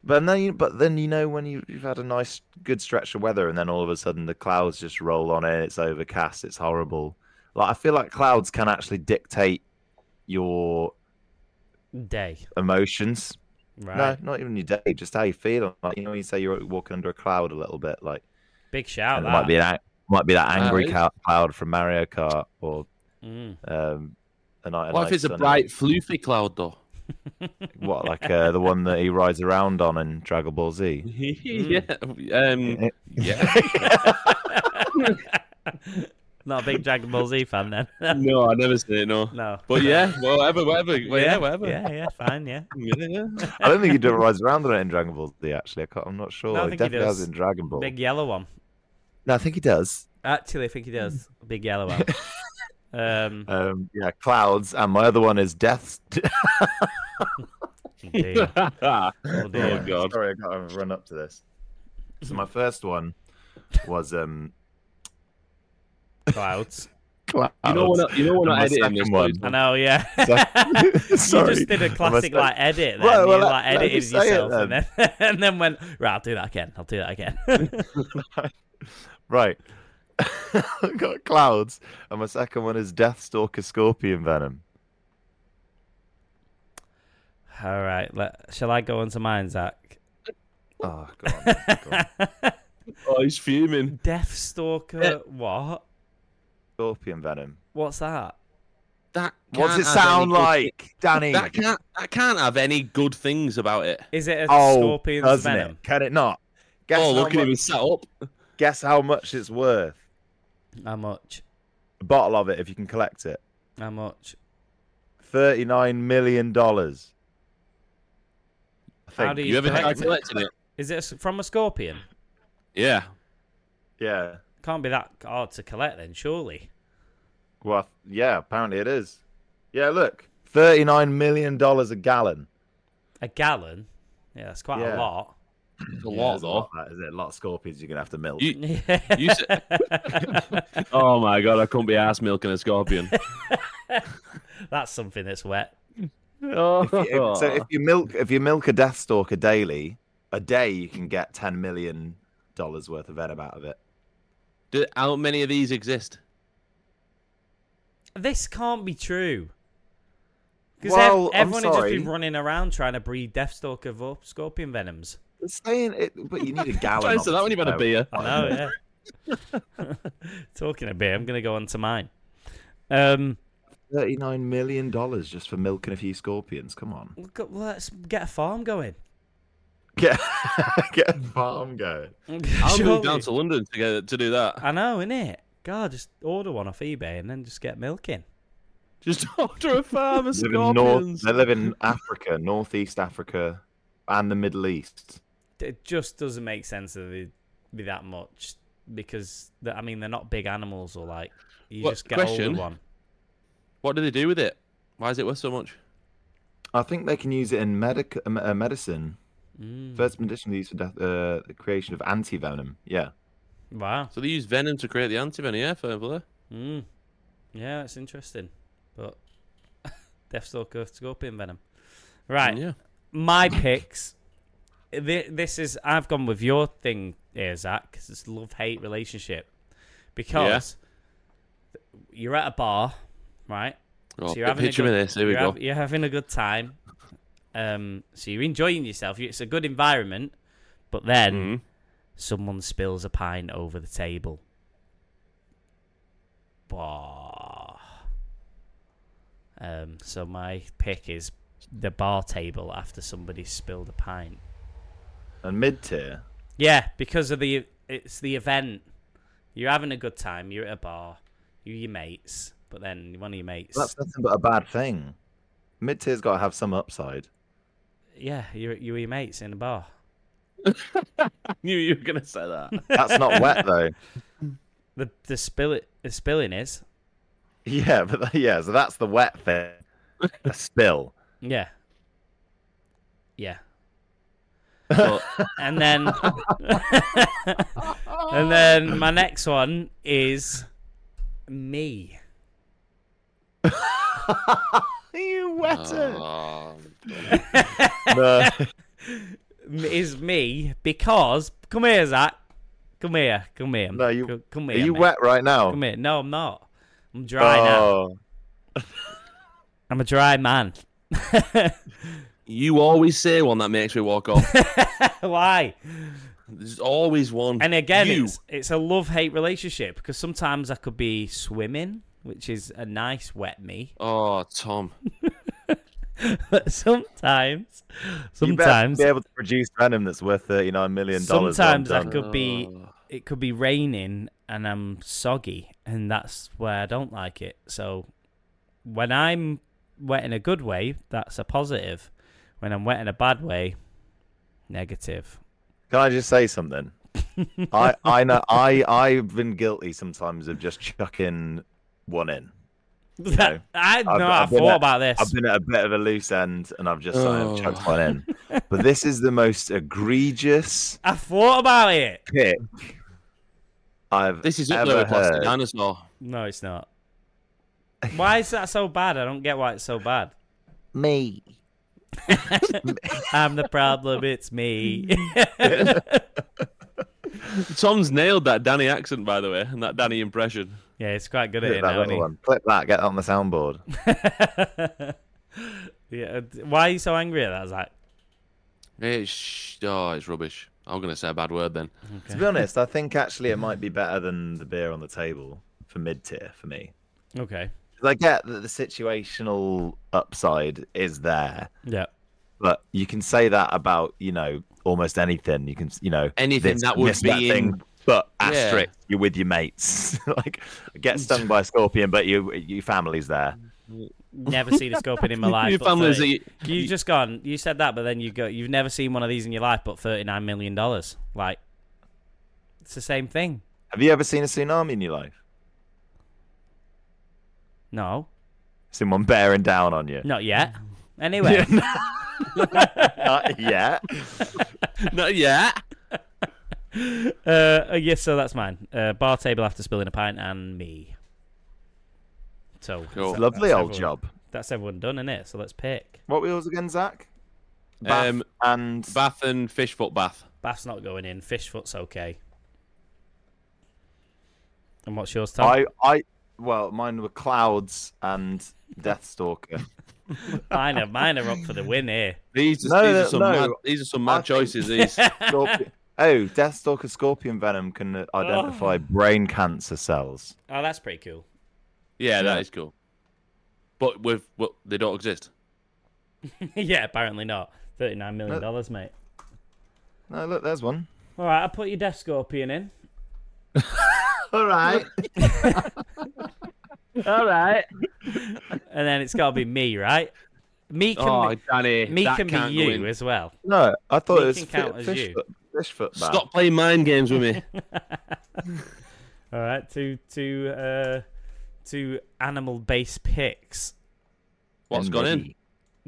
[SPEAKER 3] But then, you, but then you know when you, you've had a nice, good stretch of weather, and then all of a sudden the clouds just roll on in. It's overcast. It's horrible. Like I feel like clouds can actually dictate your
[SPEAKER 2] Day.
[SPEAKER 3] emotions.
[SPEAKER 2] Right.
[SPEAKER 3] No, not even your day, just how you feel. Like, you know, when you say you're walking under a cloud a little bit, like
[SPEAKER 2] Big shout.
[SPEAKER 3] and it
[SPEAKER 2] That.
[SPEAKER 3] might be that might be that angry
[SPEAKER 4] Right.
[SPEAKER 3] cou- cloud from Mario Kart, or
[SPEAKER 2] Mm.
[SPEAKER 3] um, a night.
[SPEAKER 4] What if
[SPEAKER 3] nice
[SPEAKER 4] it's a
[SPEAKER 3] sunny-
[SPEAKER 4] bright, floofy cloud though?
[SPEAKER 3] What like uh, the one that he rides around on in Dragon Ball Z?
[SPEAKER 4] yeah. Um, yeah.
[SPEAKER 2] Not a big Dragon Ball Z fan then.
[SPEAKER 4] no, I never seen it. No.
[SPEAKER 2] no.
[SPEAKER 4] But yeah, whatever, whatever. Well, yeah, whatever.
[SPEAKER 2] Yeah, yeah, fine, yeah.
[SPEAKER 4] yeah, yeah.
[SPEAKER 3] I don't think he do- rides around on it in Dragon Ball Z. Actually, I can't, I'm not sure.
[SPEAKER 2] No, I
[SPEAKER 3] he
[SPEAKER 2] think he
[SPEAKER 3] definitely has
[SPEAKER 2] does.
[SPEAKER 3] it in Dragon Ball.
[SPEAKER 2] Big yellow one.
[SPEAKER 3] No, I think he does.
[SPEAKER 2] Actually, I think he does. Big yellow one. Um,
[SPEAKER 3] Um, yeah, clouds, and my other one is death.
[SPEAKER 2] dear.
[SPEAKER 4] oh
[SPEAKER 2] Oh, dear.
[SPEAKER 4] god.
[SPEAKER 3] Sorry, I got to run up to this. So my first one was um,
[SPEAKER 2] Clouds.
[SPEAKER 3] clouds.
[SPEAKER 4] You know when I, you know when
[SPEAKER 3] And my
[SPEAKER 4] I edit
[SPEAKER 3] second
[SPEAKER 4] this
[SPEAKER 3] one-
[SPEAKER 4] please?
[SPEAKER 2] I know, yeah.
[SPEAKER 3] Sorry.
[SPEAKER 2] You just did
[SPEAKER 3] I
[SPEAKER 2] a
[SPEAKER 3] must
[SPEAKER 2] classic
[SPEAKER 3] have-
[SPEAKER 2] like edit. Then.
[SPEAKER 3] Well, well,
[SPEAKER 2] you
[SPEAKER 3] let-
[SPEAKER 2] like
[SPEAKER 3] let me
[SPEAKER 2] edited
[SPEAKER 3] say it
[SPEAKER 2] yourself and then and then went right. I'll do that again. I'll do that again.
[SPEAKER 3] Right. I've got clouds, and my second one is Deathstalker Scorpion Venom.
[SPEAKER 2] All right. Let, shall I go on to mine, Zach?
[SPEAKER 3] Oh, God.
[SPEAKER 4] Oh, he's fuming.
[SPEAKER 2] Death Stalker. What?
[SPEAKER 3] Scorpion venom.
[SPEAKER 2] What's that?
[SPEAKER 4] That
[SPEAKER 3] What's
[SPEAKER 4] can't
[SPEAKER 3] it
[SPEAKER 4] have any
[SPEAKER 3] sound
[SPEAKER 4] good-
[SPEAKER 3] like, Danny?
[SPEAKER 4] That can't. That can't have any good things about it.
[SPEAKER 2] Is it a
[SPEAKER 3] oh,
[SPEAKER 2] scorpion's
[SPEAKER 3] doesn't
[SPEAKER 2] venom?
[SPEAKER 3] it? Can it not? Guess,
[SPEAKER 4] oh,
[SPEAKER 3] how
[SPEAKER 4] look at him.
[SPEAKER 3] much,
[SPEAKER 4] He's sat up.
[SPEAKER 3] guess how much it's worth.
[SPEAKER 2] How much?
[SPEAKER 3] A bottle of it, if you can collect it.
[SPEAKER 2] How much?
[SPEAKER 3] Thirty-nine million dollars.
[SPEAKER 2] How do you,
[SPEAKER 4] You ever
[SPEAKER 2] collect
[SPEAKER 4] tried
[SPEAKER 2] it?
[SPEAKER 4] collecting it?
[SPEAKER 2] Is it a s- from a scorpion?
[SPEAKER 4] Yeah.
[SPEAKER 3] Yeah.
[SPEAKER 2] Can't be that hard to collect then, surely.
[SPEAKER 3] Well, yeah. Apparently it is. Yeah. Look, thirty-nine million dollars a gallon.
[SPEAKER 2] A gallon? Yeah, that's quite
[SPEAKER 3] Yeah.
[SPEAKER 2] a lot.
[SPEAKER 4] It's a
[SPEAKER 3] Yeah,
[SPEAKER 4] lot
[SPEAKER 3] it's
[SPEAKER 4] though.
[SPEAKER 3] that, is it? A lot of scorpions you're gonna have to milk.
[SPEAKER 4] You- You oh my god, I couldn't be ass milking a scorpion.
[SPEAKER 2] that's something that's wet.
[SPEAKER 6] Oh.
[SPEAKER 3] If- so if you milk, if you milk a death stalker daily, a day you can get ten million dollars worth of venom out of it.
[SPEAKER 4] Do, how many of these exist?
[SPEAKER 2] This can't be true. Because
[SPEAKER 3] Well, I'm
[SPEAKER 2] everyone has just
[SPEAKER 3] sorry.
[SPEAKER 2] been running around trying to breed Deathstalker vo- scorpion venoms.
[SPEAKER 3] It's saying it, but you need a gallon.
[SPEAKER 4] Try to say that when you've had a
[SPEAKER 3] obviously,
[SPEAKER 4] beer.
[SPEAKER 2] I know, Oh, yeah. Talking a bit, I'm going to go on to mine. Um,
[SPEAKER 3] though. Thirty-nine million dollars just for milking a few scorpions. Come on,
[SPEAKER 2] we've got- let's get a farm going.
[SPEAKER 3] get get a farm going.
[SPEAKER 4] I'll
[SPEAKER 2] Surely.
[SPEAKER 4] move down to London to get to do that.
[SPEAKER 2] I know, innit? God, just order one off eBay and then just get milking.
[SPEAKER 4] Just order a farm of
[SPEAKER 3] They live in North,
[SPEAKER 4] scorpions.
[SPEAKER 3] they live in Africa, Northeast Africa, and the Middle East.
[SPEAKER 2] It just doesn't make sense that they'd be that much because, the- I mean, they're not big animals or like, you
[SPEAKER 4] What-
[SPEAKER 2] just get
[SPEAKER 4] question?
[SPEAKER 2] older one.
[SPEAKER 4] What do they do with it? Why is it worth so much?
[SPEAKER 3] I think they can use it in medic uh, uh, medicine.
[SPEAKER 2] Mm,
[SPEAKER 3] First medicinal use for death, uh, the creation of anti venom. Yeah,
[SPEAKER 2] wow.
[SPEAKER 4] So they use venom to create the antivenom, yeah, for
[SPEAKER 2] Mm. Yeah, it's interesting. But Deathstalker scorpion venom. Right.
[SPEAKER 4] Yeah.
[SPEAKER 2] My picks. Thi- This is I've gone with your thing here, Zach, 'cause it's love hate relationship. Because you're at a bar, right?
[SPEAKER 4] Oh,
[SPEAKER 2] So you're having a
[SPEAKER 4] picture me
[SPEAKER 2] good-
[SPEAKER 4] this. Here we
[SPEAKER 2] you're,
[SPEAKER 4] go.
[SPEAKER 2] hav- you're having a good time. Um, so you're enjoying yourself. It's a good environment, but then
[SPEAKER 4] Mhm.
[SPEAKER 2] someone spills a pint over the table. Bah. Um, so my pick is the bar table after somebody spilled a pint.
[SPEAKER 3] and mid tier.
[SPEAKER 2] Yeah, because of the it's the event. You're having a good time. You're at a bar. You're your mates, but then one of your mates.
[SPEAKER 3] That's nothing but a bad thing. Mid tier's got to have some upside.
[SPEAKER 2] Yeah, you're you're your mates in a bar.
[SPEAKER 4] knew you were gonna say that.
[SPEAKER 3] That's not wet though.
[SPEAKER 2] The the spill it the spilling is
[SPEAKER 3] Yeah, but that- yeah, so that's the wet thing. A spill.
[SPEAKER 2] yeah. Yeah.
[SPEAKER 4] But
[SPEAKER 2] And then And then my next one is me.
[SPEAKER 3] you wet
[SPEAKER 4] Oh,
[SPEAKER 3] No.
[SPEAKER 2] Is me because come here, Zach. Come here. Come here.
[SPEAKER 3] No, you-
[SPEAKER 2] co- come
[SPEAKER 3] Are
[SPEAKER 2] here.
[SPEAKER 3] you
[SPEAKER 2] mate.
[SPEAKER 3] wet right now?
[SPEAKER 2] Come here. No, I'm not. I'm dry now.
[SPEAKER 3] Oh,
[SPEAKER 2] I'm a dry man.
[SPEAKER 4] you always say one that makes me walk off.
[SPEAKER 2] Why?
[SPEAKER 4] There's always one.
[SPEAKER 2] And again,
[SPEAKER 4] you.
[SPEAKER 2] it's, it's a love hate relationship because sometimes I could be swimming, which is a nice wet me.
[SPEAKER 4] Oh, Tom.
[SPEAKER 2] But sometimes,
[SPEAKER 3] you better
[SPEAKER 2] sometimes,
[SPEAKER 3] be able to produce venom that's worth uh, $39 million.
[SPEAKER 2] sometimes I
[SPEAKER 3] I'm done.
[SPEAKER 2] could be.
[SPEAKER 3] Ah.
[SPEAKER 4] Oh.
[SPEAKER 2] It could be raining and I'm soggy, and that's where I don't like it. So when I'm wet in a good way, that's a positive. When I'm wet in a bad way, negative.
[SPEAKER 3] Can I just say something? I, I know I I've been guilty sometimes of just chucking one in. know,
[SPEAKER 2] I
[SPEAKER 3] I've-
[SPEAKER 2] no, I
[SPEAKER 3] I've been
[SPEAKER 2] thought
[SPEAKER 3] at-
[SPEAKER 2] about this.
[SPEAKER 3] I've been at a bit of a loose end and I've just
[SPEAKER 4] Oh.
[SPEAKER 3] like, chucked one in. But this is the most egregious
[SPEAKER 2] I thought about it.
[SPEAKER 3] pick I've
[SPEAKER 4] This is up
[SPEAKER 3] ever
[SPEAKER 4] there with Plastic
[SPEAKER 3] heard.
[SPEAKER 4] Dinosaur.
[SPEAKER 2] No, it's not. Why is that so bad? I don't get why it's so bad.
[SPEAKER 3] Me.
[SPEAKER 2] I'm the problem. It's me.
[SPEAKER 4] Tom's nailed that Danny accent, by the way, and that Danny impression.
[SPEAKER 2] yeah, it's quite good at
[SPEAKER 3] Clip
[SPEAKER 2] it
[SPEAKER 3] that
[SPEAKER 2] now.
[SPEAKER 3] little one. Clip that. Get that on the soundboard.
[SPEAKER 2] isn't he? Yeah. uh, Why are you so angry at that, Zach?
[SPEAKER 4] It's sh- oh, it's rubbish. I'm gonna say a bad word then.
[SPEAKER 3] To be honest, I think actually it might be better than the beer on the table for mid tier for me.
[SPEAKER 2] Okay.
[SPEAKER 3] 'Cause I get that the situational upside is there,
[SPEAKER 2] Yeah.
[SPEAKER 3] but you can say that about you know almost anything. You can you know
[SPEAKER 4] Anything
[SPEAKER 3] this-
[SPEAKER 4] that would
[SPEAKER 3] this,
[SPEAKER 4] be
[SPEAKER 3] that
[SPEAKER 4] in-
[SPEAKER 3] thing, but
[SPEAKER 4] Yeah. Mm.
[SPEAKER 3] asterisk you're with your mates. like get stung by a scorpion, but you your family's there.
[SPEAKER 2] Never seen a scorpion in my life.
[SPEAKER 4] Your
[SPEAKER 2] but
[SPEAKER 4] family's
[SPEAKER 2] 30
[SPEAKER 4] eat-
[SPEAKER 2] you just gone. You said that, but then you go. You've never seen one of these in your life, but thirty nine million dollars. Like, it's the same thing.
[SPEAKER 3] Have you ever seen a tsunami in your life?
[SPEAKER 2] No,
[SPEAKER 3] Someone bearing down on you?
[SPEAKER 2] not yet. Anyway,
[SPEAKER 3] Not yet.
[SPEAKER 4] Not yet.
[SPEAKER 2] uh, uh, yes. So that's mine. Uh, bar table after spilling a pint and me. So
[SPEAKER 4] Cool.
[SPEAKER 2] that's-
[SPEAKER 3] Lovely
[SPEAKER 2] that's
[SPEAKER 3] old
[SPEAKER 2] everyone-
[SPEAKER 3] job.
[SPEAKER 2] That's everyone done, is it? So let's pick.
[SPEAKER 3] What were yours again, Zach? Bath
[SPEAKER 4] Um,
[SPEAKER 3] and
[SPEAKER 4] bath and fish foot bath.
[SPEAKER 2] Bath's not going in. Fish foot's okay. And what's yours, Tom?
[SPEAKER 3] I, I, well, mine were clouds and Deathstalker.
[SPEAKER 2] Mine are mine are up for the win here.
[SPEAKER 4] These are,
[SPEAKER 3] No,
[SPEAKER 4] these are
[SPEAKER 3] no,
[SPEAKER 4] some
[SPEAKER 3] no.
[SPEAKER 4] mad, these are some
[SPEAKER 3] I
[SPEAKER 4] mad
[SPEAKER 3] think-
[SPEAKER 4] choices. These.
[SPEAKER 3] Scorpion. Oh, Deathstalker Scorpion Venom can identify brain cancer cells.
[SPEAKER 2] Oh, that's pretty cool.
[SPEAKER 4] Yeah, that is cool. But with well, they don't exist.
[SPEAKER 2] yeah, apparently not. Thirty-nine million dollars, mate.
[SPEAKER 3] No, look, there's one.
[SPEAKER 2] All right, I put your death scorpion in.
[SPEAKER 3] All right.
[SPEAKER 6] All right.
[SPEAKER 2] and then it's got to be me, right? Me can
[SPEAKER 4] Oh, Danny,
[SPEAKER 2] me
[SPEAKER 4] that
[SPEAKER 2] can be
[SPEAKER 4] can't go in.
[SPEAKER 2] you as well.
[SPEAKER 3] No, I thought
[SPEAKER 2] We
[SPEAKER 3] it was
[SPEAKER 2] can
[SPEAKER 3] fi-
[SPEAKER 2] count as
[SPEAKER 3] fish,
[SPEAKER 2] you.
[SPEAKER 3] foot, fish foot bath.
[SPEAKER 4] Stop playing mind games with me.
[SPEAKER 2] All right, two two uh two animal based picks:
[SPEAKER 4] What's gone in?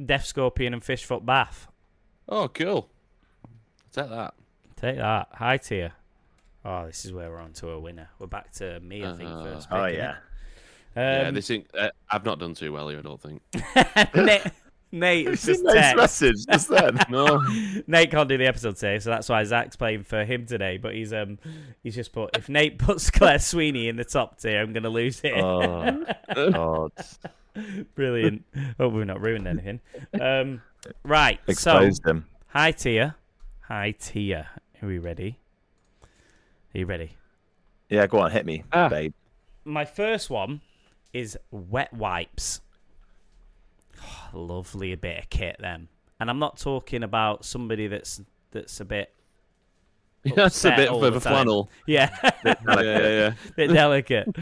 [SPEAKER 3] NBD.
[SPEAKER 2] death scorpion and fish foot bath.
[SPEAKER 4] Oh, cool. Take that.
[SPEAKER 2] Take that, high tier. Oh, this is where we're on to a winner. We're back to me, I think.
[SPEAKER 4] Uh,
[SPEAKER 2] first pick,
[SPEAKER 3] Oh,
[SPEAKER 2] innit?
[SPEAKER 3] yeah.
[SPEAKER 4] yeah,
[SPEAKER 2] Um,
[SPEAKER 4] this thing, uh, I've not done too well here. I don't think.
[SPEAKER 2] Nate, Nate, it's just
[SPEAKER 3] Nice
[SPEAKER 2] text.
[SPEAKER 3] message just then.
[SPEAKER 4] No.
[SPEAKER 2] Nate can't do the episode today, so that's why Zach's playing for him today. But he's um he's just put if Nate puts Claire Sweeney in the top tier, I'm gonna lose it.
[SPEAKER 3] oh, God.
[SPEAKER 2] Brilliant. Hope we've not ruined anything. Um, right,
[SPEAKER 3] Exposed
[SPEAKER 2] so
[SPEAKER 3] him.
[SPEAKER 2] high tier, high tier. Are we ready? Are you ready?
[SPEAKER 3] Yeah, go on, hit me,
[SPEAKER 6] Ah.
[SPEAKER 3] babe.
[SPEAKER 2] My first one is wet wipes. Oh, lovely bit of kit, them. And I'm not talking about somebody that's that's a bit
[SPEAKER 4] That's a
[SPEAKER 2] upset
[SPEAKER 4] bit
[SPEAKER 2] all
[SPEAKER 4] of
[SPEAKER 2] the
[SPEAKER 4] a
[SPEAKER 2] time.
[SPEAKER 4] flannel.
[SPEAKER 2] yeah.
[SPEAKER 4] Yeah, yeah, yeah.
[SPEAKER 2] bit delicate.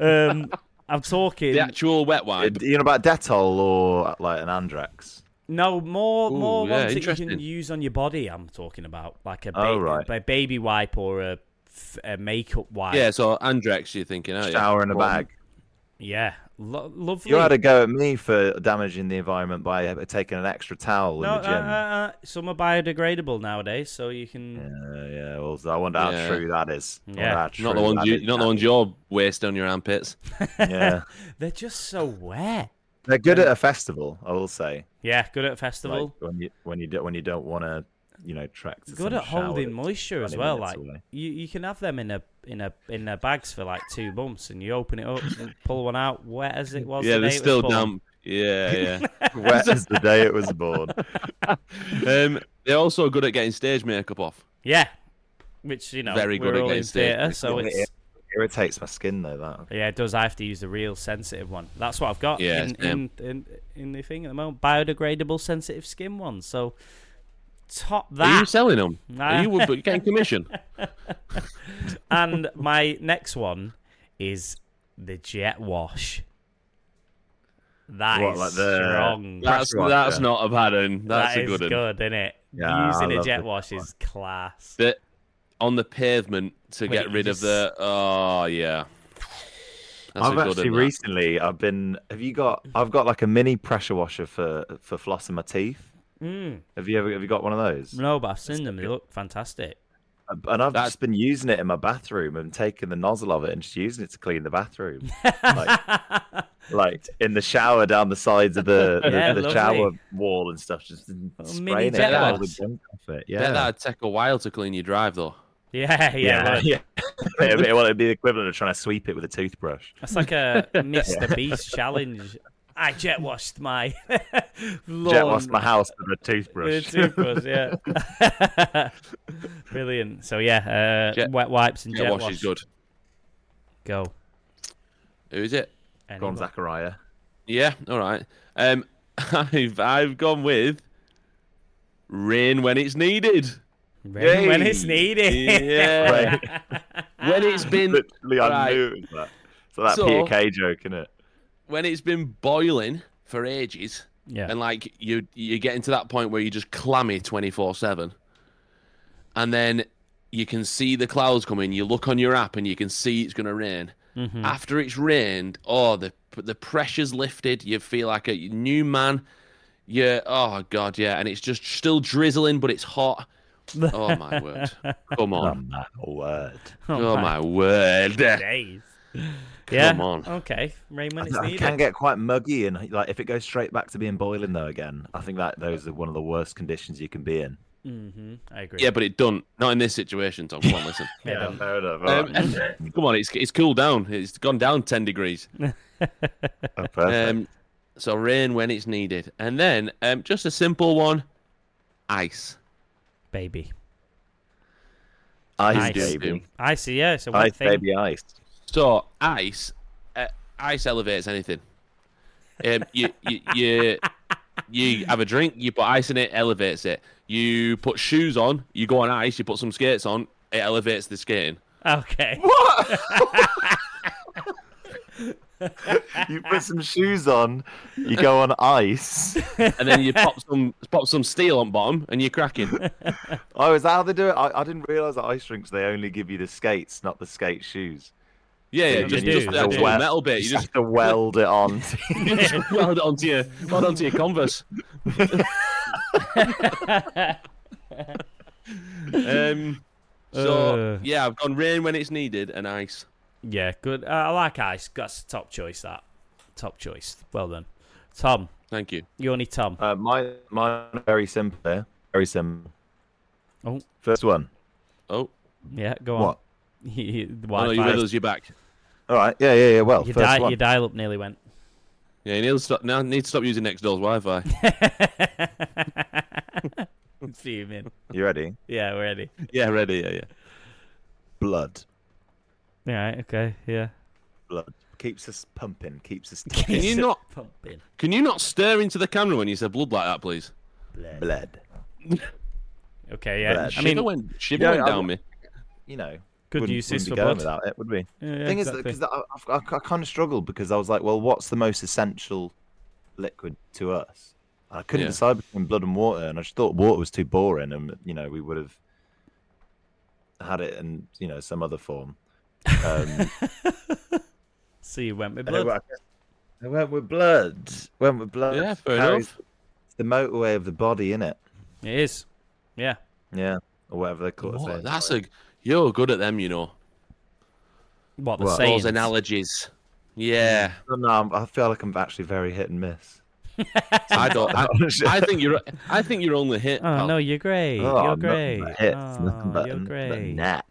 [SPEAKER 2] Um, I'm talking
[SPEAKER 4] The actual wet wine.
[SPEAKER 3] You know about Dettol or like an Andrax?
[SPEAKER 2] no more
[SPEAKER 4] Ooh,
[SPEAKER 2] more
[SPEAKER 4] yeah,
[SPEAKER 2] ones that you can
[SPEAKER 4] interesting.
[SPEAKER 2] use on your body. I'm talking about like a, ba-
[SPEAKER 3] Oh, right.
[SPEAKER 2] a baby wipe or a, f- a makeup wipe.
[SPEAKER 4] Yeah, so Andrex, you're thinking, aren't you?
[SPEAKER 3] Shower in a
[SPEAKER 4] Well,
[SPEAKER 3] bag.
[SPEAKER 2] yeah, Lo- lovely.
[SPEAKER 3] You had a go at me for damaging the environment by taking an extra towel
[SPEAKER 2] no,
[SPEAKER 3] in
[SPEAKER 2] uh,
[SPEAKER 3] the gym.
[SPEAKER 2] uh, uh, some are biodegradable nowadays, so you can.
[SPEAKER 3] Yeah, yeah. Well, so I wonder how
[SPEAKER 4] Yeah.
[SPEAKER 3] true that is. I wonder
[SPEAKER 2] Yeah.
[SPEAKER 3] how
[SPEAKER 4] Not the
[SPEAKER 3] true
[SPEAKER 4] ones
[SPEAKER 3] that
[SPEAKER 4] you,
[SPEAKER 3] is.
[SPEAKER 4] not the ones you're wasting on your armpits.
[SPEAKER 3] Yeah,
[SPEAKER 2] They're just so wet.
[SPEAKER 3] they're good at a festival. I will say,
[SPEAKER 2] Yeah, good at a
[SPEAKER 3] like,
[SPEAKER 2] festival.
[SPEAKER 3] when you when you do, when you don't want to, you know, trek. To
[SPEAKER 2] good
[SPEAKER 3] some
[SPEAKER 2] at
[SPEAKER 3] shower
[SPEAKER 2] holding
[SPEAKER 3] that's
[SPEAKER 2] moisture as
[SPEAKER 3] 20
[SPEAKER 2] well.
[SPEAKER 3] minutes
[SPEAKER 2] Like
[SPEAKER 3] away.
[SPEAKER 2] you, you can have them in a in a in their bags for like two months, and you open it up, and pull one out, wet as it was.
[SPEAKER 4] yeah,
[SPEAKER 2] the
[SPEAKER 4] they're
[SPEAKER 2] day it was
[SPEAKER 4] still
[SPEAKER 2] born.
[SPEAKER 4] damp. Yeah,
[SPEAKER 3] wet as the day it was born.
[SPEAKER 4] yeah. um, they're also good at getting stage makeup off.
[SPEAKER 2] Yeah, which you know,
[SPEAKER 4] Very good
[SPEAKER 2] we're
[SPEAKER 4] at
[SPEAKER 2] all in
[SPEAKER 4] getting stage
[SPEAKER 2] theatre, so
[SPEAKER 3] makeup.
[SPEAKER 2] it's
[SPEAKER 3] Irritates my skin though. That
[SPEAKER 2] yeah, it does. I have to use the real sensitive one. That's what I've got
[SPEAKER 4] Yeah,
[SPEAKER 2] in, in,
[SPEAKER 4] same.
[SPEAKER 2] in in the thing at the moment. Biodegradable sensitive skin one. So top
[SPEAKER 4] Are you
[SPEAKER 2] that.
[SPEAKER 4] selling them?
[SPEAKER 2] Nah.
[SPEAKER 4] Are you but you're getting commission?
[SPEAKER 2] and my next one is the jet wash. That is
[SPEAKER 3] What, like the-
[SPEAKER 2] strong.
[SPEAKER 3] That-
[SPEAKER 4] That's
[SPEAKER 3] washer.
[SPEAKER 4] that's not a bad one. That's
[SPEAKER 2] That
[SPEAKER 4] a
[SPEAKER 2] is
[SPEAKER 4] good one.
[SPEAKER 2] isn't it?
[SPEAKER 3] Yeah,
[SPEAKER 2] Using
[SPEAKER 3] I
[SPEAKER 2] a
[SPEAKER 3] love
[SPEAKER 2] jet
[SPEAKER 3] the
[SPEAKER 2] wash is class.
[SPEAKER 4] That on the pavement to
[SPEAKER 2] Wait,
[SPEAKER 4] get
[SPEAKER 2] you
[SPEAKER 4] rid
[SPEAKER 2] just-
[SPEAKER 4] of the. Oh yeah. That's a
[SPEAKER 3] I've
[SPEAKER 4] good
[SPEAKER 3] actually
[SPEAKER 4] one, that.
[SPEAKER 3] recently. I've been. Have you got? I've got like a mini pressure washer for for flossing my teeth.
[SPEAKER 2] Mm.
[SPEAKER 3] Have you ever? Have you got one of those?
[SPEAKER 2] No, but I've seen them. They look fantastic.
[SPEAKER 3] And I've
[SPEAKER 4] That's-
[SPEAKER 3] just been using it in my bathroom and taking the nozzle of it and just using it to clean the bathroom. like in the shower down the sides of the, the,
[SPEAKER 2] Yeah,
[SPEAKER 3] the
[SPEAKER 2] lovely.
[SPEAKER 3] shower wall and stuff, just
[SPEAKER 2] mini
[SPEAKER 3] spraying it
[SPEAKER 2] jet
[SPEAKER 3] all
[SPEAKER 2] wash.
[SPEAKER 3] the gunk off it.
[SPEAKER 4] Bet
[SPEAKER 3] Yeah.
[SPEAKER 4] that'd take a while to clean your drive though.
[SPEAKER 2] Yeah, yeah. well,
[SPEAKER 3] yeah. it'd, be, well, it'd be the equivalent of trying to sweep it with a toothbrush.
[SPEAKER 2] That's like a Mr. Beast challenge. I jet washed my lawn
[SPEAKER 3] Jet lost my house with a
[SPEAKER 2] with
[SPEAKER 3] toothbrush.
[SPEAKER 2] a toothbrush. Yeah, brilliant. So yeah, uh,
[SPEAKER 4] Jet-
[SPEAKER 2] wet wipes and jet,
[SPEAKER 4] Yeah, wash,
[SPEAKER 2] wash.
[SPEAKER 4] is good.
[SPEAKER 2] Go.
[SPEAKER 4] Who is it?
[SPEAKER 3] Go on,
[SPEAKER 2] Anyone?
[SPEAKER 3] Zachariah.
[SPEAKER 4] Yeah, all right. Um, I've I've gone with rain when it's needed.
[SPEAKER 2] Rain when it's
[SPEAKER 3] Yay.
[SPEAKER 2] needed.
[SPEAKER 4] Yeah. When it's
[SPEAKER 3] Ah.
[SPEAKER 4] been
[SPEAKER 3] Literally, I
[SPEAKER 4] Right.
[SPEAKER 3] knew it was that. So that
[SPEAKER 4] So-
[SPEAKER 3] Peter Kay joke, innit?
[SPEAKER 4] when it's been boiling for ages,
[SPEAKER 2] Yeah.
[SPEAKER 4] and like you you're getting to that point where you're just clammy 24 7 and then you can see the clouds coming you look on your app and you can see it's going to rain
[SPEAKER 2] Mhm.
[SPEAKER 4] after it's rained oh the the pressure's lifted you feel like a new man yeah oh god yeah and it's just still drizzling but it's hot oh my word come
[SPEAKER 3] Oh,
[SPEAKER 4] on
[SPEAKER 3] man, a word.
[SPEAKER 4] oh, my word
[SPEAKER 2] days. Yeah.
[SPEAKER 4] Come on.
[SPEAKER 2] Okay. Rain when it's
[SPEAKER 3] I
[SPEAKER 2] needed.
[SPEAKER 3] can get quite muggy, and like if it goes straight back to being boiling though, again, I think that those are one of the worst conditions you can be in.
[SPEAKER 2] Mm-hmm. I agree.
[SPEAKER 4] yeah but it don't not in this situation tom come on listen
[SPEAKER 2] Yeah.
[SPEAKER 3] fair enough.
[SPEAKER 4] um, come on it's, it's cooled down it's gone down 10 degrees Um, so rain when it's needed, and then um, just a simple one, ice.
[SPEAKER 2] Baby.
[SPEAKER 3] ice,
[SPEAKER 2] Ice.
[SPEAKER 3] baby,
[SPEAKER 2] I see. Yeah. So one
[SPEAKER 3] ice,
[SPEAKER 2] thing.
[SPEAKER 3] baby, ice.
[SPEAKER 4] So ice, uh, ice elevates anything. Um, you, you you you have a drink, you put ice in it, elevates it. You put shoes on, you go on ice, you put some skates on, it elevates the skating.
[SPEAKER 2] Okay.
[SPEAKER 3] you put some shoes on, you go on ice.
[SPEAKER 4] And then you pop some pop some steel on bottom, and you're cracking.
[SPEAKER 3] Oh, is that how they do it? I, I didn't realize that ice rinks they only give you the skates, not the skate shoes.
[SPEAKER 4] Yeah, yeah,
[SPEAKER 2] you
[SPEAKER 4] just,
[SPEAKER 2] do,
[SPEAKER 4] just
[SPEAKER 2] you
[SPEAKER 4] the
[SPEAKER 2] do.
[SPEAKER 4] actual metal bit. You
[SPEAKER 3] You
[SPEAKER 4] just
[SPEAKER 3] have to weld it on.
[SPEAKER 4] you just weld it onto your weld onto your Converse. um, so
[SPEAKER 2] Uh.
[SPEAKER 4] yeah, I've gone rain when it's needed and ice.
[SPEAKER 2] yeah. Good. Uh, I like ice. That's top choice. That. Top choice. Well done, Tom.
[SPEAKER 4] Thank you.
[SPEAKER 2] You only Tom.
[SPEAKER 3] Uh, my mine are very simple. here. Very simple.
[SPEAKER 2] Oh.
[SPEAKER 3] First one.
[SPEAKER 4] Oh,
[SPEAKER 2] Yeah. Go on.
[SPEAKER 3] What?
[SPEAKER 2] the
[SPEAKER 4] oh no, you
[SPEAKER 2] Wi-Fi.
[SPEAKER 4] with us? You're back.
[SPEAKER 3] All right. Yeah, yeah, yeah. Well,
[SPEAKER 2] Your
[SPEAKER 3] first
[SPEAKER 2] di-
[SPEAKER 3] one.
[SPEAKER 2] your dial up nearly went.
[SPEAKER 4] Yeah, you need to stop. Now need to stop using next door's Wi-Fi.
[SPEAKER 2] Fuming.
[SPEAKER 3] You ready?
[SPEAKER 2] Yeah. We're ready.
[SPEAKER 4] yeah, ready. Yeah, yeah.
[SPEAKER 3] Blood.
[SPEAKER 2] All right. Okay. Yeah.
[SPEAKER 3] Blood. Keeps us pumping. Keeps us
[SPEAKER 4] Can you not?
[SPEAKER 2] Pumping.
[SPEAKER 4] Can you not stare into the camera when you say blood like that, please?
[SPEAKER 3] blood.
[SPEAKER 2] Okay. Yeah.
[SPEAKER 3] Bled.
[SPEAKER 2] I
[SPEAKER 4] Shiver
[SPEAKER 2] mean,
[SPEAKER 4] went shiver
[SPEAKER 3] Yeah,
[SPEAKER 4] went
[SPEAKER 3] I-
[SPEAKER 4] down me.
[SPEAKER 3] You know.
[SPEAKER 2] good
[SPEAKER 3] wouldn't,
[SPEAKER 2] uses
[SPEAKER 3] wouldn't
[SPEAKER 2] for
[SPEAKER 3] be
[SPEAKER 2] blood.
[SPEAKER 3] going without it, would we?
[SPEAKER 2] Yeah, yeah,
[SPEAKER 3] thing
[SPEAKER 2] exactly.
[SPEAKER 3] is that because I, I, I kind of struggled because I was like, well, what's the most essential liquid to us? I couldn't
[SPEAKER 4] Yeah.
[SPEAKER 3] decide between blood and water, and I just thought water was too boring, and you know we would have had it in you know some other form. Um,
[SPEAKER 2] So you went with
[SPEAKER 3] and I
[SPEAKER 2] blood.
[SPEAKER 3] went- I went with blood. Went with blood.
[SPEAKER 4] Yeah, fair
[SPEAKER 3] How
[SPEAKER 4] enough.
[SPEAKER 3] is- It's the motorway of the body, in it.
[SPEAKER 2] It is. Yeah.
[SPEAKER 3] Yeah, or whatever they call
[SPEAKER 4] What?
[SPEAKER 3] it.
[SPEAKER 4] That's a you're good at them, you know.
[SPEAKER 2] What the
[SPEAKER 3] What?
[SPEAKER 2] saying?
[SPEAKER 4] Those analogies. Yeah,
[SPEAKER 3] No, no, I'm- I feel like I'm actually very hit and miss.
[SPEAKER 4] I don't. I, I think you're. I think you're only hit.
[SPEAKER 2] Oh
[SPEAKER 4] pal.
[SPEAKER 2] no, you're great.
[SPEAKER 3] Oh,
[SPEAKER 2] you're
[SPEAKER 3] nothing
[SPEAKER 2] great.
[SPEAKER 3] but hits, nothing
[SPEAKER 2] Oh,
[SPEAKER 3] but-
[SPEAKER 2] you're
[SPEAKER 3] nothing but
[SPEAKER 2] great.
[SPEAKER 3] net.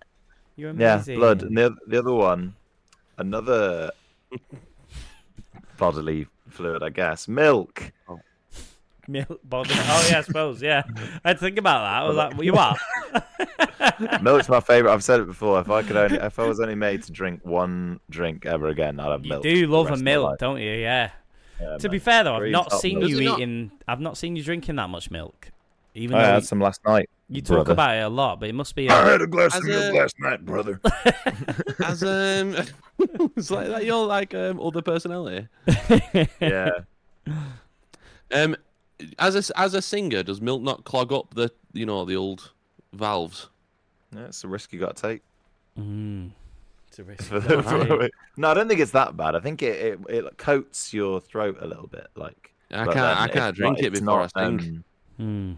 [SPEAKER 2] You're
[SPEAKER 3] Yeah,
[SPEAKER 2] amazing.
[SPEAKER 3] blood. And the other, the other one, another bodily fluid, I guess. Milk.
[SPEAKER 2] Milk body. Oh yeah, I suppose. Yeah, I had to think about that. I was like, well, you are.
[SPEAKER 3] Milk's my favorite. I've said it before. If I could only, if I was only made to drink one drink ever again, I'd have
[SPEAKER 2] You
[SPEAKER 3] milk.
[SPEAKER 2] do
[SPEAKER 3] for the
[SPEAKER 2] love a
[SPEAKER 3] rest of my
[SPEAKER 2] milk,
[SPEAKER 3] life.
[SPEAKER 2] don't you? Yeah.
[SPEAKER 3] Yeah,
[SPEAKER 2] to be
[SPEAKER 3] man.
[SPEAKER 2] fair though, I've
[SPEAKER 3] Three
[SPEAKER 2] not
[SPEAKER 3] top
[SPEAKER 2] seen
[SPEAKER 3] milk.
[SPEAKER 2] you
[SPEAKER 4] Does it not-
[SPEAKER 2] eating. I've not seen you drinking that much milk. Even
[SPEAKER 3] I
[SPEAKER 2] though
[SPEAKER 3] had
[SPEAKER 2] you,
[SPEAKER 3] some last night.
[SPEAKER 2] you talk
[SPEAKER 3] Oh, brother.
[SPEAKER 2] about it a lot, but it must be.
[SPEAKER 7] I
[SPEAKER 2] A,
[SPEAKER 7] had a glass
[SPEAKER 4] As
[SPEAKER 7] of milk
[SPEAKER 4] a-
[SPEAKER 7] last night, brother.
[SPEAKER 4] As um, it's like that. You're like um other personality.
[SPEAKER 3] Yeah.
[SPEAKER 4] Um, as a as a singer, does milk not clog up the you know the old valves?
[SPEAKER 3] yeah, it's a risk you got to take.
[SPEAKER 2] Mm. It's a risk.
[SPEAKER 3] For
[SPEAKER 2] don't
[SPEAKER 3] the,
[SPEAKER 2] take.
[SPEAKER 3] no, I don't think it's that bad. I think it, it it coats your throat a little bit. Like
[SPEAKER 4] I
[SPEAKER 3] but
[SPEAKER 4] can't. I
[SPEAKER 3] then
[SPEAKER 4] can't
[SPEAKER 3] it's
[SPEAKER 4] drink
[SPEAKER 3] not-
[SPEAKER 4] it
[SPEAKER 3] it's
[SPEAKER 4] before
[SPEAKER 3] not,
[SPEAKER 4] I sing.
[SPEAKER 2] Mm.
[SPEAKER 3] um,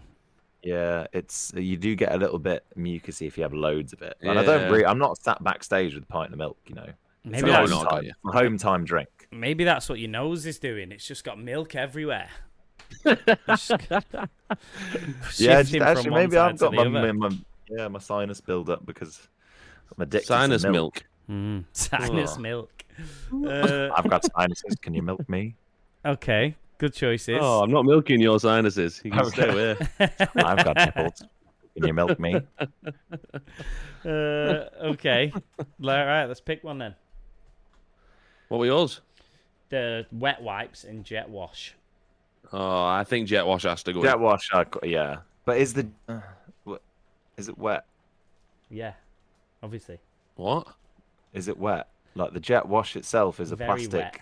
[SPEAKER 3] Yeah, it's you do get a little bit mucusy if you have loads of it. And I don't
[SPEAKER 4] Yeah.
[SPEAKER 3] really, I'm not sat backstage with a pint of milk, you know.
[SPEAKER 2] Maybe
[SPEAKER 4] No,
[SPEAKER 3] home
[SPEAKER 2] that's
[SPEAKER 4] no, I got
[SPEAKER 3] time,
[SPEAKER 4] you.
[SPEAKER 3] my home time drink.
[SPEAKER 2] maybe that's what your nose is doing. It's just got milk everywhere.
[SPEAKER 3] yeah,
[SPEAKER 2] yeah,
[SPEAKER 3] just, actually, maybe I've got my, my, my yeah my sinus build up because I'm addicted
[SPEAKER 4] Sinus
[SPEAKER 3] to
[SPEAKER 4] milk.
[SPEAKER 2] Mm.
[SPEAKER 3] milk.
[SPEAKER 2] Sinus
[SPEAKER 4] Oh.
[SPEAKER 2] milk. Uh,
[SPEAKER 3] I've got sinuses. Can you milk me?
[SPEAKER 2] Okay, good choices.
[SPEAKER 4] Oh, I'm not milking your sinuses. You can
[SPEAKER 3] Okay.
[SPEAKER 4] stay away.
[SPEAKER 3] I've got nipples. Can you milk me?
[SPEAKER 2] Uh, okay. All right, let's pick one then.
[SPEAKER 4] What were yours?
[SPEAKER 2] The wet wipes and jet wash.
[SPEAKER 4] Oh, I think jet wash has to go.
[SPEAKER 3] Jet wash. I qu- yeah. But is the uh, what, is it wet?
[SPEAKER 2] Yeah, obviously.
[SPEAKER 4] What?
[SPEAKER 3] Is it wet? Like the jet wash itself is a
[SPEAKER 2] Very
[SPEAKER 3] plastic.
[SPEAKER 2] wet.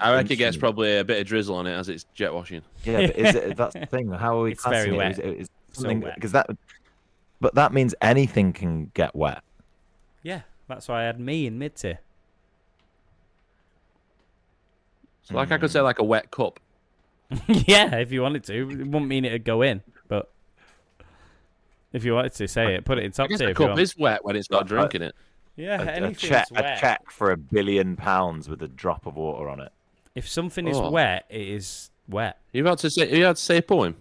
[SPEAKER 4] I reckon it gets
[SPEAKER 3] Instantly.
[SPEAKER 4] probably a bit of drizzle on it as it's jet washing.
[SPEAKER 3] Yeah, but is it that's the thing? How are we
[SPEAKER 2] It's
[SPEAKER 3] classing
[SPEAKER 2] very
[SPEAKER 3] it? Is
[SPEAKER 2] wet.
[SPEAKER 3] it- is
[SPEAKER 2] So
[SPEAKER 3] something
[SPEAKER 2] wet.
[SPEAKER 3] because that, but that means anything can get wet.
[SPEAKER 2] Yeah, that's why I had me in mid tier.
[SPEAKER 4] So like
[SPEAKER 2] Hmm.
[SPEAKER 4] I could say like a wet cup.
[SPEAKER 2] yeah, if you wanted to, it wouldn't mean it'd go in, but if you wanted to say it, put it
[SPEAKER 4] I
[SPEAKER 2] in top
[SPEAKER 4] guess
[SPEAKER 2] tier.
[SPEAKER 4] a
[SPEAKER 2] If you
[SPEAKER 4] cup
[SPEAKER 2] want.
[SPEAKER 4] is wet when it's got
[SPEAKER 3] But-
[SPEAKER 4] drink in it.
[SPEAKER 2] yeah,
[SPEAKER 3] A- A,
[SPEAKER 2] anything's
[SPEAKER 3] check, a
[SPEAKER 2] wet.
[SPEAKER 3] check for a billion pounds with a drop of water on it.
[SPEAKER 2] If something is
[SPEAKER 4] Oh.
[SPEAKER 2] wet, it is wet.
[SPEAKER 4] You've had to say you had to say a poem.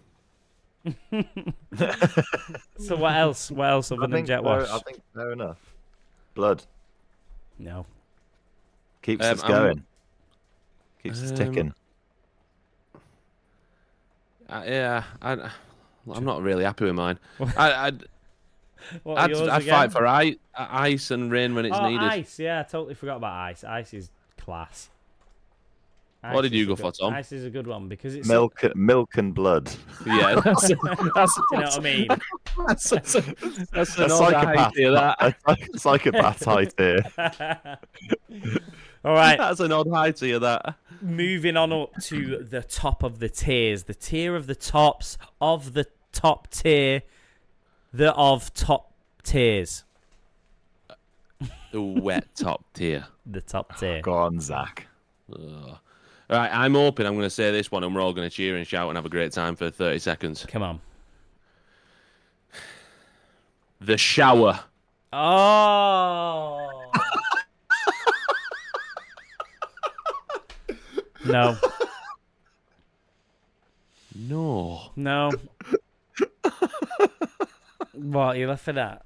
[SPEAKER 2] So what else? What else other than
[SPEAKER 4] uh,
[SPEAKER 2] jet wash?
[SPEAKER 3] I think fair enough. Blood
[SPEAKER 2] No.
[SPEAKER 3] keeps
[SPEAKER 4] Um,
[SPEAKER 3] us
[SPEAKER 4] I'm-
[SPEAKER 3] going. Keeps us
[SPEAKER 4] Um,
[SPEAKER 3] ticking.
[SPEAKER 4] Uh, yeah, I, I'm not really happy with mine. I, I'd,
[SPEAKER 2] What are
[SPEAKER 4] I'd,
[SPEAKER 2] yours
[SPEAKER 4] I'd
[SPEAKER 2] again?
[SPEAKER 4] fight for ice, ice and rain when it's
[SPEAKER 2] oh,
[SPEAKER 4] needed.
[SPEAKER 2] ice. Yeah, I totally forgot about ice. Ice is class.
[SPEAKER 4] What did
[SPEAKER 2] is
[SPEAKER 4] you
[SPEAKER 2] a
[SPEAKER 4] go
[SPEAKER 2] good-
[SPEAKER 4] for, Tom?
[SPEAKER 2] Ice is a good one because it's
[SPEAKER 3] Milk, milk and blood.
[SPEAKER 4] Yeah, that's, that's,
[SPEAKER 2] You know what I mean?
[SPEAKER 4] that's, that's, that's
[SPEAKER 3] A
[SPEAKER 4] an odd
[SPEAKER 3] psychopath.
[SPEAKER 4] idea. That.
[SPEAKER 3] A psych- psychopath high tier.
[SPEAKER 2] All right.
[SPEAKER 4] That's an odd idea. That.
[SPEAKER 2] moving on up to the top of the tiers, the tier of the tops of the top tier, the of top tiers,
[SPEAKER 4] The wet top tier.
[SPEAKER 2] the
[SPEAKER 4] Oh,
[SPEAKER 2] top tier.
[SPEAKER 3] Go on, Zach.
[SPEAKER 4] Ugh. All right, I'm hoping I'm going to say this one, and we're all going to cheer and shout and have a great time for 30 seconds.
[SPEAKER 2] Come on.
[SPEAKER 4] The shower.
[SPEAKER 2] Oh. no,
[SPEAKER 4] No.
[SPEAKER 2] no. What you left for that?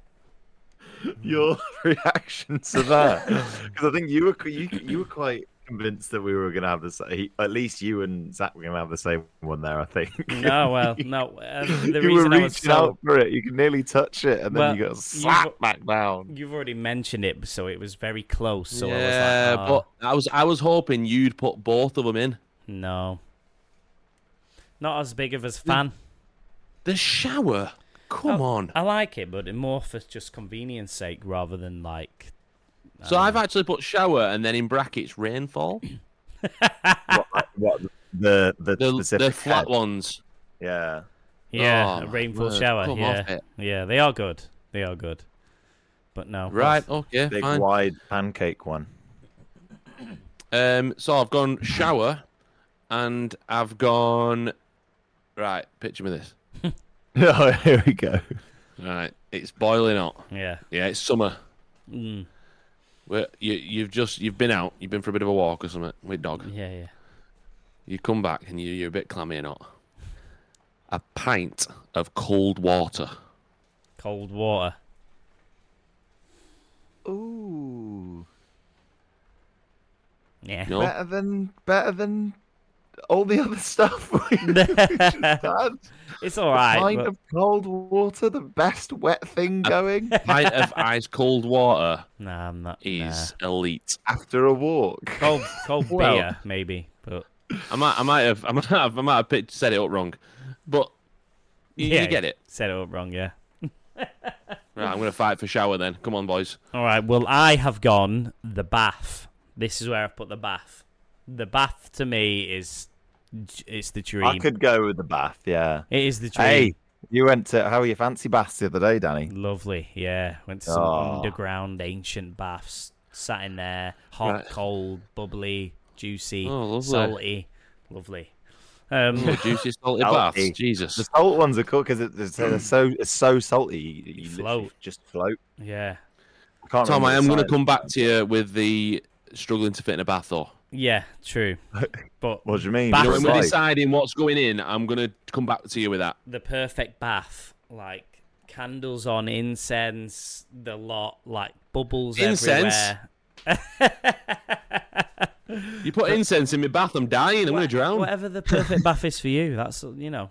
[SPEAKER 3] Your reaction to that? Because I think you were you, you were quite convinced that we were going to have the same. At least you and Zach were going to have the same one there. I think.
[SPEAKER 2] No, well, no. Uh, the
[SPEAKER 3] you were
[SPEAKER 2] reason I was
[SPEAKER 3] reaching
[SPEAKER 2] so
[SPEAKER 3] out for it. You could nearly touch it, and
[SPEAKER 2] Well,
[SPEAKER 3] then you got
[SPEAKER 2] you've-
[SPEAKER 3] slapped back down.
[SPEAKER 2] You've already mentioned it, so it was very close. So I
[SPEAKER 4] yeah,
[SPEAKER 2] was like, oh,
[SPEAKER 4] but I was I was hoping you'd put both of them in.
[SPEAKER 2] no, not as big of a fan.
[SPEAKER 4] Mm. The shower. Come on.
[SPEAKER 2] I like it, but more for just convenience sake rather than like.
[SPEAKER 4] So I've actually put shower and then in brackets rainfall.
[SPEAKER 3] what, what, the the,
[SPEAKER 4] The,
[SPEAKER 3] specific
[SPEAKER 4] the flat
[SPEAKER 3] head.
[SPEAKER 4] ones.
[SPEAKER 3] Yeah.
[SPEAKER 2] Yeah,
[SPEAKER 4] Oh,
[SPEAKER 2] a
[SPEAKER 4] my
[SPEAKER 2] rainfall
[SPEAKER 4] word.
[SPEAKER 2] shower.
[SPEAKER 4] Come off
[SPEAKER 2] yeah,
[SPEAKER 4] it.
[SPEAKER 2] yeah, they are good. They are good, but no.
[SPEAKER 4] Right. Okay.
[SPEAKER 3] Big
[SPEAKER 4] Fine.
[SPEAKER 3] wide pancake one.
[SPEAKER 4] Um. So I've gone shower, and I've gone. Right. Picture me this.
[SPEAKER 3] oh, here we go.
[SPEAKER 4] Right. It's boiling hot.
[SPEAKER 2] Yeah.
[SPEAKER 4] Yeah. It's summer.
[SPEAKER 2] Mm.
[SPEAKER 4] Well, you you've just you've been out. You've been for a bit of a walk or something with dog.
[SPEAKER 2] Yeah. Yeah.
[SPEAKER 4] You come back and you you're a bit clammy and hot. A pint of cold water.
[SPEAKER 2] Cold water.
[SPEAKER 3] Ooh,
[SPEAKER 2] Yeah.
[SPEAKER 4] You know?
[SPEAKER 3] better than better than all the other stuff we had.
[SPEAKER 2] it's all right.
[SPEAKER 3] pint
[SPEAKER 2] but Uh,
[SPEAKER 3] of cold water, the best wet thing going
[SPEAKER 4] pint of ice cold water
[SPEAKER 2] Nah, I'm not.
[SPEAKER 4] is elite.
[SPEAKER 3] after a walk.
[SPEAKER 2] nah. Cold, cold
[SPEAKER 4] Well-
[SPEAKER 2] beer maybe, but
[SPEAKER 4] I might, I might have, I might have, I might have picked, said it up wrong, but you, you
[SPEAKER 2] yeah,
[SPEAKER 4] get it.
[SPEAKER 2] Said it up wrong. Yeah.
[SPEAKER 4] Right, I'm gonna fight for shower then. Come on, boys.
[SPEAKER 2] All right. Well, I have gone the bath. This is where I've put the bath. The bath to me is it's the dream.
[SPEAKER 3] I could go with the bath. Yeah.
[SPEAKER 2] It is the dream.
[SPEAKER 3] Hey, you went to how were your fancy baths the other day, Danny?
[SPEAKER 2] Lovely. Yeah. Went to some
[SPEAKER 3] Oh.
[SPEAKER 2] underground ancient baths. Sat in there, hot,
[SPEAKER 4] Right.
[SPEAKER 2] cold, bubbly, juicy,
[SPEAKER 4] Oh, lovely.
[SPEAKER 2] salty, lovely. Um,
[SPEAKER 4] Oh, juicy salty
[SPEAKER 3] Salty.
[SPEAKER 4] baths.
[SPEAKER 3] The
[SPEAKER 4] Jesus.
[SPEAKER 3] salt ones are cool because it's,
[SPEAKER 4] Mm.
[SPEAKER 3] they're so it's so salty. You, you literally
[SPEAKER 2] float.
[SPEAKER 3] just float.
[SPEAKER 2] yeah.
[SPEAKER 3] I can't
[SPEAKER 4] Tom, I am
[SPEAKER 3] remember
[SPEAKER 4] gonna
[SPEAKER 3] the
[SPEAKER 4] come back to you with the struggling to fit in a bath though.
[SPEAKER 2] Yeah. True. But
[SPEAKER 3] science. What do you mean?
[SPEAKER 4] You
[SPEAKER 2] Bath-
[SPEAKER 4] know,
[SPEAKER 2] That's
[SPEAKER 4] when we're
[SPEAKER 3] Like,
[SPEAKER 4] deciding what's going in, I'm gonna come back to you with that.
[SPEAKER 2] the perfect bath, like candles on, incense, the lot, like bubbles
[SPEAKER 4] Incense?
[SPEAKER 2] everywhere.
[SPEAKER 4] You put incense in my bath, I'm dying. I'm going to drown.
[SPEAKER 2] Whatever the perfect bath is for you, that's you know.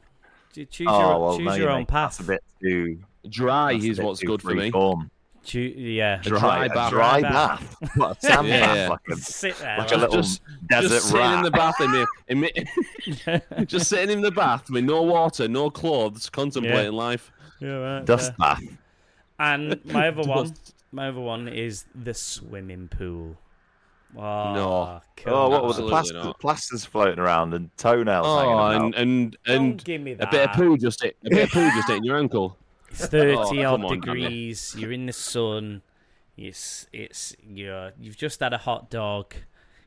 [SPEAKER 2] Cho- Choose your,
[SPEAKER 3] Oh well,
[SPEAKER 2] choose
[SPEAKER 3] no,
[SPEAKER 2] your
[SPEAKER 3] you
[SPEAKER 2] own
[SPEAKER 3] make- that's
[SPEAKER 2] path.
[SPEAKER 3] a bit too.
[SPEAKER 4] Dry
[SPEAKER 3] that's a
[SPEAKER 4] is
[SPEAKER 3] bit
[SPEAKER 4] what's
[SPEAKER 3] too
[SPEAKER 4] good for me.
[SPEAKER 3] freeform.
[SPEAKER 2] Choo- yeah.
[SPEAKER 4] Dry
[SPEAKER 3] Dry, a
[SPEAKER 4] bath.
[SPEAKER 3] dry
[SPEAKER 2] Dry
[SPEAKER 3] bath. What a sand
[SPEAKER 4] Yeah.
[SPEAKER 3] bath, like a,
[SPEAKER 2] Sit there.
[SPEAKER 3] like a
[SPEAKER 2] right?
[SPEAKER 3] little
[SPEAKER 4] Just-
[SPEAKER 3] desert
[SPEAKER 4] just sitting
[SPEAKER 3] rat.
[SPEAKER 4] in the bath, in me, in me, just sitting in the bath with no water, no clothes, contemplating life.
[SPEAKER 2] Yeah, right,
[SPEAKER 3] dust
[SPEAKER 2] yeah.
[SPEAKER 3] bath.
[SPEAKER 2] And my other one,
[SPEAKER 4] Dust.
[SPEAKER 2] my other one is the swimming pool. Oh,
[SPEAKER 4] No.
[SPEAKER 2] come
[SPEAKER 3] Oh, what
[SPEAKER 2] on.
[SPEAKER 3] was the
[SPEAKER 4] Absolutely
[SPEAKER 3] plaster,
[SPEAKER 4] not.
[SPEAKER 3] plasters floating around and toenails hanging
[SPEAKER 4] Oh,
[SPEAKER 3] out.
[SPEAKER 4] and and
[SPEAKER 2] Don't
[SPEAKER 4] and
[SPEAKER 2] give me
[SPEAKER 4] a
[SPEAKER 2] that.
[SPEAKER 4] bit of poo just hit, a bit of poo just hitting your ankle.
[SPEAKER 2] It's thirty
[SPEAKER 4] Oh,
[SPEAKER 2] odd
[SPEAKER 4] come on, Danny.
[SPEAKER 2] degrees. You're in the sun. It's it's you're you've just had a hot dog.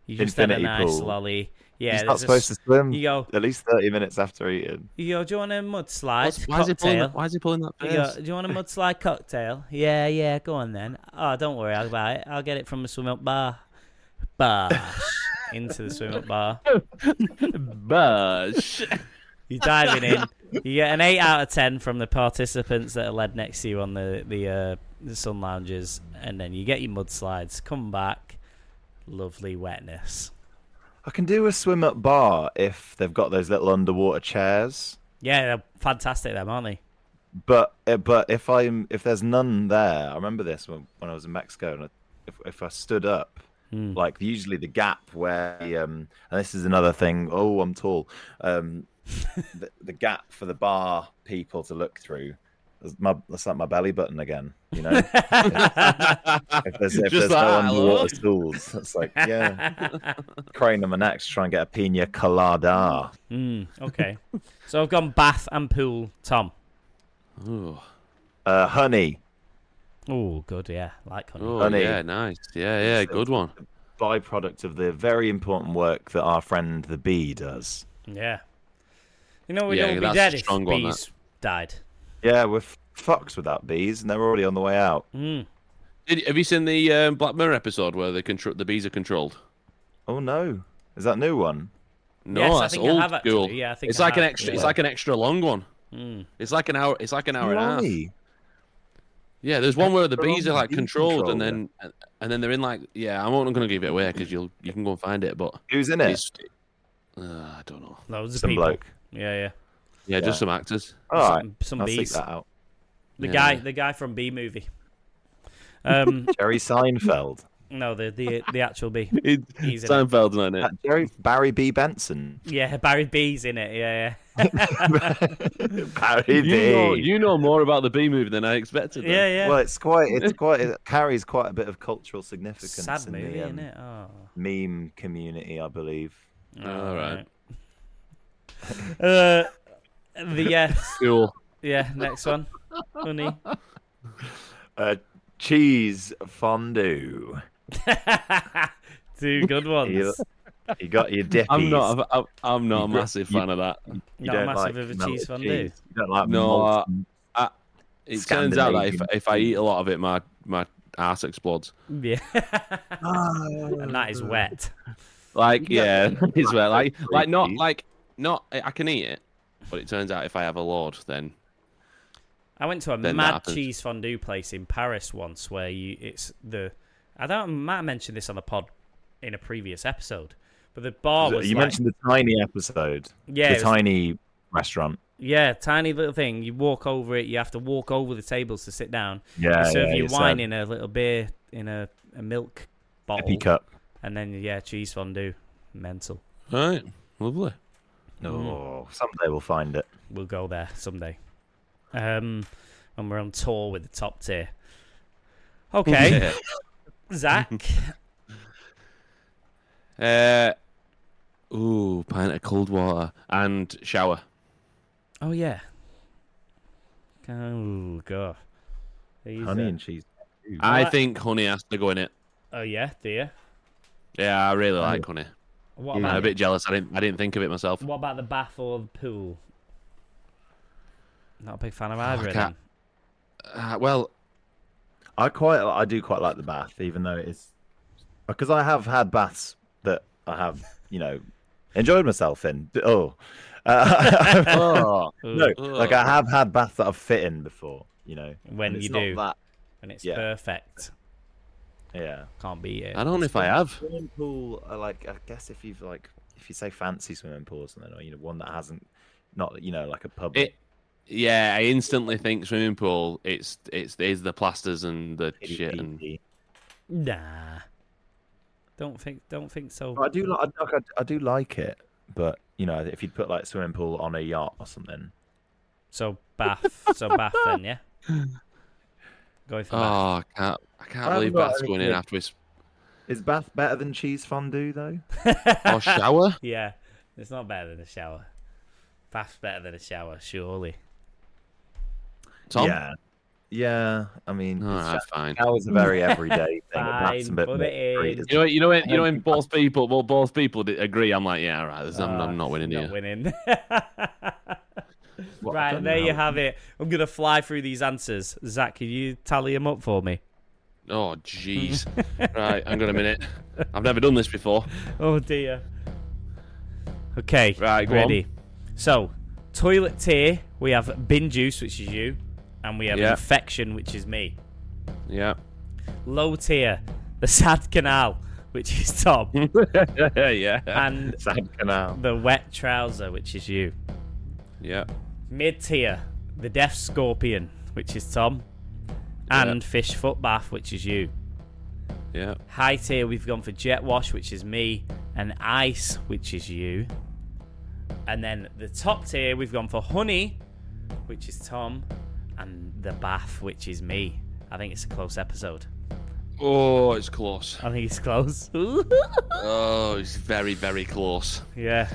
[SPEAKER 2] You just
[SPEAKER 3] Infinity
[SPEAKER 2] had a nice
[SPEAKER 3] pool.
[SPEAKER 2] lolly. Yeah,
[SPEAKER 3] He's not
[SPEAKER 2] there's a
[SPEAKER 3] supposed
[SPEAKER 2] s-
[SPEAKER 3] to swim.
[SPEAKER 2] You go.
[SPEAKER 3] At least thirty minutes after eating.
[SPEAKER 2] You go. Do you want a mudslide
[SPEAKER 4] What's- why is he pulling?
[SPEAKER 2] cocktail?
[SPEAKER 4] That, why is he pulling that?
[SPEAKER 2] You go,
[SPEAKER 4] face?
[SPEAKER 2] do you want a mudslide cocktail? Yeah, yeah. Go on then. Oh, don't worry I'll buy it. I'll get it from the swim up bar. Bash into the swim up bar.
[SPEAKER 4] Bush.
[SPEAKER 2] You're diving in. You get an eight out of ten from the participants that are led next to you on the the, uh, the sun lounges, and then you get your mudslides. Come back, lovely wetness.
[SPEAKER 3] I can do a swim up bar if they've got those little underwater chairs.
[SPEAKER 2] Yeah, they're fantastic, them aren't they?
[SPEAKER 3] But uh, but if I'm if there's none there, I remember this when, when I was in Mexico, and I, if if I stood up,
[SPEAKER 2] Hmm.
[SPEAKER 3] like usually the gap where the, um, and this is another thing. Oh, I'm tall. Um, the, the gap for the bar people to look through. That's my that's like my belly button again. You know, if there's,
[SPEAKER 4] Just
[SPEAKER 3] if there's no
[SPEAKER 4] like, hello?
[SPEAKER 3] underwater stools, it's like yeah, crane on my neck to try and get a pina colada.
[SPEAKER 2] Mm, okay, so I've gone bath and pool. Tom.
[SPEAKER 4] Ooh.
[SPEAKER 3] Uh, honey,
[SPEAKER 2] Oh, good. Yeah, like honey.
[SPEAKER 4] Oh,
[SPEAKER 3] Honey.
[SPEAKER 4] yeah, nice. Yeah, yeah, good one.
[SPEAKER 3] byproduct of the very important work that our friend the bee does.
[SPEAKER 2] Yeah. You know we'd
[SPEAKER 4] Yeah,
[SPEAKER 2] all be
[SPEAKER 4] that's
[SPEAKER 2] dead if
[SPEAKER 4] strong on that.
[SPEAKER 2] bees died.
[SPEAKER 3] Yeah, we're f- fucked without bees, and they're already on the way out.
[SPEAKER 4] Hmm.
[SPEAKER 2] Mm.
[SPEAKER 4] Did, have you seen the um, Black Mirror episode where the contro- the bees are controlled?
[SPEAKER 3] Oh no, is that new one?
[SPEAKER 4] No,
[SPEAKER 2] Yes, I
[SPEAKER 4] that's
[SPEAKER 2] think I
[SPEAKER 4] old
[SPEAKER 2] have actually.
[SPEAKER 4] school.
[SPEAKER 2] Yeah, I think
[SPEAKER 4] it's
[SPEAKER 2] I
[SPEAKER 4] like an
[SPEAKER 2] have.
[SPEAKER 4] extra. It's like an extra long one.
[SPEAKER 2] Mm.
[SPEAKER 4] It's like an hour. It's like an hour and a half.
[SPEAKER 3] Why?
[SPEAKER 4] Yeah, there's one where the
[SPEAKER 3] They're on
[SPEAKER 4] bees
[SPEAKER 3] the
[SPEAKER 4] are like
[SPEAKER 3] bee
[SPEAKER 4] controlled, and
[SPEAKER 3] controller.
[SPEAKER 4] then and then they're in like yeah. I'm not going to give it away because you'll you can go and find it, but
[SPEAKER 3] Who's in it?
[SPEAKER 4] it's, uh, I don't know.
[SPEAKER 2] Loads of
[SPEAKER 3] Some
[SPEAKER 2] people.
[SPEAKER 3] bloke.
[SPEAKER 2] Yeah, yeah.
[SPEAKER 4] Yeah,
[SPEAKER 3] Yeah.
[SPEAKER 4] just some actors.
[SPEAKER 3] All right,
[SPEAKER 2] Some, some
[SPEAKER 3] I'll seek
[SPEAKER 2] bees.
[SPEAKER 3] that out.
[SPEAKER 2] The
[SPEAKER 4] Yeah.
[SPEAKER 2] guy, the guy from B movie. Um,
[SPEAKER 3] Jerry Seinfeld.
[SPEAKER 2] no, the the the actual B. He's in it.
[SPEAKER 4] Seinfeld's not in
[SPEAKER 3] Uh,
[SPEAKER 4] it.
[SPEAKER 3] Jerry Barry B Benson.
[SPEAKER 2] Yeah, Barry B's in it. Yeah,
[SPEAKER 3] Barry
[SPEAKER 4] You know,
[SPEAKER 3] B.
[SPEAKER 4] you know more about the B movie than I expected.
[SPEAKER 2] yeah,
[SPEAKER 4] then.
[SPEAKER 2] yeah, yeah.
[SPEAKER 3] Well, it's quite. It's quite. It carries quite a bit of cultural significance
[SPEAKER 2] Sad
[SPEAKER 3] in
[SPEAKER 2] movie,
[SPEAKER 3] the
[SPEAKER 2] isn't
[SPEAKER 3] um,
[SPEAKER 2] it? Oh,
[SPEAKER 3] meme community, I believe.
[SPEAKER 4] All right.
[SPEAKER 2] right. uh, the yes,
[SPEAKER 4] Cool.
[SPEAKER 2] yeah. Next one, honey.
[SPEAKER 3] Uh, cheese fondue.
[SPEAKER 2] Two good ones.
[SPEAKER 3] You, you got your dippies.
[SPEAKER 4] I'm not. A, I'm- I'm not a
[SPEAKER 3] You-
[SPEAKER 4] massive
[SPEAKER 3] you-
[SPEAKER 4] fan of that.
[SPEAKER 3] You
[SPEAKER 2] Not a
[SPEAKER 3] don't
[SPEAKER 2] massive
[SPEAKER 3] like
[SPEAKER 2] of a
[SPEAKER 3] melted
[SPEAKER 2] cheese fondue.
[SPEAKER 3] cheese. You don't like
[SPEAKER 4] No,
[SPEAKER 3] molten-
[SPEAKER 4] It turns out that if,
[SPEAKER 3] Scandinavian
[SPEAKER 4] if I eat a lot of it, my my ass explodes.
[SPEAKER 2] Yeah,
[SPEAKER 3] Ah.
[SPEAKER 2] and that is wet.
[SPEAKER 4] Like yeah,
[SPEAKER 3] Yeah.
[SPEAKER 4] it's where like
[SPEAKER 3] That's
[SPEAKER 4] like not
[SPEAKER 3] creepy.
[SPEAKER 4] like not I I can eat it, but it turns out if I have a lord, then
[SPEAKER 2] I went to a
[SPEAKER 4] Then that
[SPEAKER 2] mad
[SPEAKER 4] happens.
[SPEAKER 2] cheese fondue place in Paris once where you it's the I don't I might have mentioned this on the pod in a previous episode, but the bar was
[SPEAKER 3] you
[SPEAKER 2] like,
[SPEAKER 3] mentioned the tiny episode.
[SPEAKER 2] yeah
[SPEAKER 3] the
[SPEAKER 2] it was-
[SPEAKER 3] tiny restaurant.
[SPEAKER 2] yeah tiny little thing. You walk over it, you have to walk over the tables to sit down.
[SPEAKER 3] Yeah,
[SPEAKER 2] they serve
[SPEAKER 3] yeah,
[SPEAKER 2] you
[SPEAKER 3] it's, uh,
[SPEAKER 2] wine in a little beer in a, a milk bottle,
[SPEAKER 3] Sippy cup.
[SPEAKER 2] and then yeah cheese fondue. Mental.
[SPEAKER 4] right, lovely.
[SPEAKER 2] Mm.
[SPEAKER 3] Oh, someday we'll find it.
[SPEAKER 2] We'll go there someday. Um, when we're on tour with the top tier. Okay,
[SPEAKER 4] Yeah.
[SPEAKER 2] Zach.
[SPEAKER 4] Uh, ooh, pint of cold water and shower.
[SPEAKER 2] Oh yeah. Oh god. These
[SPEAKER 3] Honey
[SPEAKER 2] are-
[SPEAKER 3] and cheese.
[SPEAKER 4] I
[SPEAKER 2] Right.
[SPEAKER 4] think honey has to go in it.
[SPEAKER 2] Oh yeah, dear.
[SPEAKER 4] Yeah, I really
[SPEAKER 3] Oh.
[SPEAKER 4] like honey.
[SPEAKER 2] What
[SPEAKER 4] I'm
[SPEAKER 2] about
[SPEAKER 4] a bit jealous. I didn't I didn't think of it myself.
[SPEAKER 2] what about the bath or the pool? Not a big fan of either of
[SPEAKER 4] can't-
[SPEAKER 2] them.
[SPEAKER 4] Uh, well,
[SPEAKER 3] I quite, I do quite like the bath, even though it is, because I have had baths that I have, you know, enjoyed myself in. D- Oh, uh, oh, no, like I have had baths that I've fit in before, you know.
[SPEAKER 2] When
[SPEAKER 3] and
[SPEAKER 2] you
[SPEAKER 3] it's not
[SPEAKER 2] do.
[SPEAKER 3] that,
[SPEAKER 2] And it's
[SPEAKER 3] yeah.
[SPEAKER 2] perfect.
[SPEAKER 3] Yeah.
[SPEAKER 2] Can't beat it.
[SPEAKER 4] I don't know if I have.
[SPEAKER 3] Swimming pool, uh, like I guess if you've like if you say fancy swimming pool or something, or you know one that hasn't, not you know like a public.
[SPEAKER 4] It- Yeah, I instantly think swimming pool. It's it's is the plasters and the
[SPEAKER 3] itty
[SPEAKER 4] shit and
[SPEAKER 3] bitty.
[SPEAKER 2] Nah. Don't think. Don't think so.
[SPEAKER 3] But I do like I, I- I do like it, but you know if you'd put like swimming pool on a yacht or something.
[SPEAKER 2] So bath. so bath then, yeah. Going for
[SPEAKER 4] oh,
[SPEAKER 2] bath.
[SPEAKER 4] I can't I can't
[SPEAKER 3] Well,
[SPEAKER 4] believe
[SPEAKER 3] I'm not
[SPEAKER 4] Bath's going in
[SPEAKER 3] anything.
[SPEAKER 4] after his
[SPEAKER 3] Is bath better than cheese fondue though?
[SPEAKER 4] or shower.
[SPEAKER 2] Yeah, it's not better than a shower. Bath's better than a shower, surely.
[SPEAKER 4] Tom, Oh,
[SPEAKER 3] Yeah. Yeah, I mean,
[SPEAKER 4] all
[SPEAKER 3] it's
[SPEAKER 4] right,
[SPEAKER 3] just- um,
[SPEAKER 4] fine.
[SPEAKER 3] showers a very everyday thing. but bath's a
[SPEAKER 2] Fine,
[SPEAKER 3] bit
[SPEAKER 2] put
[SPEAKER 3] more
[SPEAKER 2] it
[SPEAKER 3] free,
[SPEAKER 2] in.
[SPEAKER 3] isn't
[SPEAKER 4] You know, you know, when, you know, when both people, well, both people di- agree. I'm like, yeah, all right, there's- I'm,
[SPEAKER 2] Ah,
[SPEAKER 3] Uh,
[SPEAKER 4] I'm not winning
[SPEAKER 2] not
[SPEAKER 4] here.
[SPEAKER 2] winning.
[SPEAKER 3] Well, I
[SPEAKER 2] right,
[SPEAKER 3] don't
[SPEAKER 2] there
[SPEAKER 3] know
[SPEAKER 2] you
[SPEAKER 3] how-
[SPEAKER 2] have it. I'm gonna fly through these answers. Zach, can you tally them up for me?
[SPEAKER 4] Oh, jeez. right, hang on a minute. I've never done this before.
[SPEAKER 2] Oh dear. Okay.
[SPEAKER 4] Right, go on.
[SPEAKER 2] ready. So, toilet tier, we have bin juice, which is you, and we have
[SPEAKER 4] Yeah.
[SPEAKER 2] infection, which is me.
[SPEAKER 4] Yeah.
[SPEAKER 2] Low tier, the sad canal, which is Tom,
[SPEAKER 4] yeah.
[SPEAKER 2] and
[SPEAKER 3] Sad canal.
[SPEAKER 2] the wet trouser, which is you.
[SPEAKER 4] Yeah.
[SPEAKER 2] Mid tier, the deaf scorpion, which is Tom,
[SPEAKER 4] Yeah.
[SPEAKER 2] and fish foot bath, which is you.
[SPEAKER 4] Yeah.
[SPEAKER 2] High tier, we've gone for jet wash, which is me, and ice, which is you. And then the top tier, we've gone for honey, which is Tom, and the bath, which is me. I think it's a close episode.
[SPEAKER 4] Oh, it's close.
[SPEAKER 2] I think it's close.
[SPEAKER 4] Oh, it's very, very close.
[SPEAKER 2] yeah.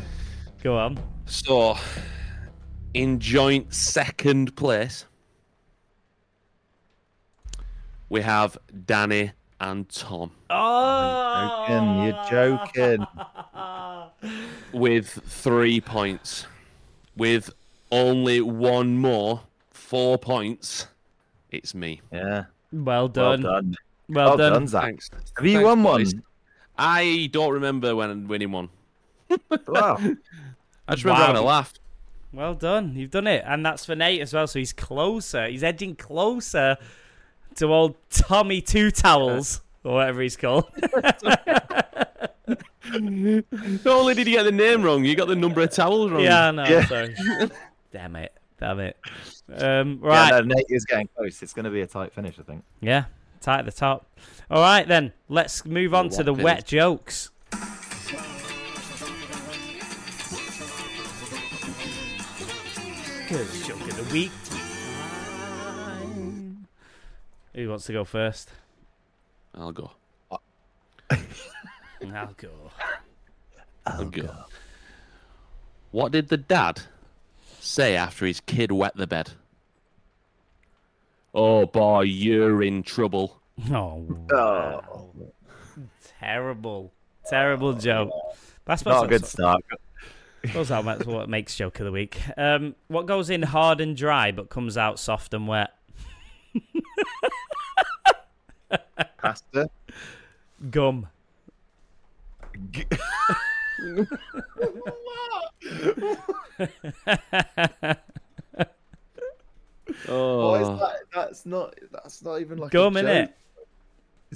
[SPEAKER 2] Go on.
[SPEAKER 4] So, in joint second place, we have Danny and Tom
[SPEAKER 2] Oh,
[SPEAKER 3] You're joking.
[SPEAKER 4] with three points, with only one more, four points. It's me.
[SPEAKER 3] Yeah.
[SPEAKER 2] Well
[SPEAKER 3] Well
[SPEAKER 2] done.
[SPEAKER 3] done.
[SPEAKER 2] Well done.
[SPEAKER 3] Well done, Zach.
[SPEAKER 4] Thanks.
[SPEAKER 3] Have you
[SPEAKER 4] Thanks,
[SPEAKER 3] won one?
[SPEAKER 4] boys. I don't remember when winning one.
[SPEAKER 3] Wow.
[SPEAKER 4] I just remember
[SPEAKER 2] Wow.
[SPEAKER 4] having a laugh.
[SPEAKER 2] Well done. You've done it. And that's for Nate as well. So he's closer. He's edging closer to old Tommy Two Towels, or whatever he's called.
[SPEAKER 4] Not only did you get the name wrong, you got the number of towels wrong.
[SPEAKER 2] yeah, no,
[SPEAKER 3] Oh, Yeah.
[SPEAKER 2] sorry. Damn it. Damn it. Um,
[SPEAKER 3] Yeah,
[SPEAKER 2] right.
[SPEAKER 3] no, Nate is getting close. It's going to be a tight finish, I think.
[SPEAKER 2] yeah. Tight at the top. All right, then. Let's move on to
[SPEAKER 4] what
[SPEAKER 2] the
[SPEAKER 4] finish.
[SPEAKER 2] wet jokes. Good joke of the week. Who wants to go first?
[SPEAKER 4] I'll go.
[SPEAKER 2] I'll go.
[SPEAKER 4] I'll go. What did the dad say after his kid wet the bed? Oh boy, you're in trouble.
[SPEAKER 2] Oh,
[SPEAKER 3] Uh,
[SPEAKER 2] wow. terrible, terrible joke. That's
[SPEAKER 3] Not a
[SPEAKER 2] what,
[SPEAKER 3] good start.
[SPEAKER 2] that's how- that's what makes joke of the week. Um, what goes in hard and dry but comes out soft and wet?
[SPEAKER 3] Pasta.
[SPEAKER 2] Gum.
[SPEAKER 4] Oh,
[SPEAKER 3] Why is that? That's not. That's not even like
[SPEAKER 2] Gum
[SPEAKER 3] a
[SPEAKER 2] in
[SPEAKER 3] joke.
[SPEAKER 2] it.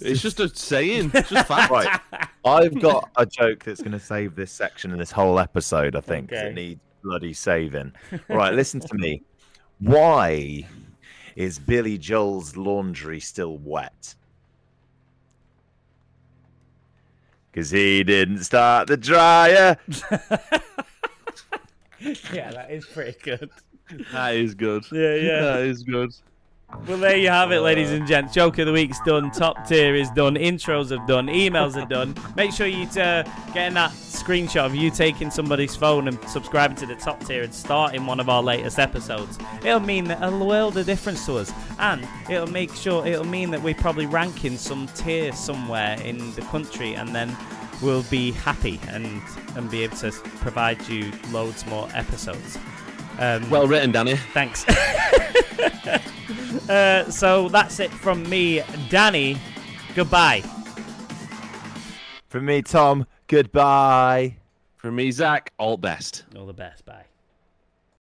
[SPEAKER 4] it's just a saying. It's just fact.
[SPEAKER 3] Right. I've got a joke that's going to save this section and this whole episode. I think 'cause
[SPEAKER 2] Okay.
[SPEAKER 3] it needs bloody saving. Right. Listen to me. Why is Billy Joel's laundry still wet? Because he didn't start the dryer.
[SPEAKER 2] Yeah, that is pretty good.
[SPEAKER 4] That is good.
[SPEAKER 2] Yeah, yeah.
[SPEAKER 4] That is good.
[SPEAKER 2] Well, there you have it, ladies and gents. Joke of the week's done. Top tier is done. Intros are done. Emails are done. Make sure you uh, getting that screenshot of you taking somebody's phone and subscribing to the top tier and starting one of our latest episodes. It'll mean a world of difference to us, and it'll make sure it'll mean that we're probably ranking some tier somewhere in the country, and then we'll be happy and and be able to provide you loads more episodes. Um,
[SPEAKER 4] Well written, Danny.
[SPEAKER 2] Thanks. uh, so that's it from me, Danny. Goodbye.
[SPEAKER 3] From me, Tom. Goodbye.
[SPEAKER 4] From me, Zach, all best.
[SPEAKER 2] All the best. Bye.